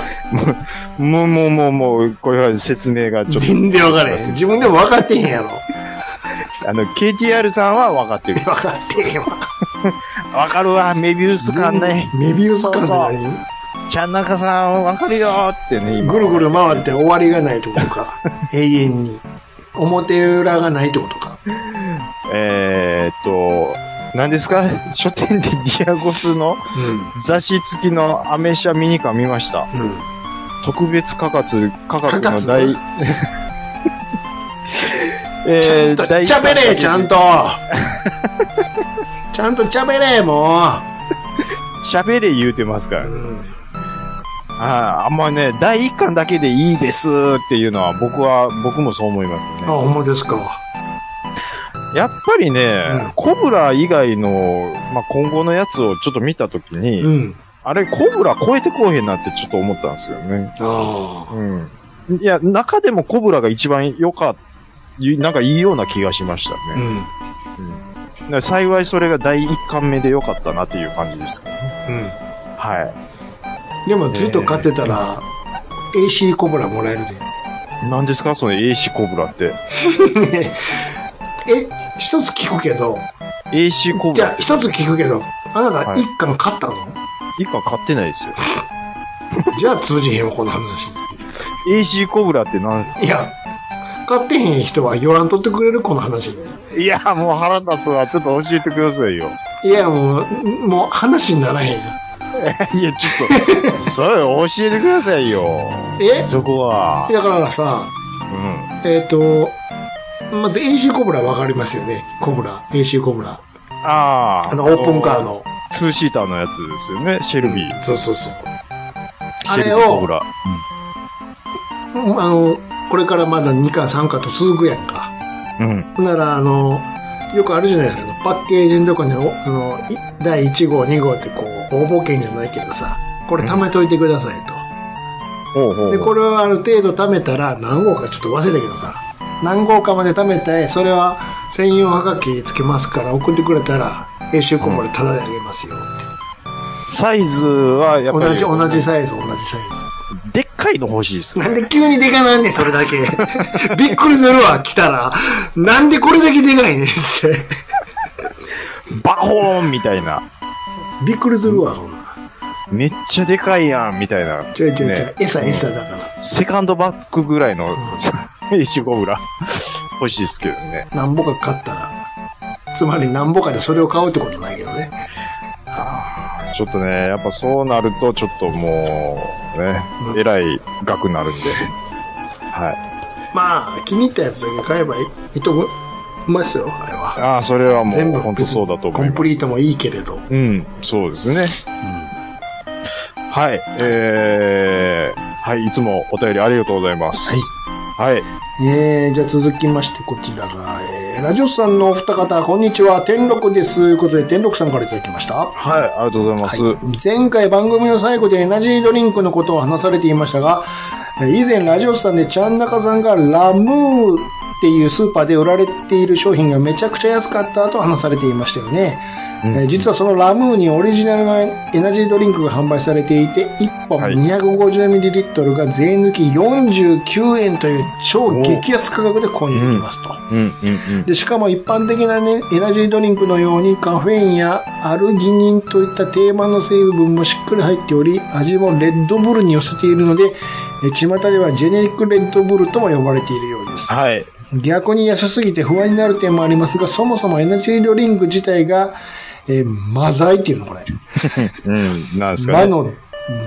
もう、もう、もう、もう、これは説明がちょっ全然分からへん。自分でも分かってへんやろ。と、あの、KTR さんは分かってる。分かってへんわ。分かるわ、メビウス感ね。メビウス感ってそう何ちゃん中さん、分かるよってね、今ぐるぐる回って終わりがないってこと か。永遠に。表裏がないってことか。えー、っと、何ですか書店でディアゴスの雑誌付きのアメ車ミニカー見ました。うん。うん。特別価格、価格価の格大、 ちゃえんと、大ちゃべれ、ちゃんと。ちゃんとちゃべれ、も喋れ言うてますからう。う。ん。ああ、あんまね、第一巻だけでいいですっていうのは僕は、僕もそう思いますあ、ね。ほんまですか。やっぱりね、うんコブラ以外の、まあ、今後のやつをちょっと見たときに、うん。あれ、コブラ超えてこうへんなってちょっと思ったんですよね。あうん。いや、中でもコブラが一番良かった、なんかいいような気がしましたあ。うね。ん。だから幸いそれが第一巻目で良かったなっていう感じですけどね。うん。はでもずっと買ってたら、AC コブラもらえるい。何ですかその AC コブラって。で。 え、一つ聞くけど、 AC コブじラゃあって一つ聞くけど、あなたはい一巻買ったの、一巻買ってないですよ。じゃあ通じへんわ、この話。 AC コブラって何ですかいや、買ってへん人は言わんとってくれる、この話。いや、もう腹立つわ。ちょっと教えてくださいよ。 いや、もう、もう話にならへんよ。いや、ちょっと、それ教えてくださいよ。えそこは。だからさ、うん。えっ、と、まず AC コブラわかりますよね。コブラ、AC コブラ。ああ。あの、オープンカー。の。ツーシーターのやつですよね。シェルビー。そうそうそう。あシェルビれーコをブ、ラ。うんあの、これからまだ2巻3巻と続くやんか。うん。ほんなら、あの、よくあるじゃないですか、パッケージのとこに、おあの、い第1号、2号ってこう、応募券じゃないけどさ、これ貯めといてくださいと。ほうほう。で、これはある程度貯めたら、何号かちょっと忘れたけどさ、何号かまで貯めて、それは専用はがきつけますから、送ってくれたら、編集コンボでタダであげますよ。サイズはやっぱ同り。じ、同じサイズ、同じサイでっかいの欲しいですズ。。なんで急にでかなんねん、それだけ。 びっくりするわ、来たら。なんでこれだけでかいねんって。バホーンみたいな。びっくりするわ、そんな。めっちゃでかいやんみたいな。ちょいちょいちょいね。餌、餌だから。セカンドバックぐらいの AC コブラ欲しいですけどね。なんぼか買ったら。つまりなんぼかでそれを買うってことないけどね。ちょっとね、やっぱそうなると、ちょっともう、ね、うんえらい額になるんで。はい。まあ、気に入ったやつだけ買えばいいいいと思いますよ、あれは。ああ、それはも全う、部本当そうだと思コいンプます。リートもいいけれど。うん、そうですね。はい、えー、はい、いつもお便りありがとうございます。はい。はい、えー、じゃあ続きましてこちらが、えー、ラジオスさんのお二方、こんにちは、天禄です。ということで、天禄さんからいただきました。はい、ありがとうございます。はい前回番組の最後でエナジードリンクのことを話されていましたが、えー以前ラジオスさんでちゃん中さんがラムーっていうスーパーで売られている商品がめちゃくちゃ安かったと話されていましたよね。うんえー実はそのラムーニオリジナルのエナジードリンクが販売されていて、1本はい 250ml が税抜き49円という超激安価格で購入できますと。うん、うん、で、しかも一般的な、ね、エナジードリンクのようにカフェインやアルギニンといった定番の成分もしっかり入っており、味もレッドブルに寄せているので、えー巷ではジェネリックレッドブルとも呼ばれているようです。はい。逆に安すぎて不安になる点もありますが、そもそもエナジードリンク自体が、えーマザイっていうのこれ。うん、なんです魔かね。の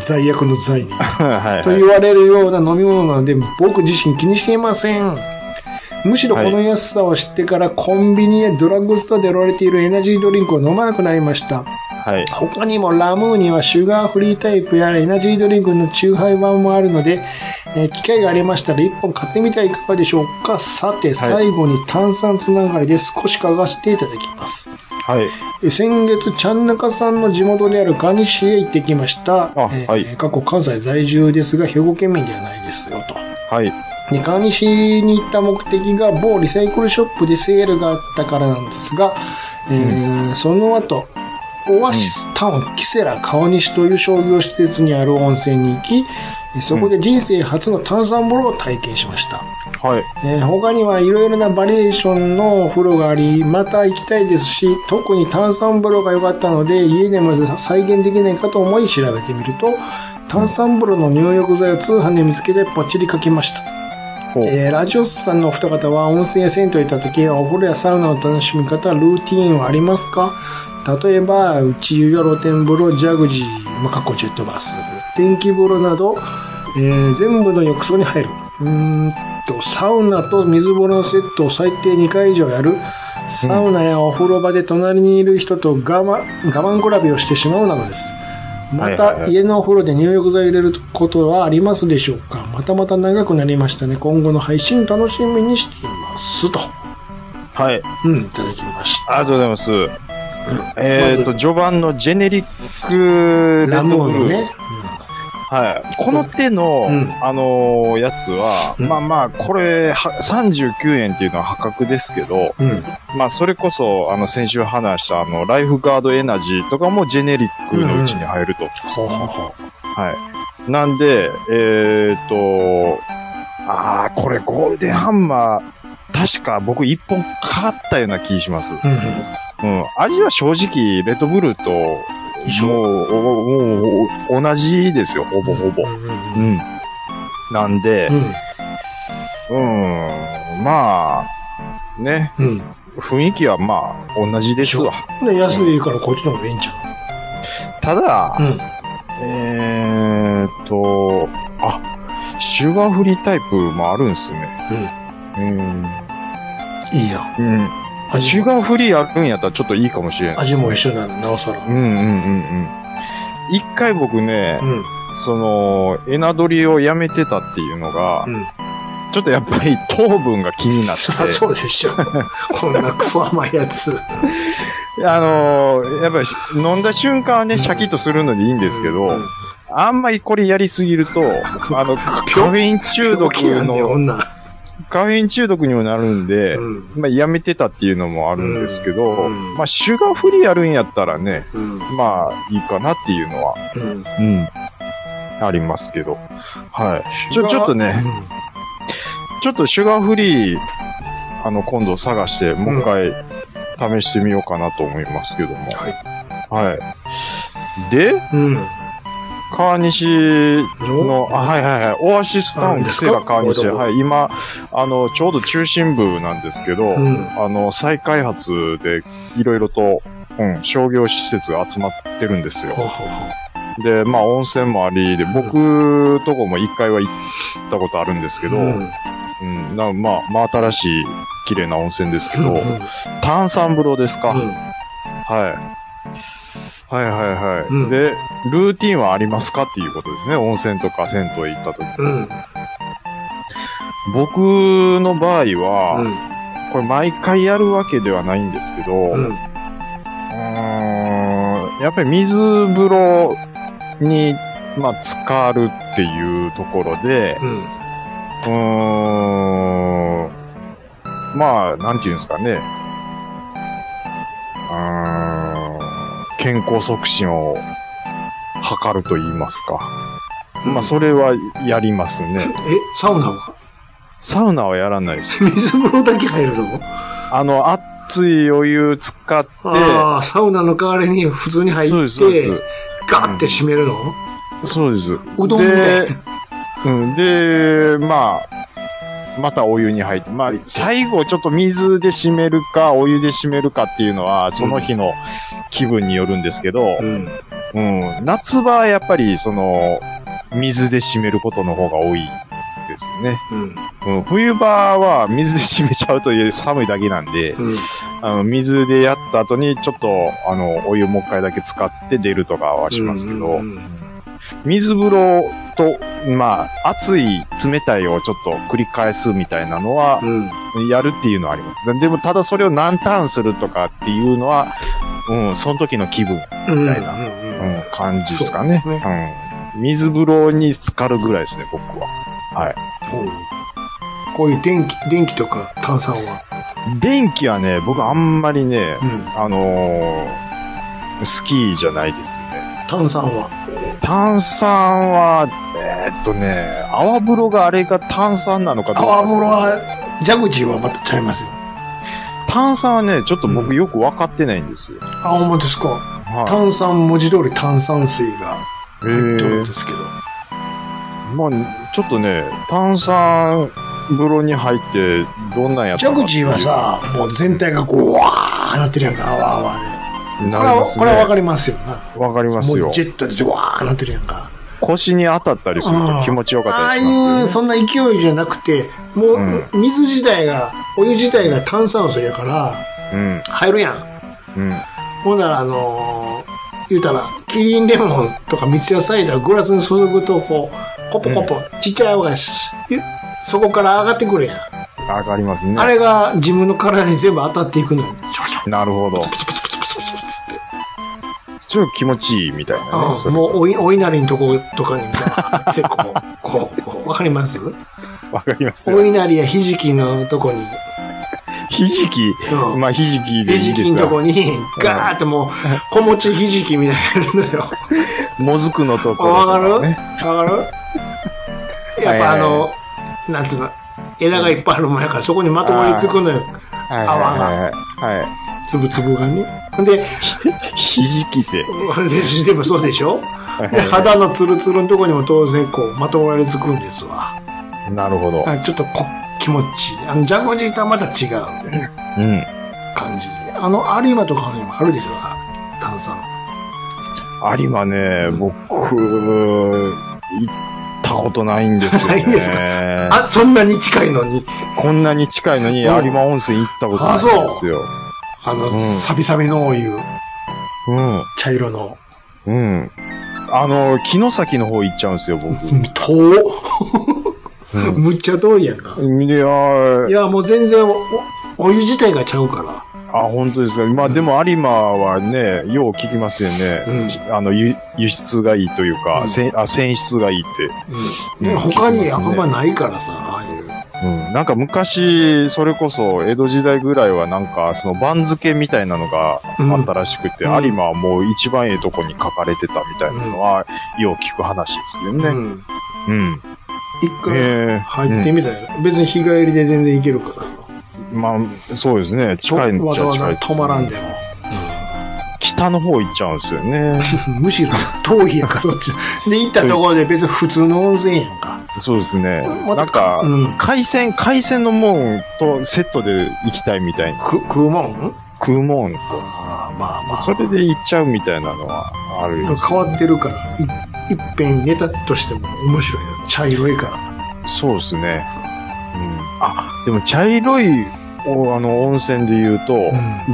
罪悪の罪に。はいとはい。言われるような飲み物なので、僕自身気にしていません。むしろこの安さを知ってからコンビニやドラッグストアで売られているエナジードリンクを飲まなくなりました。はい。他にもラムーにはシュガーフリータイプやエナジードリンクのチューハイ版もあるので、えー機会がありましたら1本買ってみてはいかがでしょうか。さて、最後に炭酸つながりで少し嗅がせていただきます。はい。え先月、ちゃんなかさんの地元である蟹市へ行ってきました。あえーはい過去関西在住ですが、兵庫県民ではないですよ、と。はい。で、蟹市に行った目的が某リサイクルショップでセールがあったからなんですが、えーその後、オアシスタウン、キセラ川西という商業施設にある温泉に行き、そこで人生初の炭酸風呂を体験しました。はい。えー他にはいろいろなバリエーションのお風呂があり、また行きたいですし、特に炭酸風呂が良かったので、家でも再現できないかと思い調べてみると、炭酸風呂の入浴剤を通販で見つけてポチリかけました。ほうえーラジオスさんのお二方は温泉や銭湯に行った時お風呂やサウナの楽しみ方、ルーティーンはありますか例えば、うち湯や露天風呂、ジャグジー、まあ、過去ジェットバス、電気風呂など、えー全部の浴槽に入る。うーんと、サウナと水風呂のセットを最低2回以上やる。サウナやお風呂場で隣にいる人と我慢、我慢比べをしてしまうなどです。まはいはいはたい家のお風呂で入浴剤を入れることはありますでしょうかまたまた長くなりましたね。今後の配信楽しみにしています。と。はい。うん、いただきましありがとうございます。えっと、序盤のジェネリックた。レラッドブムルーー。ンね。はい。この手の、うんあのーやつは、うんまあまあ、これ、は39円っていうのは破格ですけど、うん。うん。まあ、それこそ、あの、先週話した、あの、ライフガードエナジーとかもジェネリックのうちに入ると。ほうほうほはい。なんで、えーっと、ああ、これゴールデンハンマー、確か僕一本買ったような気します。う。うん。うん。味は正直、レッドブルーと、もう、おもうお、同じですよ、ほぼほぼ。う。うんん。なんでう、ん。うん、まあ、ね、うん。雰囲気はまあ、同じですわ。で安いからこっちの方がいいんちゃただ、ううん。えーっと、あ、シュガーフリータイプもあるんですね。うん。いいや。うん。あシ味ュもガーフリーあるんやったらちょっといいかもしれない。味も一緒なの、なおさら。うんうんうんうん。一回僕ねう、ん。その、エナドリをやめてたっていうのが、うん。ちょっとやっぱり糖分が気になって、そりゃそうで しょ。こんなクソ甘いやつ。あのーやっぱりし飲んだ瞬間はね、うんシャキッとするのでいいんですけど、うんあんまりこれやりすぎる と、あの、カフェイン中毒病気なんだよの、女。カフェイン中毒にもなるんで、うん。まあ、やめてたっていうのもあるんですけど、うんまあ、シュガーフリーやるんやったらね、うん。まあ、いいかなっていうのは、うん。うん、ありますけど。はい。ちょ、ちょっとね、ちょっとシュガーフリー、あの、今度探して、もう一回試してみようかなと思いますけども。ははい。で、うん。うん。川西の、あ、はいはいはい、オアシスタあウるンんですかセガ川西、こういうとこはい、今、あの、ちょうど中心部なんですけど、うんあの、再開発でいろいろと、うん、商業施設が集まってるんですよ。ほうほうほうで、まあ、温泉もあり、で、僕とこも一回は行ったことあるんですけど、うん、んなまあ、真、新しい綺麗な温泉ですけど、うん炭酸風呂ですか、うんはい。はいはいはい、うんで、ルーティンはありますかっていうことですね。温泉とか銭湯へ行った時に。うん。僕の場合は、これ毎回やるわけではないんですけど、う。うんー、うんん。やっぱり水風呂に、まあ、浸かるっていうところで、うん。うーん、まあ、なんていうんですかね。うーん、健康促進を図ると言いますか。まあ、それはやりますね。え、サウナはサウナはやらないです。水風呂だけ入るのあの、熱いお湯使って、ああ、サウナの代わりに普通に入そうでっすそうてで、ガって閉めるのそうです。うどんみたいで、うん、で、まあ、またお湯に入って、まあ、最後ちょっと水で締めるか、お湯で締めるかっていうのは、その日の気分によるんですけど、うん。うん、夏場はやっぱり、その、水で締めることの方が多いですね。うん。うん、冬場は水で締めちゃうと寒いだけなんで、うん。あの、水でやった後にちょっと、あの、お湯もう一回だけ使って出るとかはしますけど、うんうん水風呂と、まあ、熱い、冷たいをちょっと繰り返すみたいなのはう、ん。やるっていうのはあります。でも、ただそれを何ターンするとかっていうのは、うん、その時の気分、うん、うん。たいなうん感じですかね。そうですうん。水風呂に浸かるぐらいですね、僕は。こういう電気、電気とか炭酸は。電気はね、僕あんまりね、うん。あのー、好きじゃないですね。炭酸は。炭酸は、えーっとね、泡風呂があれが炭酸なのかどうか。泡風呂は、ジャグジーはまたちゃいますよ。炭酸はね、ちょっと僕よく分かってないんですよ。あ、ほんまですか。は炭酸、文字通り炭酸水がい。え入ってるんーですけど。まあ、ちょっとね、炭酸風呂に入って、どんなんやっジたャかっていグうジーは、さ、もう全体がこう、わーなってるやんか、わーわーね。こなれりまは、すね、これはわかりますよな。わかりますもよう。ジェットでわーなってるやんか。腰に当たったりすると気持ちよかあったありいします、う、そんな勢いじゃなくて、もう、水自体が、お湯自体が炭酸水やから、うん。入るやん。うん。ほんなら、あのー言うたら、キリンレモンとか三ツ矢サイダーグラスに注ぐと、こう、コポコポ、ちっちゃい泡がし、そこから上がってくるやん。上がりますね。あれが自分の体に全部当たっていくのよ。シュワシュワなるほど。プツプツプツプツプツプツって。ちょっと気持ちいいみたいなね。うそんれもう、おい、お稲荷のとことかに、ってこう、こう、こうわかりますわかりますおよ。稲荷やひじきのとこに、ひじき、うんまあひじきでひいいじできすのとよこ。に、ガーってもう、小餅ひじきみたいなのよ。もずくのところとわかるかわね。かるやっぱあの、なんつうの、枝がいっぱいあるもんやから、そこにまとわりつくのよ。はいはいはい、はい。はつぶつぶがね。で、い。ひじきって。ででもそうでしょで、肌のツルツルのとこにも当然こう、まとわりつくんですわ。なるほど。あちょっとこ気持ちいい。あの、ジャグジーとはまた違ううん。感じで。あの、有馬とかにもあるでしょ炭酸。有馬ね、僕、行ったことないんですよ、ね。ないですかあ、そんなに近いのに。こんなに近いのに有うん馬温泉行ったことないんですよ。あの、うんサビサビのお湯、うん。茶色の。うん。あの、城崎の方行っちゃうんですよ、僕。遠っむっちゃ遠いやんか。いやーいや、もう全然お、おお湯自体がちゃうから。あ、本当ですか。まあでも有馬はね、よう聞きますよね。うあの、輸輸出がいいというか、うんせんあ選出がいいって。うんうん他聞きにあますねんまないからさ、ああいう。うん、なんか昔、それこそ、江戸時代ぐらいはなんか、その番付みたいなのがうんあったらしくて、うん有馬はもう一番ええとこに書かれてたみたいなのは、よう聞く話ですけどうね。んうん。一回ええ入ってみたいな。別に日帰りで全然行けるからさ。うんまあ、そうですね。近いんわちざゃわ近ざいです止まらんでも。北の方行っちゃうんですよ ね。むしろ遠いやんか、そっち。で、行ったところで別に普通の温泉やんか。そうですね。まなたんか、うん海鮮、海鮮のもんとセットで行きたいみたいに。く食うもん食うもん。ああ、まあまあ。それで行っちゃうみたいなのはあるよ。変わってるから、いいっぺんネタとしても面白いよ。茶色いから。そうですね。うん。あ、でも茶色い、おあの、温泉で言うと、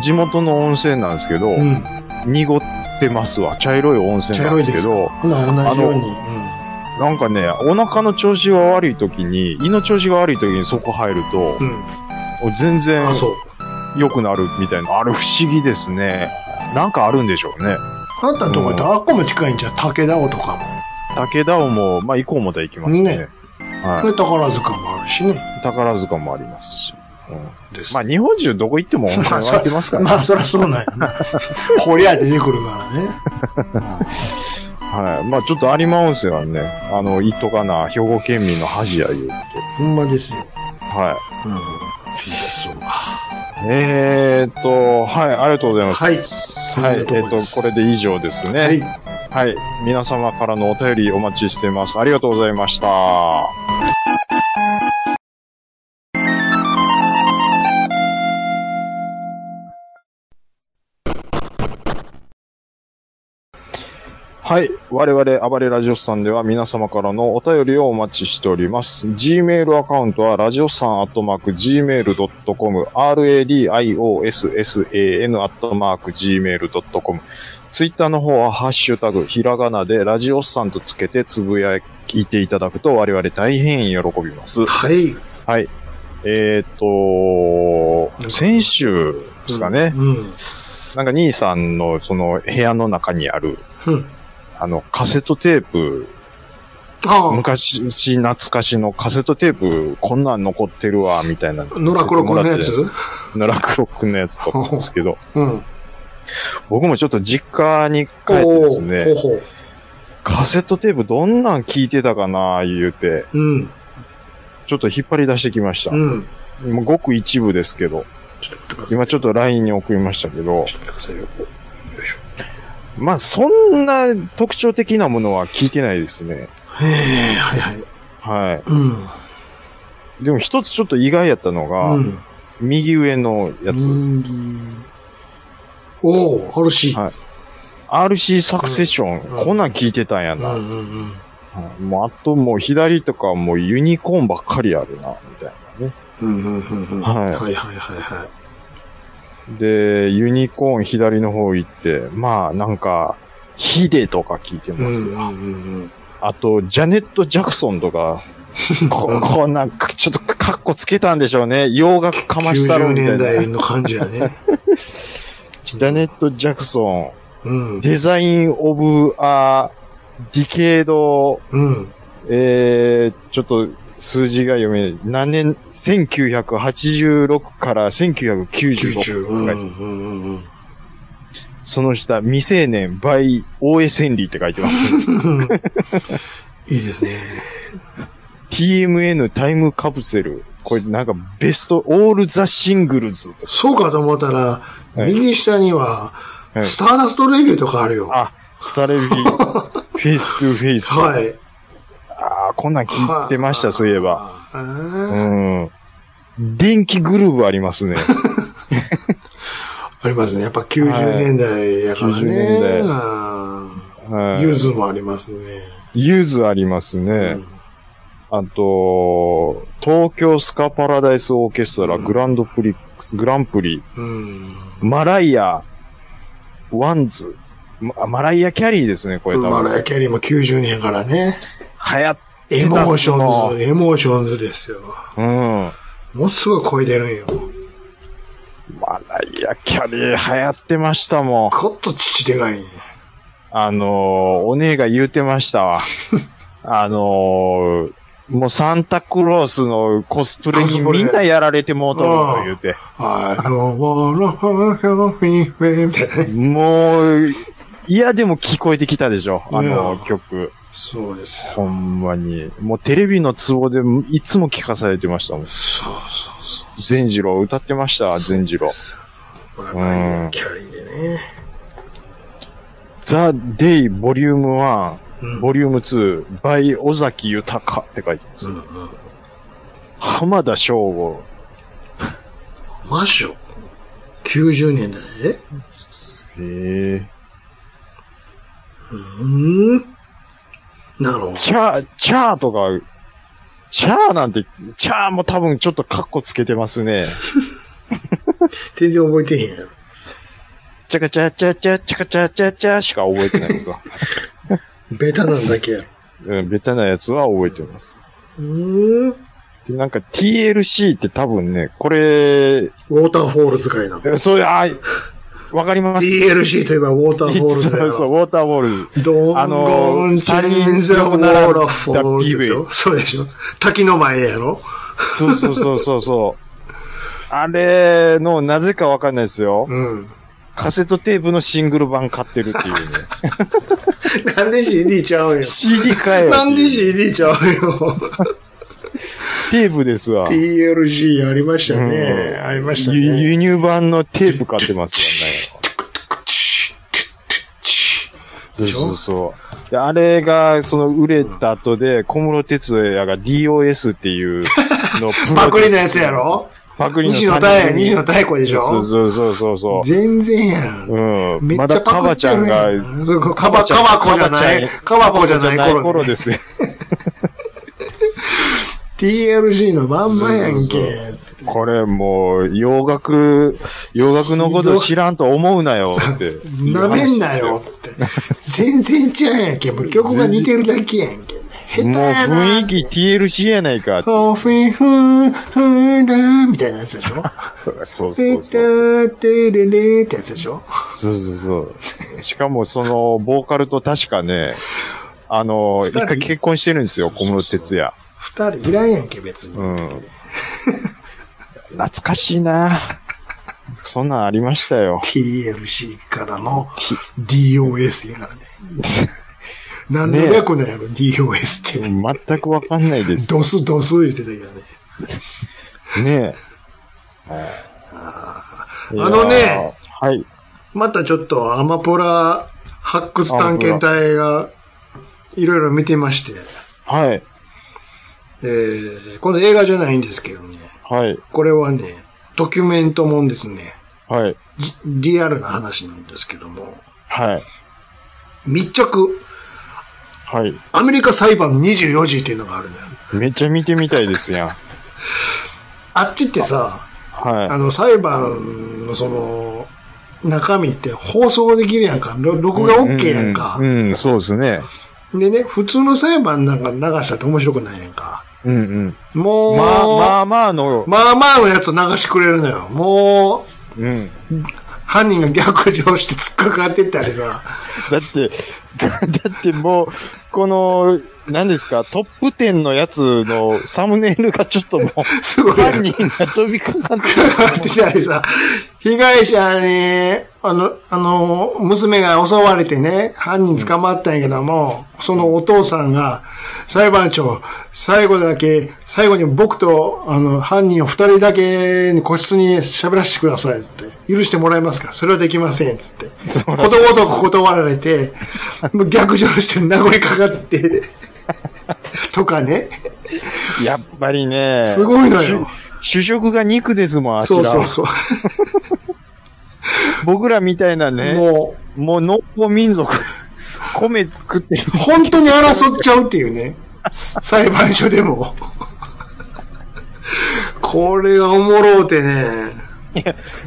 地元の温泉なんですけど、うん。濁ってますわ。茶色い温泉茶なんで色いすでけすかど、ほな同じように。なんかね、お腹の調子が悪い時に、胃の調子が悪い時にそこ入るとう、ん。全然うん。あ、そう。良くなるみたいな、あれ不思議ですね。なんかあるんでしょうね。あなたのとこってあっこも近いんじゃん。武田尾とか武田をも、まあ、行こうもたら行きますね。ねはも。で宝塚もあるしね。い。宝塚もありますし。です。まあ、日本中どこ行っても温泉湧いてますからね まあ、そりゃそうなんや な。掘りゃ出てくるからね。はい。まあちょっと有馬温泉はね、あの、いとかな、兵庫県民の恥やいうこほんまですよ。と。はうん。いや、そうい。えーっと、はい、ありがとうございます。はい。はい、えそんなーっこでと、すこれで以上ですね。はい。はい。皆様からのお便りお待ちしてます。ありがとうございました。ははい。我々、暴れラジオスさんでは皆様からのお便りをお待ちしております。Gmail アカウントは、ラジオさんアットマーク Gmail.com、radiossan アットマーク Gmail.com。ツイッターの方は、ハッシュタグ、ひらがなで、ラジオスさんとつけてつぶやいていただくと、我々大変喜びます。はい。はい。えっ、と、先週ですかね。うん。なんか兄さんの、その、部屋の中にある、うん。あの、カセットテープ、ああ、昔、懐かしのカセットテープ、こんなん残ってるわ、みたいな。野良黒子のやつ野良黒くんのやつとかですけ ど、うん。僕もちょっと実家に帰ってでおすーほうね、ほう。カセットテープどんなん聞いてたかな、言うて、うん。ちょっと引っ張り出してきました。うん。もうごく一部ですけど、ちょっと待ってください。今ちょっと LINE に送りましたけど、ちょっと待ってくださいよ。よいしょ。まあそんな特徴的なものは聞いてないですね。へえ、はいはい。はうん。い。でも一つちょっと意外やったのが、うん。右上のやつ、人気おお、RC。はい RC サクセション、うんこんなん聞いてたんやうんな。うんうん。うんもうあともう左とかもうユニコーンばっかりあるな、みたいなね。うんうんうんうん。はいはいはいはいはい。で、ユニコーン左の方行って、まあなんか、ヒデとか聞いてうんますよ。うんうんあと、ジャネット・ジャクソンと か、ここうなんか、ちょっとカッコつけたんでしょうね。洋楽かうん。ましたろ90みた年いな。代の感じやね。ジャネット・ジャクソン、うん。デザイン・オブ・ア・ディケード、 うん。えー、ちょっと数字が読めない。何年、1986から90。うん1996う回、んうんうん。その下、未成年 by 大江千里って書いてます。 いいですね。 TMN タイムカプセル。これなんかベスト、オールザシングルズとか。そうかと思ったら、はい右下には、はいスターダストレビューとかあるよ。はあ、スタレビ、フ ェイストゥフェイス。い。ああ、こんなん聞いてました、そういえば。あうー。ん。電気グルーブあります ね。ありますね。やっぱ90年代やから90年代ね。あはーいユーズもありますね。ユーズありますうねん。あと、東京スカパラダイスオーケストラグランドプリ、グランプリ、うん。マライア、ワンズ、まマライア・キャリーですね、これ多マライ分。ア・キャリーも90年やからね。流行っエモーションのズ、エモーションズですよ。うん。もうすぐ声出るんよ。マライア・キャリー流行ってましたもん。こっと父でかいんや。あのーお姉が言うてました わ。あのーもうサンタクロースのコスプレコスにプレみんなやられてもうと思う言うて。 I don't wanna hurt me, baby. みたいなね。もう、いやでも聞こえてきたでしょ、あのうん曲。そうですよ。ほんまに。もうテレビの都合でいつも聞かされてましたもん。そうそうそう。善次郎歌ってました、善次郎。まあ、マイキャリーでね。ザ・デイ・ボリューム1、うんボリューム2、by 尾崎豊って書いてます。浜田省吾。マジよ。90年代でへえ。うん。なるほど。チャー、チャーとか、チャーなんて、チャーも多分ちょっとカッコつけてますね。全然覚えてへんやろ。チャカチャチャチャチャカチャチャチャしか覚えてないですわ。ベタなんだけやろ。うん、ベタなやつは覚えてます。うん。ウで、なんか TLC って多分ね、これ、ォーターフォールズかいな。えそういう、あい、わかります。 DLC といえばウォーターフォールズやそうそう、ろ。ウォーターボールズ。ドあンのゴンセンゼウォーターフォールズでしょ。そうでしょ。滝の前やろ。そうそうそうそうそう。あれの、なぜかわかんないですよ。うん。カセットテープのシングル版買ってるっていうね。なんで CD ちゃうよ。 CD 買えよっていうなんで CD ちゃうよ。テープですわ。 TLG ありましたね。うんありましたゆね。輸入版のテープ買ってますよね。そうでしょそうそう。であれが、その、売れた後で、小室哲也が DOS っていうのをプロ パクリのやつやろパクリの西野三太人也、組西野太也子でしょそうそうそうそうそう。全然やん。うん。めっまちゃだパカクバってちゃんるがや、ん。そうカバ、カバ子じゃない、カバ子じゃないカバ頃頃ね。ですよ。 TLG のまんまやんけ。これもう、洋楽、洋楽のこと知らんと思うなよっていう話ですよ。なめんなよって。全然違うやんけ。もう曲が似てるだけやんけ。下手もうやな。雰囲気 TLC やないかって。オフィフフラみたいなやつでしょそうそうそう。テタテレレってやつでしょそうそうそう。しかもその、ボーカルと確かね、あの、一人回結婚してるんですよ、小室哲也。二人いらんやんけ、別に。うん。懐かしいなそんなんありましたよ。 TLC からの DOS やからね。なんで略なんやろ、DOS って。全くわかんないです。ドスドス言ってたけどね。ねえ。あのねいやー。はい。またちょっとアマポラ発掘探検隊がいろいろ見てまして、はい。えー、この映画じゃないんですけどね、はい。これはね、ドキュメントもんですね、はい。リアルな話なんですけども、はい。密着、はい。アメリカ裁判24時っていうのがあるんだよ。めっちゃ見てみたいですやん。あっちってさ、あはの裁判のその、中身って放送できるやんか、ろ録い。画 OK やんかう。ん、うんそうですね。でね、普通の裁判なんか流したって面白くないやんか。うんうん。もう、まあまあまあの、まあまあのやつを流してくれるのよ。もう、うん。犯人が逆上して突っかかってったりさ。だって、 だってもう、この、何ですか、トップ10のやつのサムネイルがちょっともう、すごい。犯人が飛びかか ってかかってたりさ。被害者に、あの、あの、娘が襲われてね、犯人捕まったんやけども、そのお父さんが、裁判長、最後だけ、最後に僕と、あの、犯人を二人だけに個室に喋らせてください、つって。許してもらえますかそれはできません、つって。ことごとく断られて、もう逆上して殴りかか って、とかね。やっぱりね。すごいのよ主。主食が肉ですもん、あちらそは。うそうそう。僕らみたいなね、ももう、う、農耕民族、米作ってる。本当に争っちゃうっていうね。裁判所でも。 これがおもろうてね。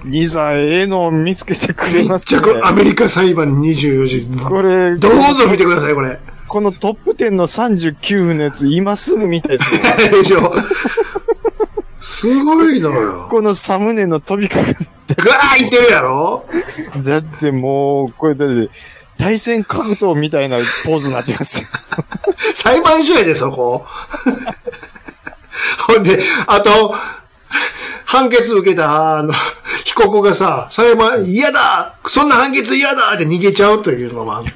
兄さん、ええのを見つけてくれま密すね。着アメリカ裁判24時。これ、どうぞ見てください、これ。このトップ10の39分のやつ、今すぐ見たいですねでしょ。すごいのよ。このサムネの飛び方。ぐわーいってるやろだってもう、これだって、対戦格闘みたいなポーズになってますよ。裁判所やで、そこ。 ほんで、あと、判決受けた、あの、 被告がさ、裁判、嫌だそんな判決嫌だって逃げちゃうというのもあるね。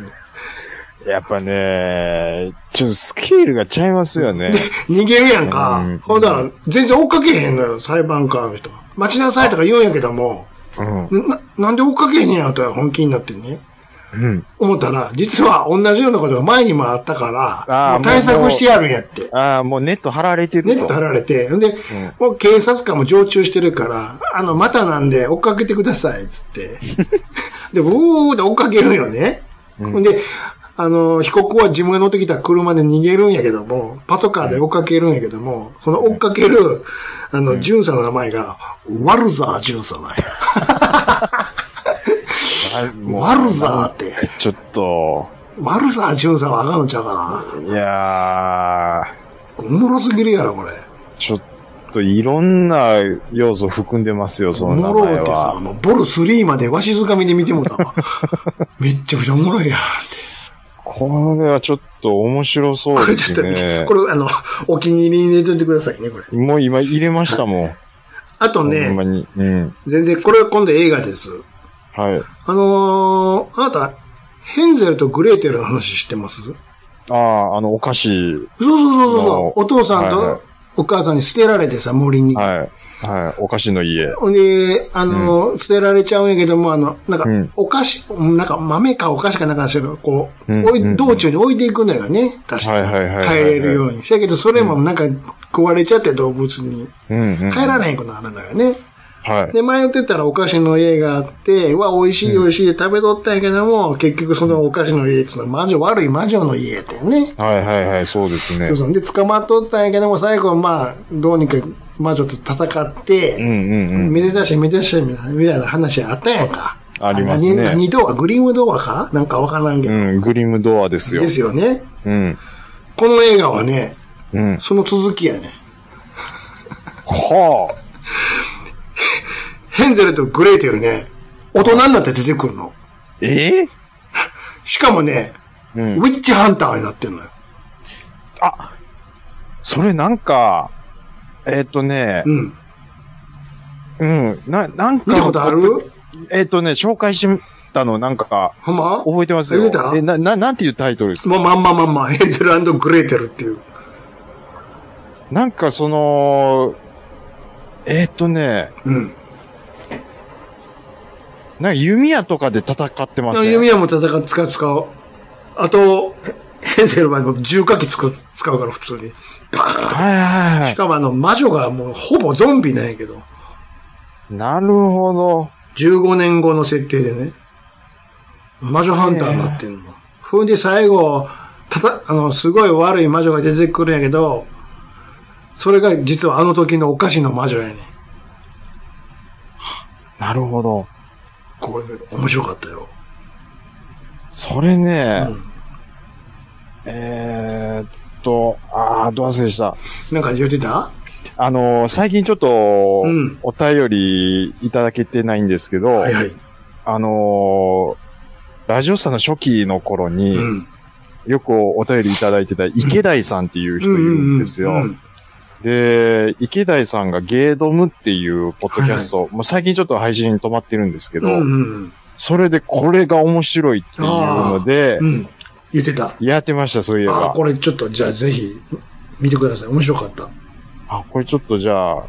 やっぱね、ちょっとスケールがちゃいますよね。逃げるやんかうん。ほんだら、全然追っかけへんのよ、裁判官の人が。待ちなさいとか言うんやけども、うん。な、なんで追っかけへんねやとは本気になってね。うん。思ったら、実は同じようなことが前にもあったかあーら、もう対策してやるんやって。ああ、もうネット張られてると。ネット張られて、んで、もう警察官も常駐してるから、あの、またなんで追っかけてください、つ って。で、うーって追っかけるよね。ん、で、あの、被告は自分が乗ってきた車で逃げるんやけども、パトカーで追っかけるんやけども、その追っかける、あの、巡査の名前が、ワルザー巡査なん や。あもうワルザーって。ちょっと、ワルザー巡査はあかんのちゃうかいやな。おもろすぎるやろ、これ。ー、ちょっといろんな要素含んでますよ、そおの名もろ前うってさ、は。もうボル3までわしづかみで見てもう たわ。めっちゃくちゃおもろいやんって。これはちょっと面白そうこでれちすょっと、ねこ。れあの、お気に入りに入れといてくださいね、これ。もう今入れましたもん。あとほんまね、に。うん。全然、これは今度映画です。はい。あのー、あなた、ヘンゼルとグレーテルの話知ってますそうああ、あの、お菓子。そうそうそうもそうう。お父さんはいはいとお母さんに捨てられてさ、森に。はい。はい。お菓子の家。ほんで、あのー、捨てられちゃうんやけども、あの、なんかうん、お菓子、なんか豆かお菓子かなんかしてるこう、うんおうんい道中に置いていくんだよね。確かはに。いはいはいはい帰れるように。せやけど、それもなんか、食われちゃって動物に。うん、うん。帰られへんくなるんだよね。はい。で、迷ってたらお菓子の家があって、うわ、美味しい美味しいで食べとったんやけども、結局そのお菓子の家っていうのは魔女、悪い魔女の家やったよね。はいはいはい、そうですねそう。そう。で、捕まっとったんやけども、最後はまあ、どうにか魔女と戦っうて、んうんうん。めでたしめでたしみたいなみたいな話あったやんか。ありますね何何ドアグリームドアかなんかわからんけど。うん、グリムドアですよ。ですよね。うん。この映画はね、うん。その続きやね。はヘンゼルとグレーテルね、大人になって出てくるあ。の。ええしかもね、うん。ウィッチハンターになってんのよ。あ、それなんか、えっ、とね、うん。うん、な、なんか。見たことあるえっ、とね、紹介したのなんか、ほんま覚えてますよ。出たえ、な、な、なんていうタイトルですかもうまんままんま、ヘンゼルグレーテルっていう。なんかその、えっ、とね、うん。なんか弓矢とかで戦ってますね。弓矢も戦う、使う、使う。あと、ヘンゼルはもう重火器使う使うから、普通に。はいはいはしかもあの、魔女がもうほぼゾンビなんやけど、い。なるほど。 15年後の設定でね、魔女ハンターになってんの。ほんで最後、たた、あの、すごい悪い魔女が出てくるんやけど、それが実はあの時のお菓子の魔女やね。なるほど。これ、面白かったよ。それね、うんえー、っと、あー、どう忘れした。なんか言ってたあのー最近ちょっと、うんお便りいただけてないんですけど、はいはい。あのーラジオさんの初期の頃に、うん。よくお便りいただいてた池大さんっていう人いるんですよ。ううんで、池大さんがゲードムっていうポッドキャスト、もう最近ちょっと配信止まってるんですけど、うんうんそれでこれが面白いっていうのでう、ん。うん。言ってた。やってました、そういえば。あこれちょっと、じゃあぜひ、見てください。面白かった。あ、これちょっとじゃあ、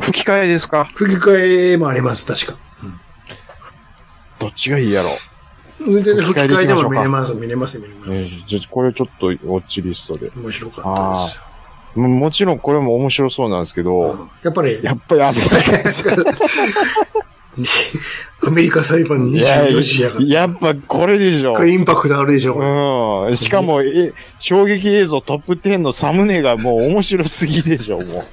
吹き替えですか吹き替えもあります、確か。どっちがいいやろ。全然吹き吹き替えで替いきえでましょもうか見れます、見れます、見れえます。ーじゃあこれちょっとウォッチリストで。面白かったですよ。ももちろんこれも面白そうなんですけど、やっぱり、やっぱりあのアメリカ裁判いや24時やから。やっぱこれでしょこ。れインパクトあるでしょ、これうん。しかも、え、衝撃映像トップ10のサムネがもう面白すぎでしょ、もう。こ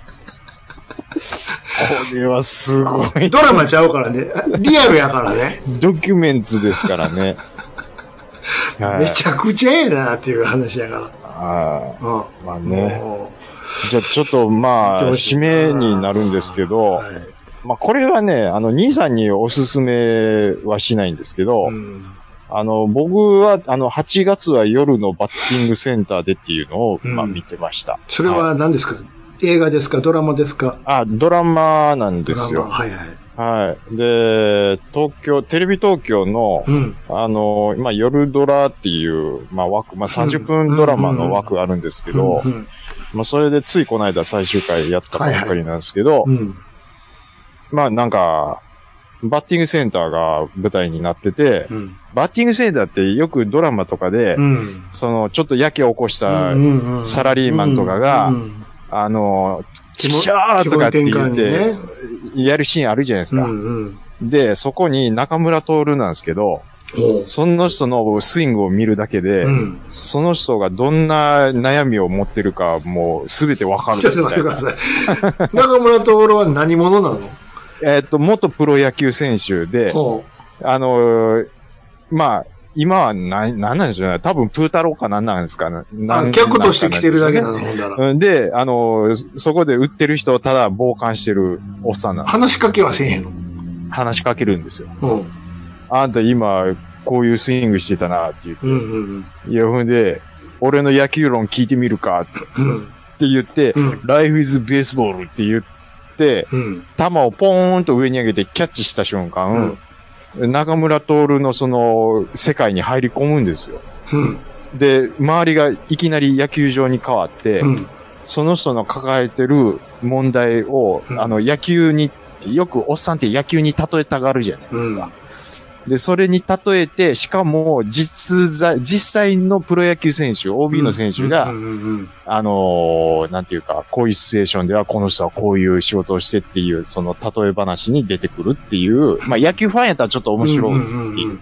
れはすごい。ドラマちゃうからね。リアルやからね。ドキュメンツですから ね。 はいめちゃくちゃええなっていう話やから。はうん。いまあね。もじゃあちょっとまあ、締めになるんですけうど、はい。まあこれはね、あの、兄さんにおすすめはしないんですけど、うんあの、僕は、あの、8月は夜のバッティングセンターでっていうのを、うんまあ見てました。それは何ですか、映画ですかドラマですかあ、ドラマなんドでラすマ。よ。はいはい。はい。で、東京、テレビ東京の、うん。あの、まあ夜ドラっていう、まあ枠、まあ30分ドラマの枠あるんですけどう、ん。まあそれでついこの間最終回やったばっかりなんですけどう、ん。まあなんか、バッティングセンターが舞台になってて、うん。バッティングセンターってよくドラマとかで、うん。その、ちょっとやけを起こした、うんサラリーマンとかがうんあの、キ気分シャーとかって気分言っ転換て、にね。やるシーンあるじゃないですうか。んうん。で、そこに中村徹なんですけど、ほその人のスイングを見るだけで、ううん。その人がどんな悩みを持ってるか、もうすべてわかるみちたょっと待っていな。ください。中村徹は何者なのえっと、元プロ野球選手で、ほあのーまあ、今はな、なんなんでしょうね。多分、プータローかなんなんですかね。う。なあん客として来てるだけななんかの、ほんだら。なんですよねうんで、あのーそこで売ってる人をただ傍観してるおっさんなんで話しかけはせえへんの。話しかけるんですよ。うん。あんた今、こういうスイングしてたな、っていう。うんうんいや、ほんで、俺の野球論聞いてみるか、っうん。て言って、うん Life is Baseball って言っって、うん。球をポーンと上に上げてキャッチした瞬間、中村徹のその世界に入り込むんですよ。うん。で、周りがいきなり野球場に変わって、うん。その人の抱えてる問題を、うんあの、野球に、よくおっさんって野球に例えたがるじゃないですか。で、それに例えて、しかも、実在、実際のプロ野球選手、OB の選手が、うんうんうんあのーなんていうか、こういうシチュエーションでは、この人はこういう仕事をしてっていう、その例え話に出てくるっていう、まあ、野球ファンやったらちょっと面白うんういんうんうん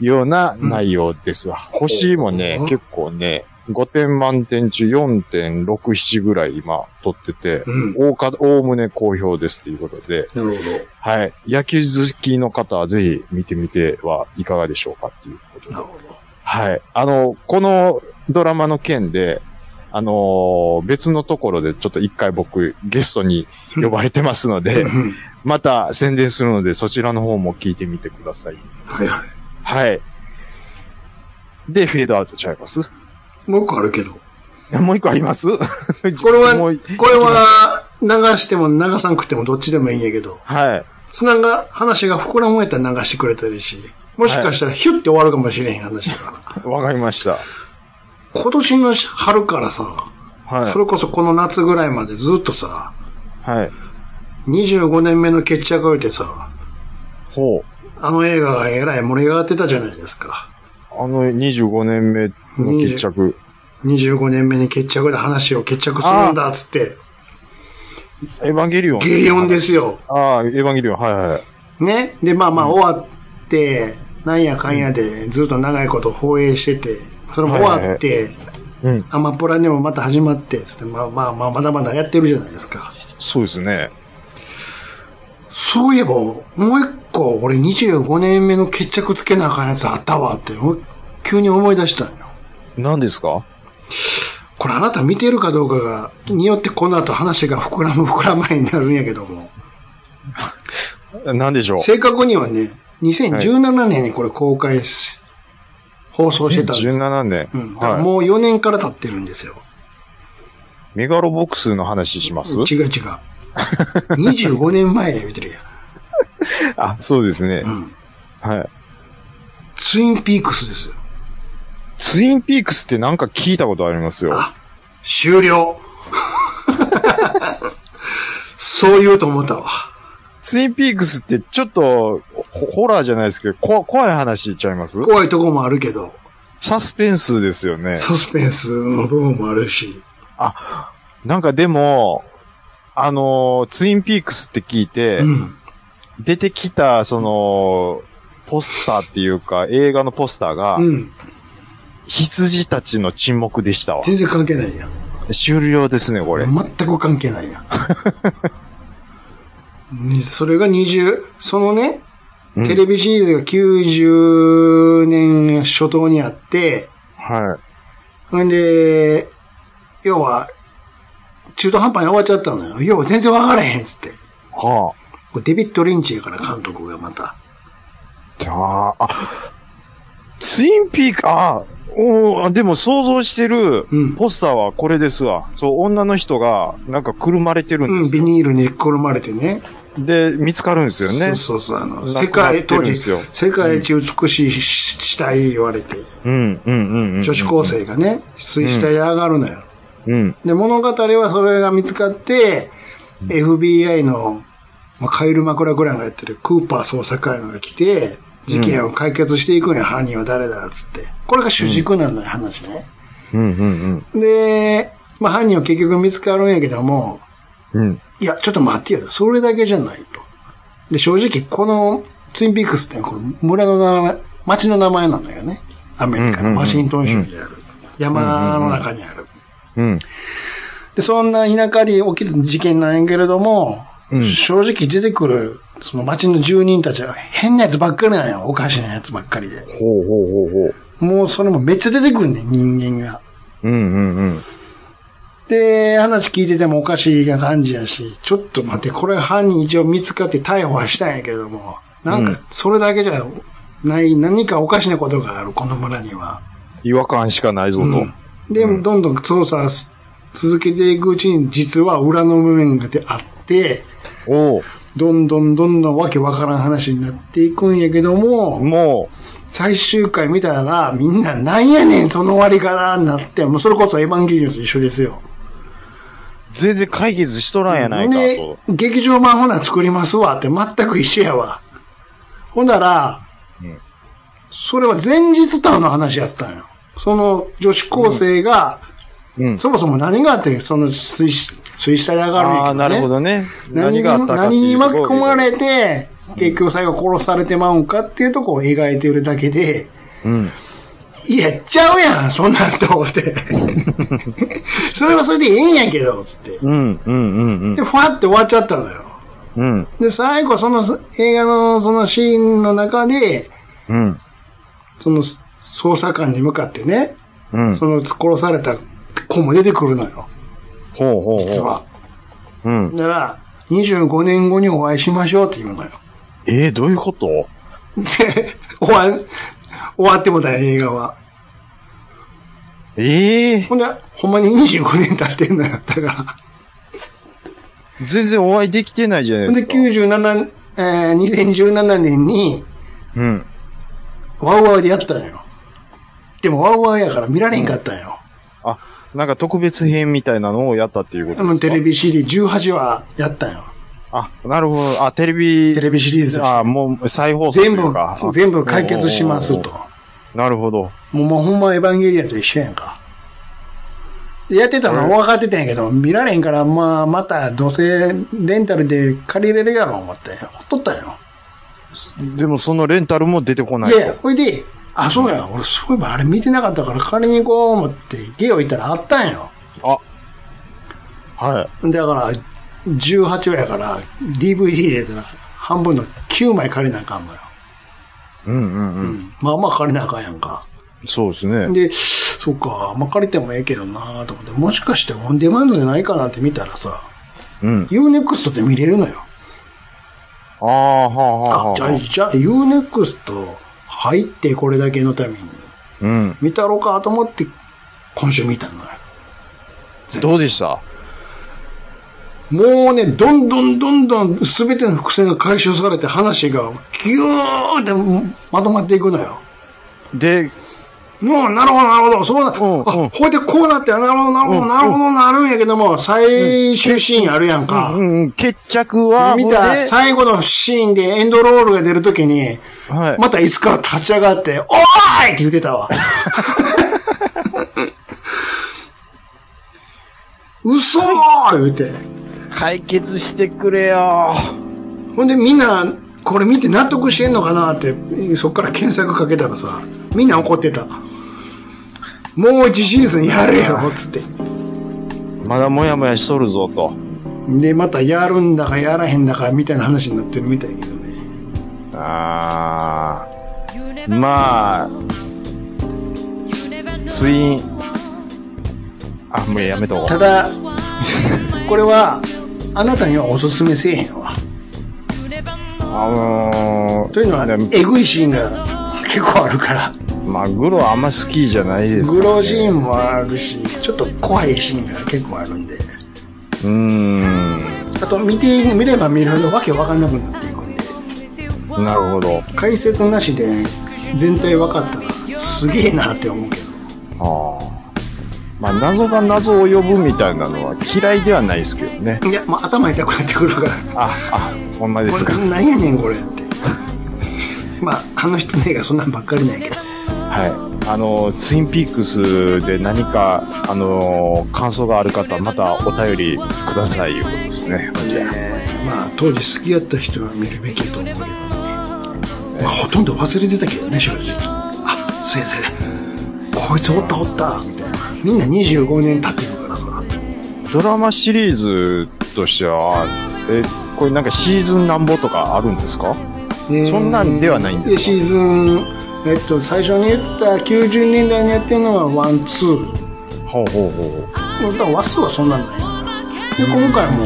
ような内容ですわ。星もねうん、結構ね、5点満点中4.67ぐらい今、取ってて、うんおおか、おおむね好評ですっていうことで、なるほはい。野球好きの方はぜひ見てみてはいかがでしょうかっていうことでど。なるほど。はい。あの、このドラマの件で、あのー別のところでちょっと一回僕ゲストに呼ばれてますので、うんまた宣伝するのでそちらの方も聞いてみてください。はいははい。で、フェードアウトちゃいます い。もう一個あるけど。もう一個ありますこ これは、 もこうれは、流しても流さんくてもどっちでもいいんやけど、はい。つなが、話が膨らむやったら流してくれたらいいし、もしかしたらヒュッて終わるかもしれへん話だから。わかりました。今年の春からさ、はいそ。れこそこの夏ぐらいまでずっとさ、はい。 25年目の決着を得てさ、ほう。あの映画がえらい盛り上がってたじゃないですか。あの25年目の決着。 25年目に決着で話を決着するんだっつって、エヴァンゲリオン。ゲリオンですよ。ああ、エヴァンゲリオン。はいはい。ね。で、まあまあ終わって、なんやかんやでずっと長いこと放映してて、それも終わって、うん。アマプラにもまた始まって、つって、まあまあまあ、まだまだやってるじゃないですか。そうですね。そういえば、もう一個、俺25年目の決着つけなあかんやつあったわって、お急に思い出したんよ。何ですかこれあなた見てるかどうかが、によってこの後話が膨らむ 膨らまへんになるんやけども、何でしょう正確にはね、2017年にこれ公開し、放送してたんです。 17年。うん、だからはい。もう4年から経ってるんですよ。メガロボックスの話します違う違う。25年前や言うてるやん。あ、そうですね。んはい。ツインピークスですよ。ツインピークスってなんか聞いたことありますよ。あ終了。 そう言うと思ったわ。ツインピークスってちょっと、ホホラーじゃないですけど、こ怖い話言っちゃいます怖いとこもあるけど、サスペンスですよね。サスペンスの部分もあるし、なんかでも、あのーツインピークスって聞いて、うん。出てきた、その、ポスターっていうか、映画のポスターが、うん。羊たちの沈黙でしたわ。全然関係ないやん。終了ですね、これ。全く関係ないやん。 ねそれが20、そのね、うんテレビシリーズが90年初頭にあって、はい。ほんで、要は、中途半端に終わっちゃったのよ。要は全然わからへんっつって。はこれデビッド・リンチやから監督がまた。あ。ああ、あ、ツインピーク、ああ、おーでも想像してるうんポスターはこれですわ。そう、女の人が、なんかくるまれてるんでうん、すビよ、ニールにくるまれてね。で、見つかるんですよね。そうそうそう、あの、な世くなってる界、当んで時、すよ世界一美しい死体言われて、うん、うん、うん。うん女子高。生がね、水死体で上がるのよ。うん。で、物語はそれが見つかって、FBI の、まあ、カイル・マクラクランがやってるクーパー捜査官が来て、事件を解決していくんや、犯人は誰だっつって。これが主軸なのよ、話ね。うん、うん、で、まあ、犯人は結局見つかるんやけども、うん。うん。いや、ちょっと待ってよ。それだけじゃないと。で、正直、このツインピークスってのはこの村の名前、町の名前なんだよね。アメリカうんうんうんのワシントン州にある。山の中にある。うん。で、そんな田舎で起きる事件なんやけれども、うん正直出てくる、その町の住人たちは変なやつばっかりなんよ。おかしなやつばっかりで。ほうほうほうほう。もうそれもめっちゃ出てくるねん、人間が。うん、うん、うん。で、話聞いててもおかしい感じやし、ちょっと待って、これ犯人一応見つかって逮捕はしたんやけども、なんうんか、それだけじゃない、何かおかしなことがある、この村には。違和感しかないぞと。うんで、どんどん捜査す続けていくうちに、実は裏の面がであって、おうどんどんどんどんわけわからん話になっていくんやけども、も最終回見たら、みんななんやねん、その終わりからになって、もうそれこそエヴァンゲリオンと一緒ですよ。う、全然解決しとらんやないかでと。、劇場版ほな作りますわって全く一緒やわ。ほんなら、それは前日談の話やったんよ。その女子高生が、うん。そもそも何があって、その水死、水死体で上がるんやああ、けどね。なるほどね。何何にがあったかって何いにう巻き込まれれて、結局最後殺されてまうんかっていうとこを描いてるだけで、うん。いや、ちゃうやん、そんなんと思 って。それはそれでええんやけど、つって。うん、うん、うん、で、ふわって終わっちゃったのよ。うん。で、最後、その映画のそのシーンの中で、うん、その捜査官に向かってね、うん。その殺された子も出てくるのよ、ほうほう実ほは。う。うん。なら、25年後にお会いしましょうって言うのよ。 えー、どういうことで、終わ、終わってもだよ、映画は。ええほんで、ほんまに25年経ってんのよ、だから。全然お会いできてないじゃなほいんでですか。 97、えー、2017年に、うん。ワウワウでやったんよ。でもワウワウやから見られんかったんよ。あ、なんか特別編みたいなのをやったっていうことあのテレビシリーズ18話やったんよ。あ、なるほど。あ、テレビ。テレビシリーズあ、もう再放送とい全う部か。あ、全部解決しますと。なるほど。もうもうほんまエヴァンゲリアンと一緒やんか。でやってたのは分かってたんやけど、見られんから、まあ、また、どうせ、レンタルで借りれるやろ、思って。ほっとったんよ。でもそのレンタルも出てこないいと。や、ほいで、あ、そうや、俺、そういえばあれ見てなかったから借りに行こう思って、ゲオ行ったらあったんよ。はい。だから、18話やから、DVD 入れたら、半分の9枚借りなあかんのよ。うんうんううん。ん。まあまあ借りなあかんやんか。そうですね。で、そっか、まあ借りてもええけどなと思って、もしかしてオンデマンドじゃないかなって見たらさ、うん。 Unext って見れるのよ。ああ、はあはああ、はじゃあ、あ。じゃあ Unext 入ってこれだけのために、うん。見たろかと思って、今週見たのよ。どうでしたもうね、どんどんどんどん全ての伏線が回収されて話がギューってまとまっていくのよ。で、もう、なるほど、なるほど、そうな、うんうあん、こうやってこうなって、なるほど、なるほうど、んなるほど、なるんやけども、最終シーンあるやんうか。んうん、決着は、見ほんたで最後のシーンでエンドロールが出るときに、はい。また椅子から立ち上がって、おーいって言ってたわ。 嘘ー言うて。解決してくれよ。ほんでみんな、これ見て納得してんのかなって、そっから検索かけたらさ、みんな怒ってた。もう一シーズンやれよ、つって。まだもやもやしとるぞと。で、またやるんだかやらへんだかみたいな話になってるみたいやけどね。ああ。まあ、ツイン。あ、もうやめとこただ、これは、あなたにはおすすめせえへんわ。う。あのー、というのはで、えぐいシーンが結構あるから。まあ、グロあんま好きじゃないですからグねロシーンもあるし、ちょっと怖いシーンが結構あるんで。うーあと、見て、見れば見るほどわけわかんなくなっていくんで。ん。なるほど。解説なしで全体分かったらすげえなって思うけあどあ。まあ、謎が謎を呼ぶみたいなのは嫌いではないですけどね。いや、まあ、頭痛くなってくるからあ、あ、ほんまですこか。れ何やねんこ れってまああの人の映画そんなんばっかりなんやけどはい。あの、ツインピークスで何か、あの、感想がある方、またお便りくださいいうことですね。えーまあ当時好きやった人は見るべきやと思うけどね、まあ、ほとんど忘れてたけどね正直あ先生こいつおったおったみたいなみんな25年経ってるからさドラマシリーズとしては、え、これなんかシーズンなんぼとかあるんですかそんなんではないんですかえーシーズンえっと最初に言った90年代にやってるのはワンツーほうほうほう。だから話数はそんなんないのよで今回も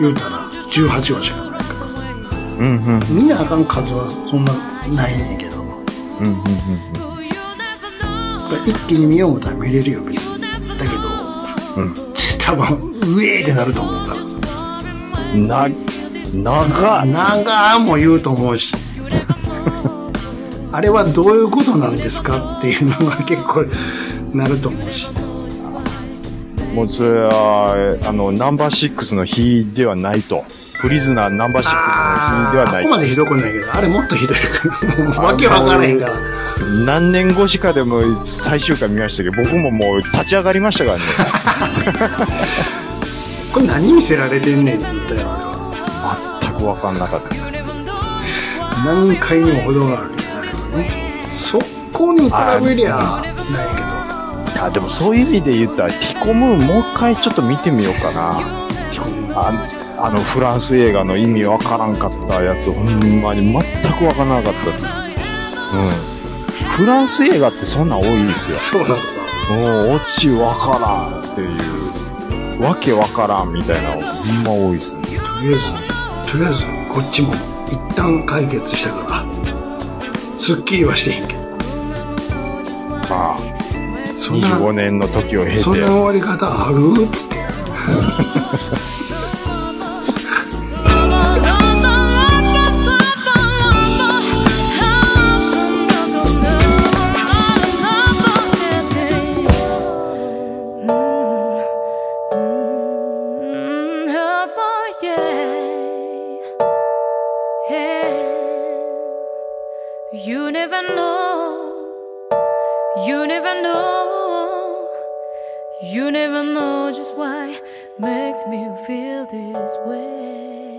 言うたら18話しかないからさうんうん。うん見なあかん数はそんなないねんけどうだんうん。から一気に見よう思ったら見れるよ別にだけど、うん多分うえーってなると思うからな、長い。長んも言うと思 うしあれはどういうことなんですかっていうのが結構なると思うしもうそれは、えあの、ナンバーシックスの日ではないと。プリズナーナンバーシックスの日ではあなここい。までひどくないけどあれもっとひどいからもうわけわからへんから何年越しかでも最終回見ましたけど、僕ももう立ち上がりましたからね。これ何見せられてんねんって言ったよ俺は 全くわかんなかった。何回にも程があるけどあれはねそこに比べりゃないけどあでもそういう意味で言ったら、ティコムーンもう一回ちょっと見てみようかな。ああのフランス映画の意味わからんかったやつ、ほんまに全くわからなかったです。うん。フランス映画ってそんなん多いですよ。そうなんだなもう、オチわからんっていう、わけわからんみたいなの、ほんま多いですね。とりあえずとりあえずこっちも一旦解決したからすっきりはしてへんけどまあ、そんな25年の時を経て、そんな終わり方あるっつって You never know just why makes me feel this way.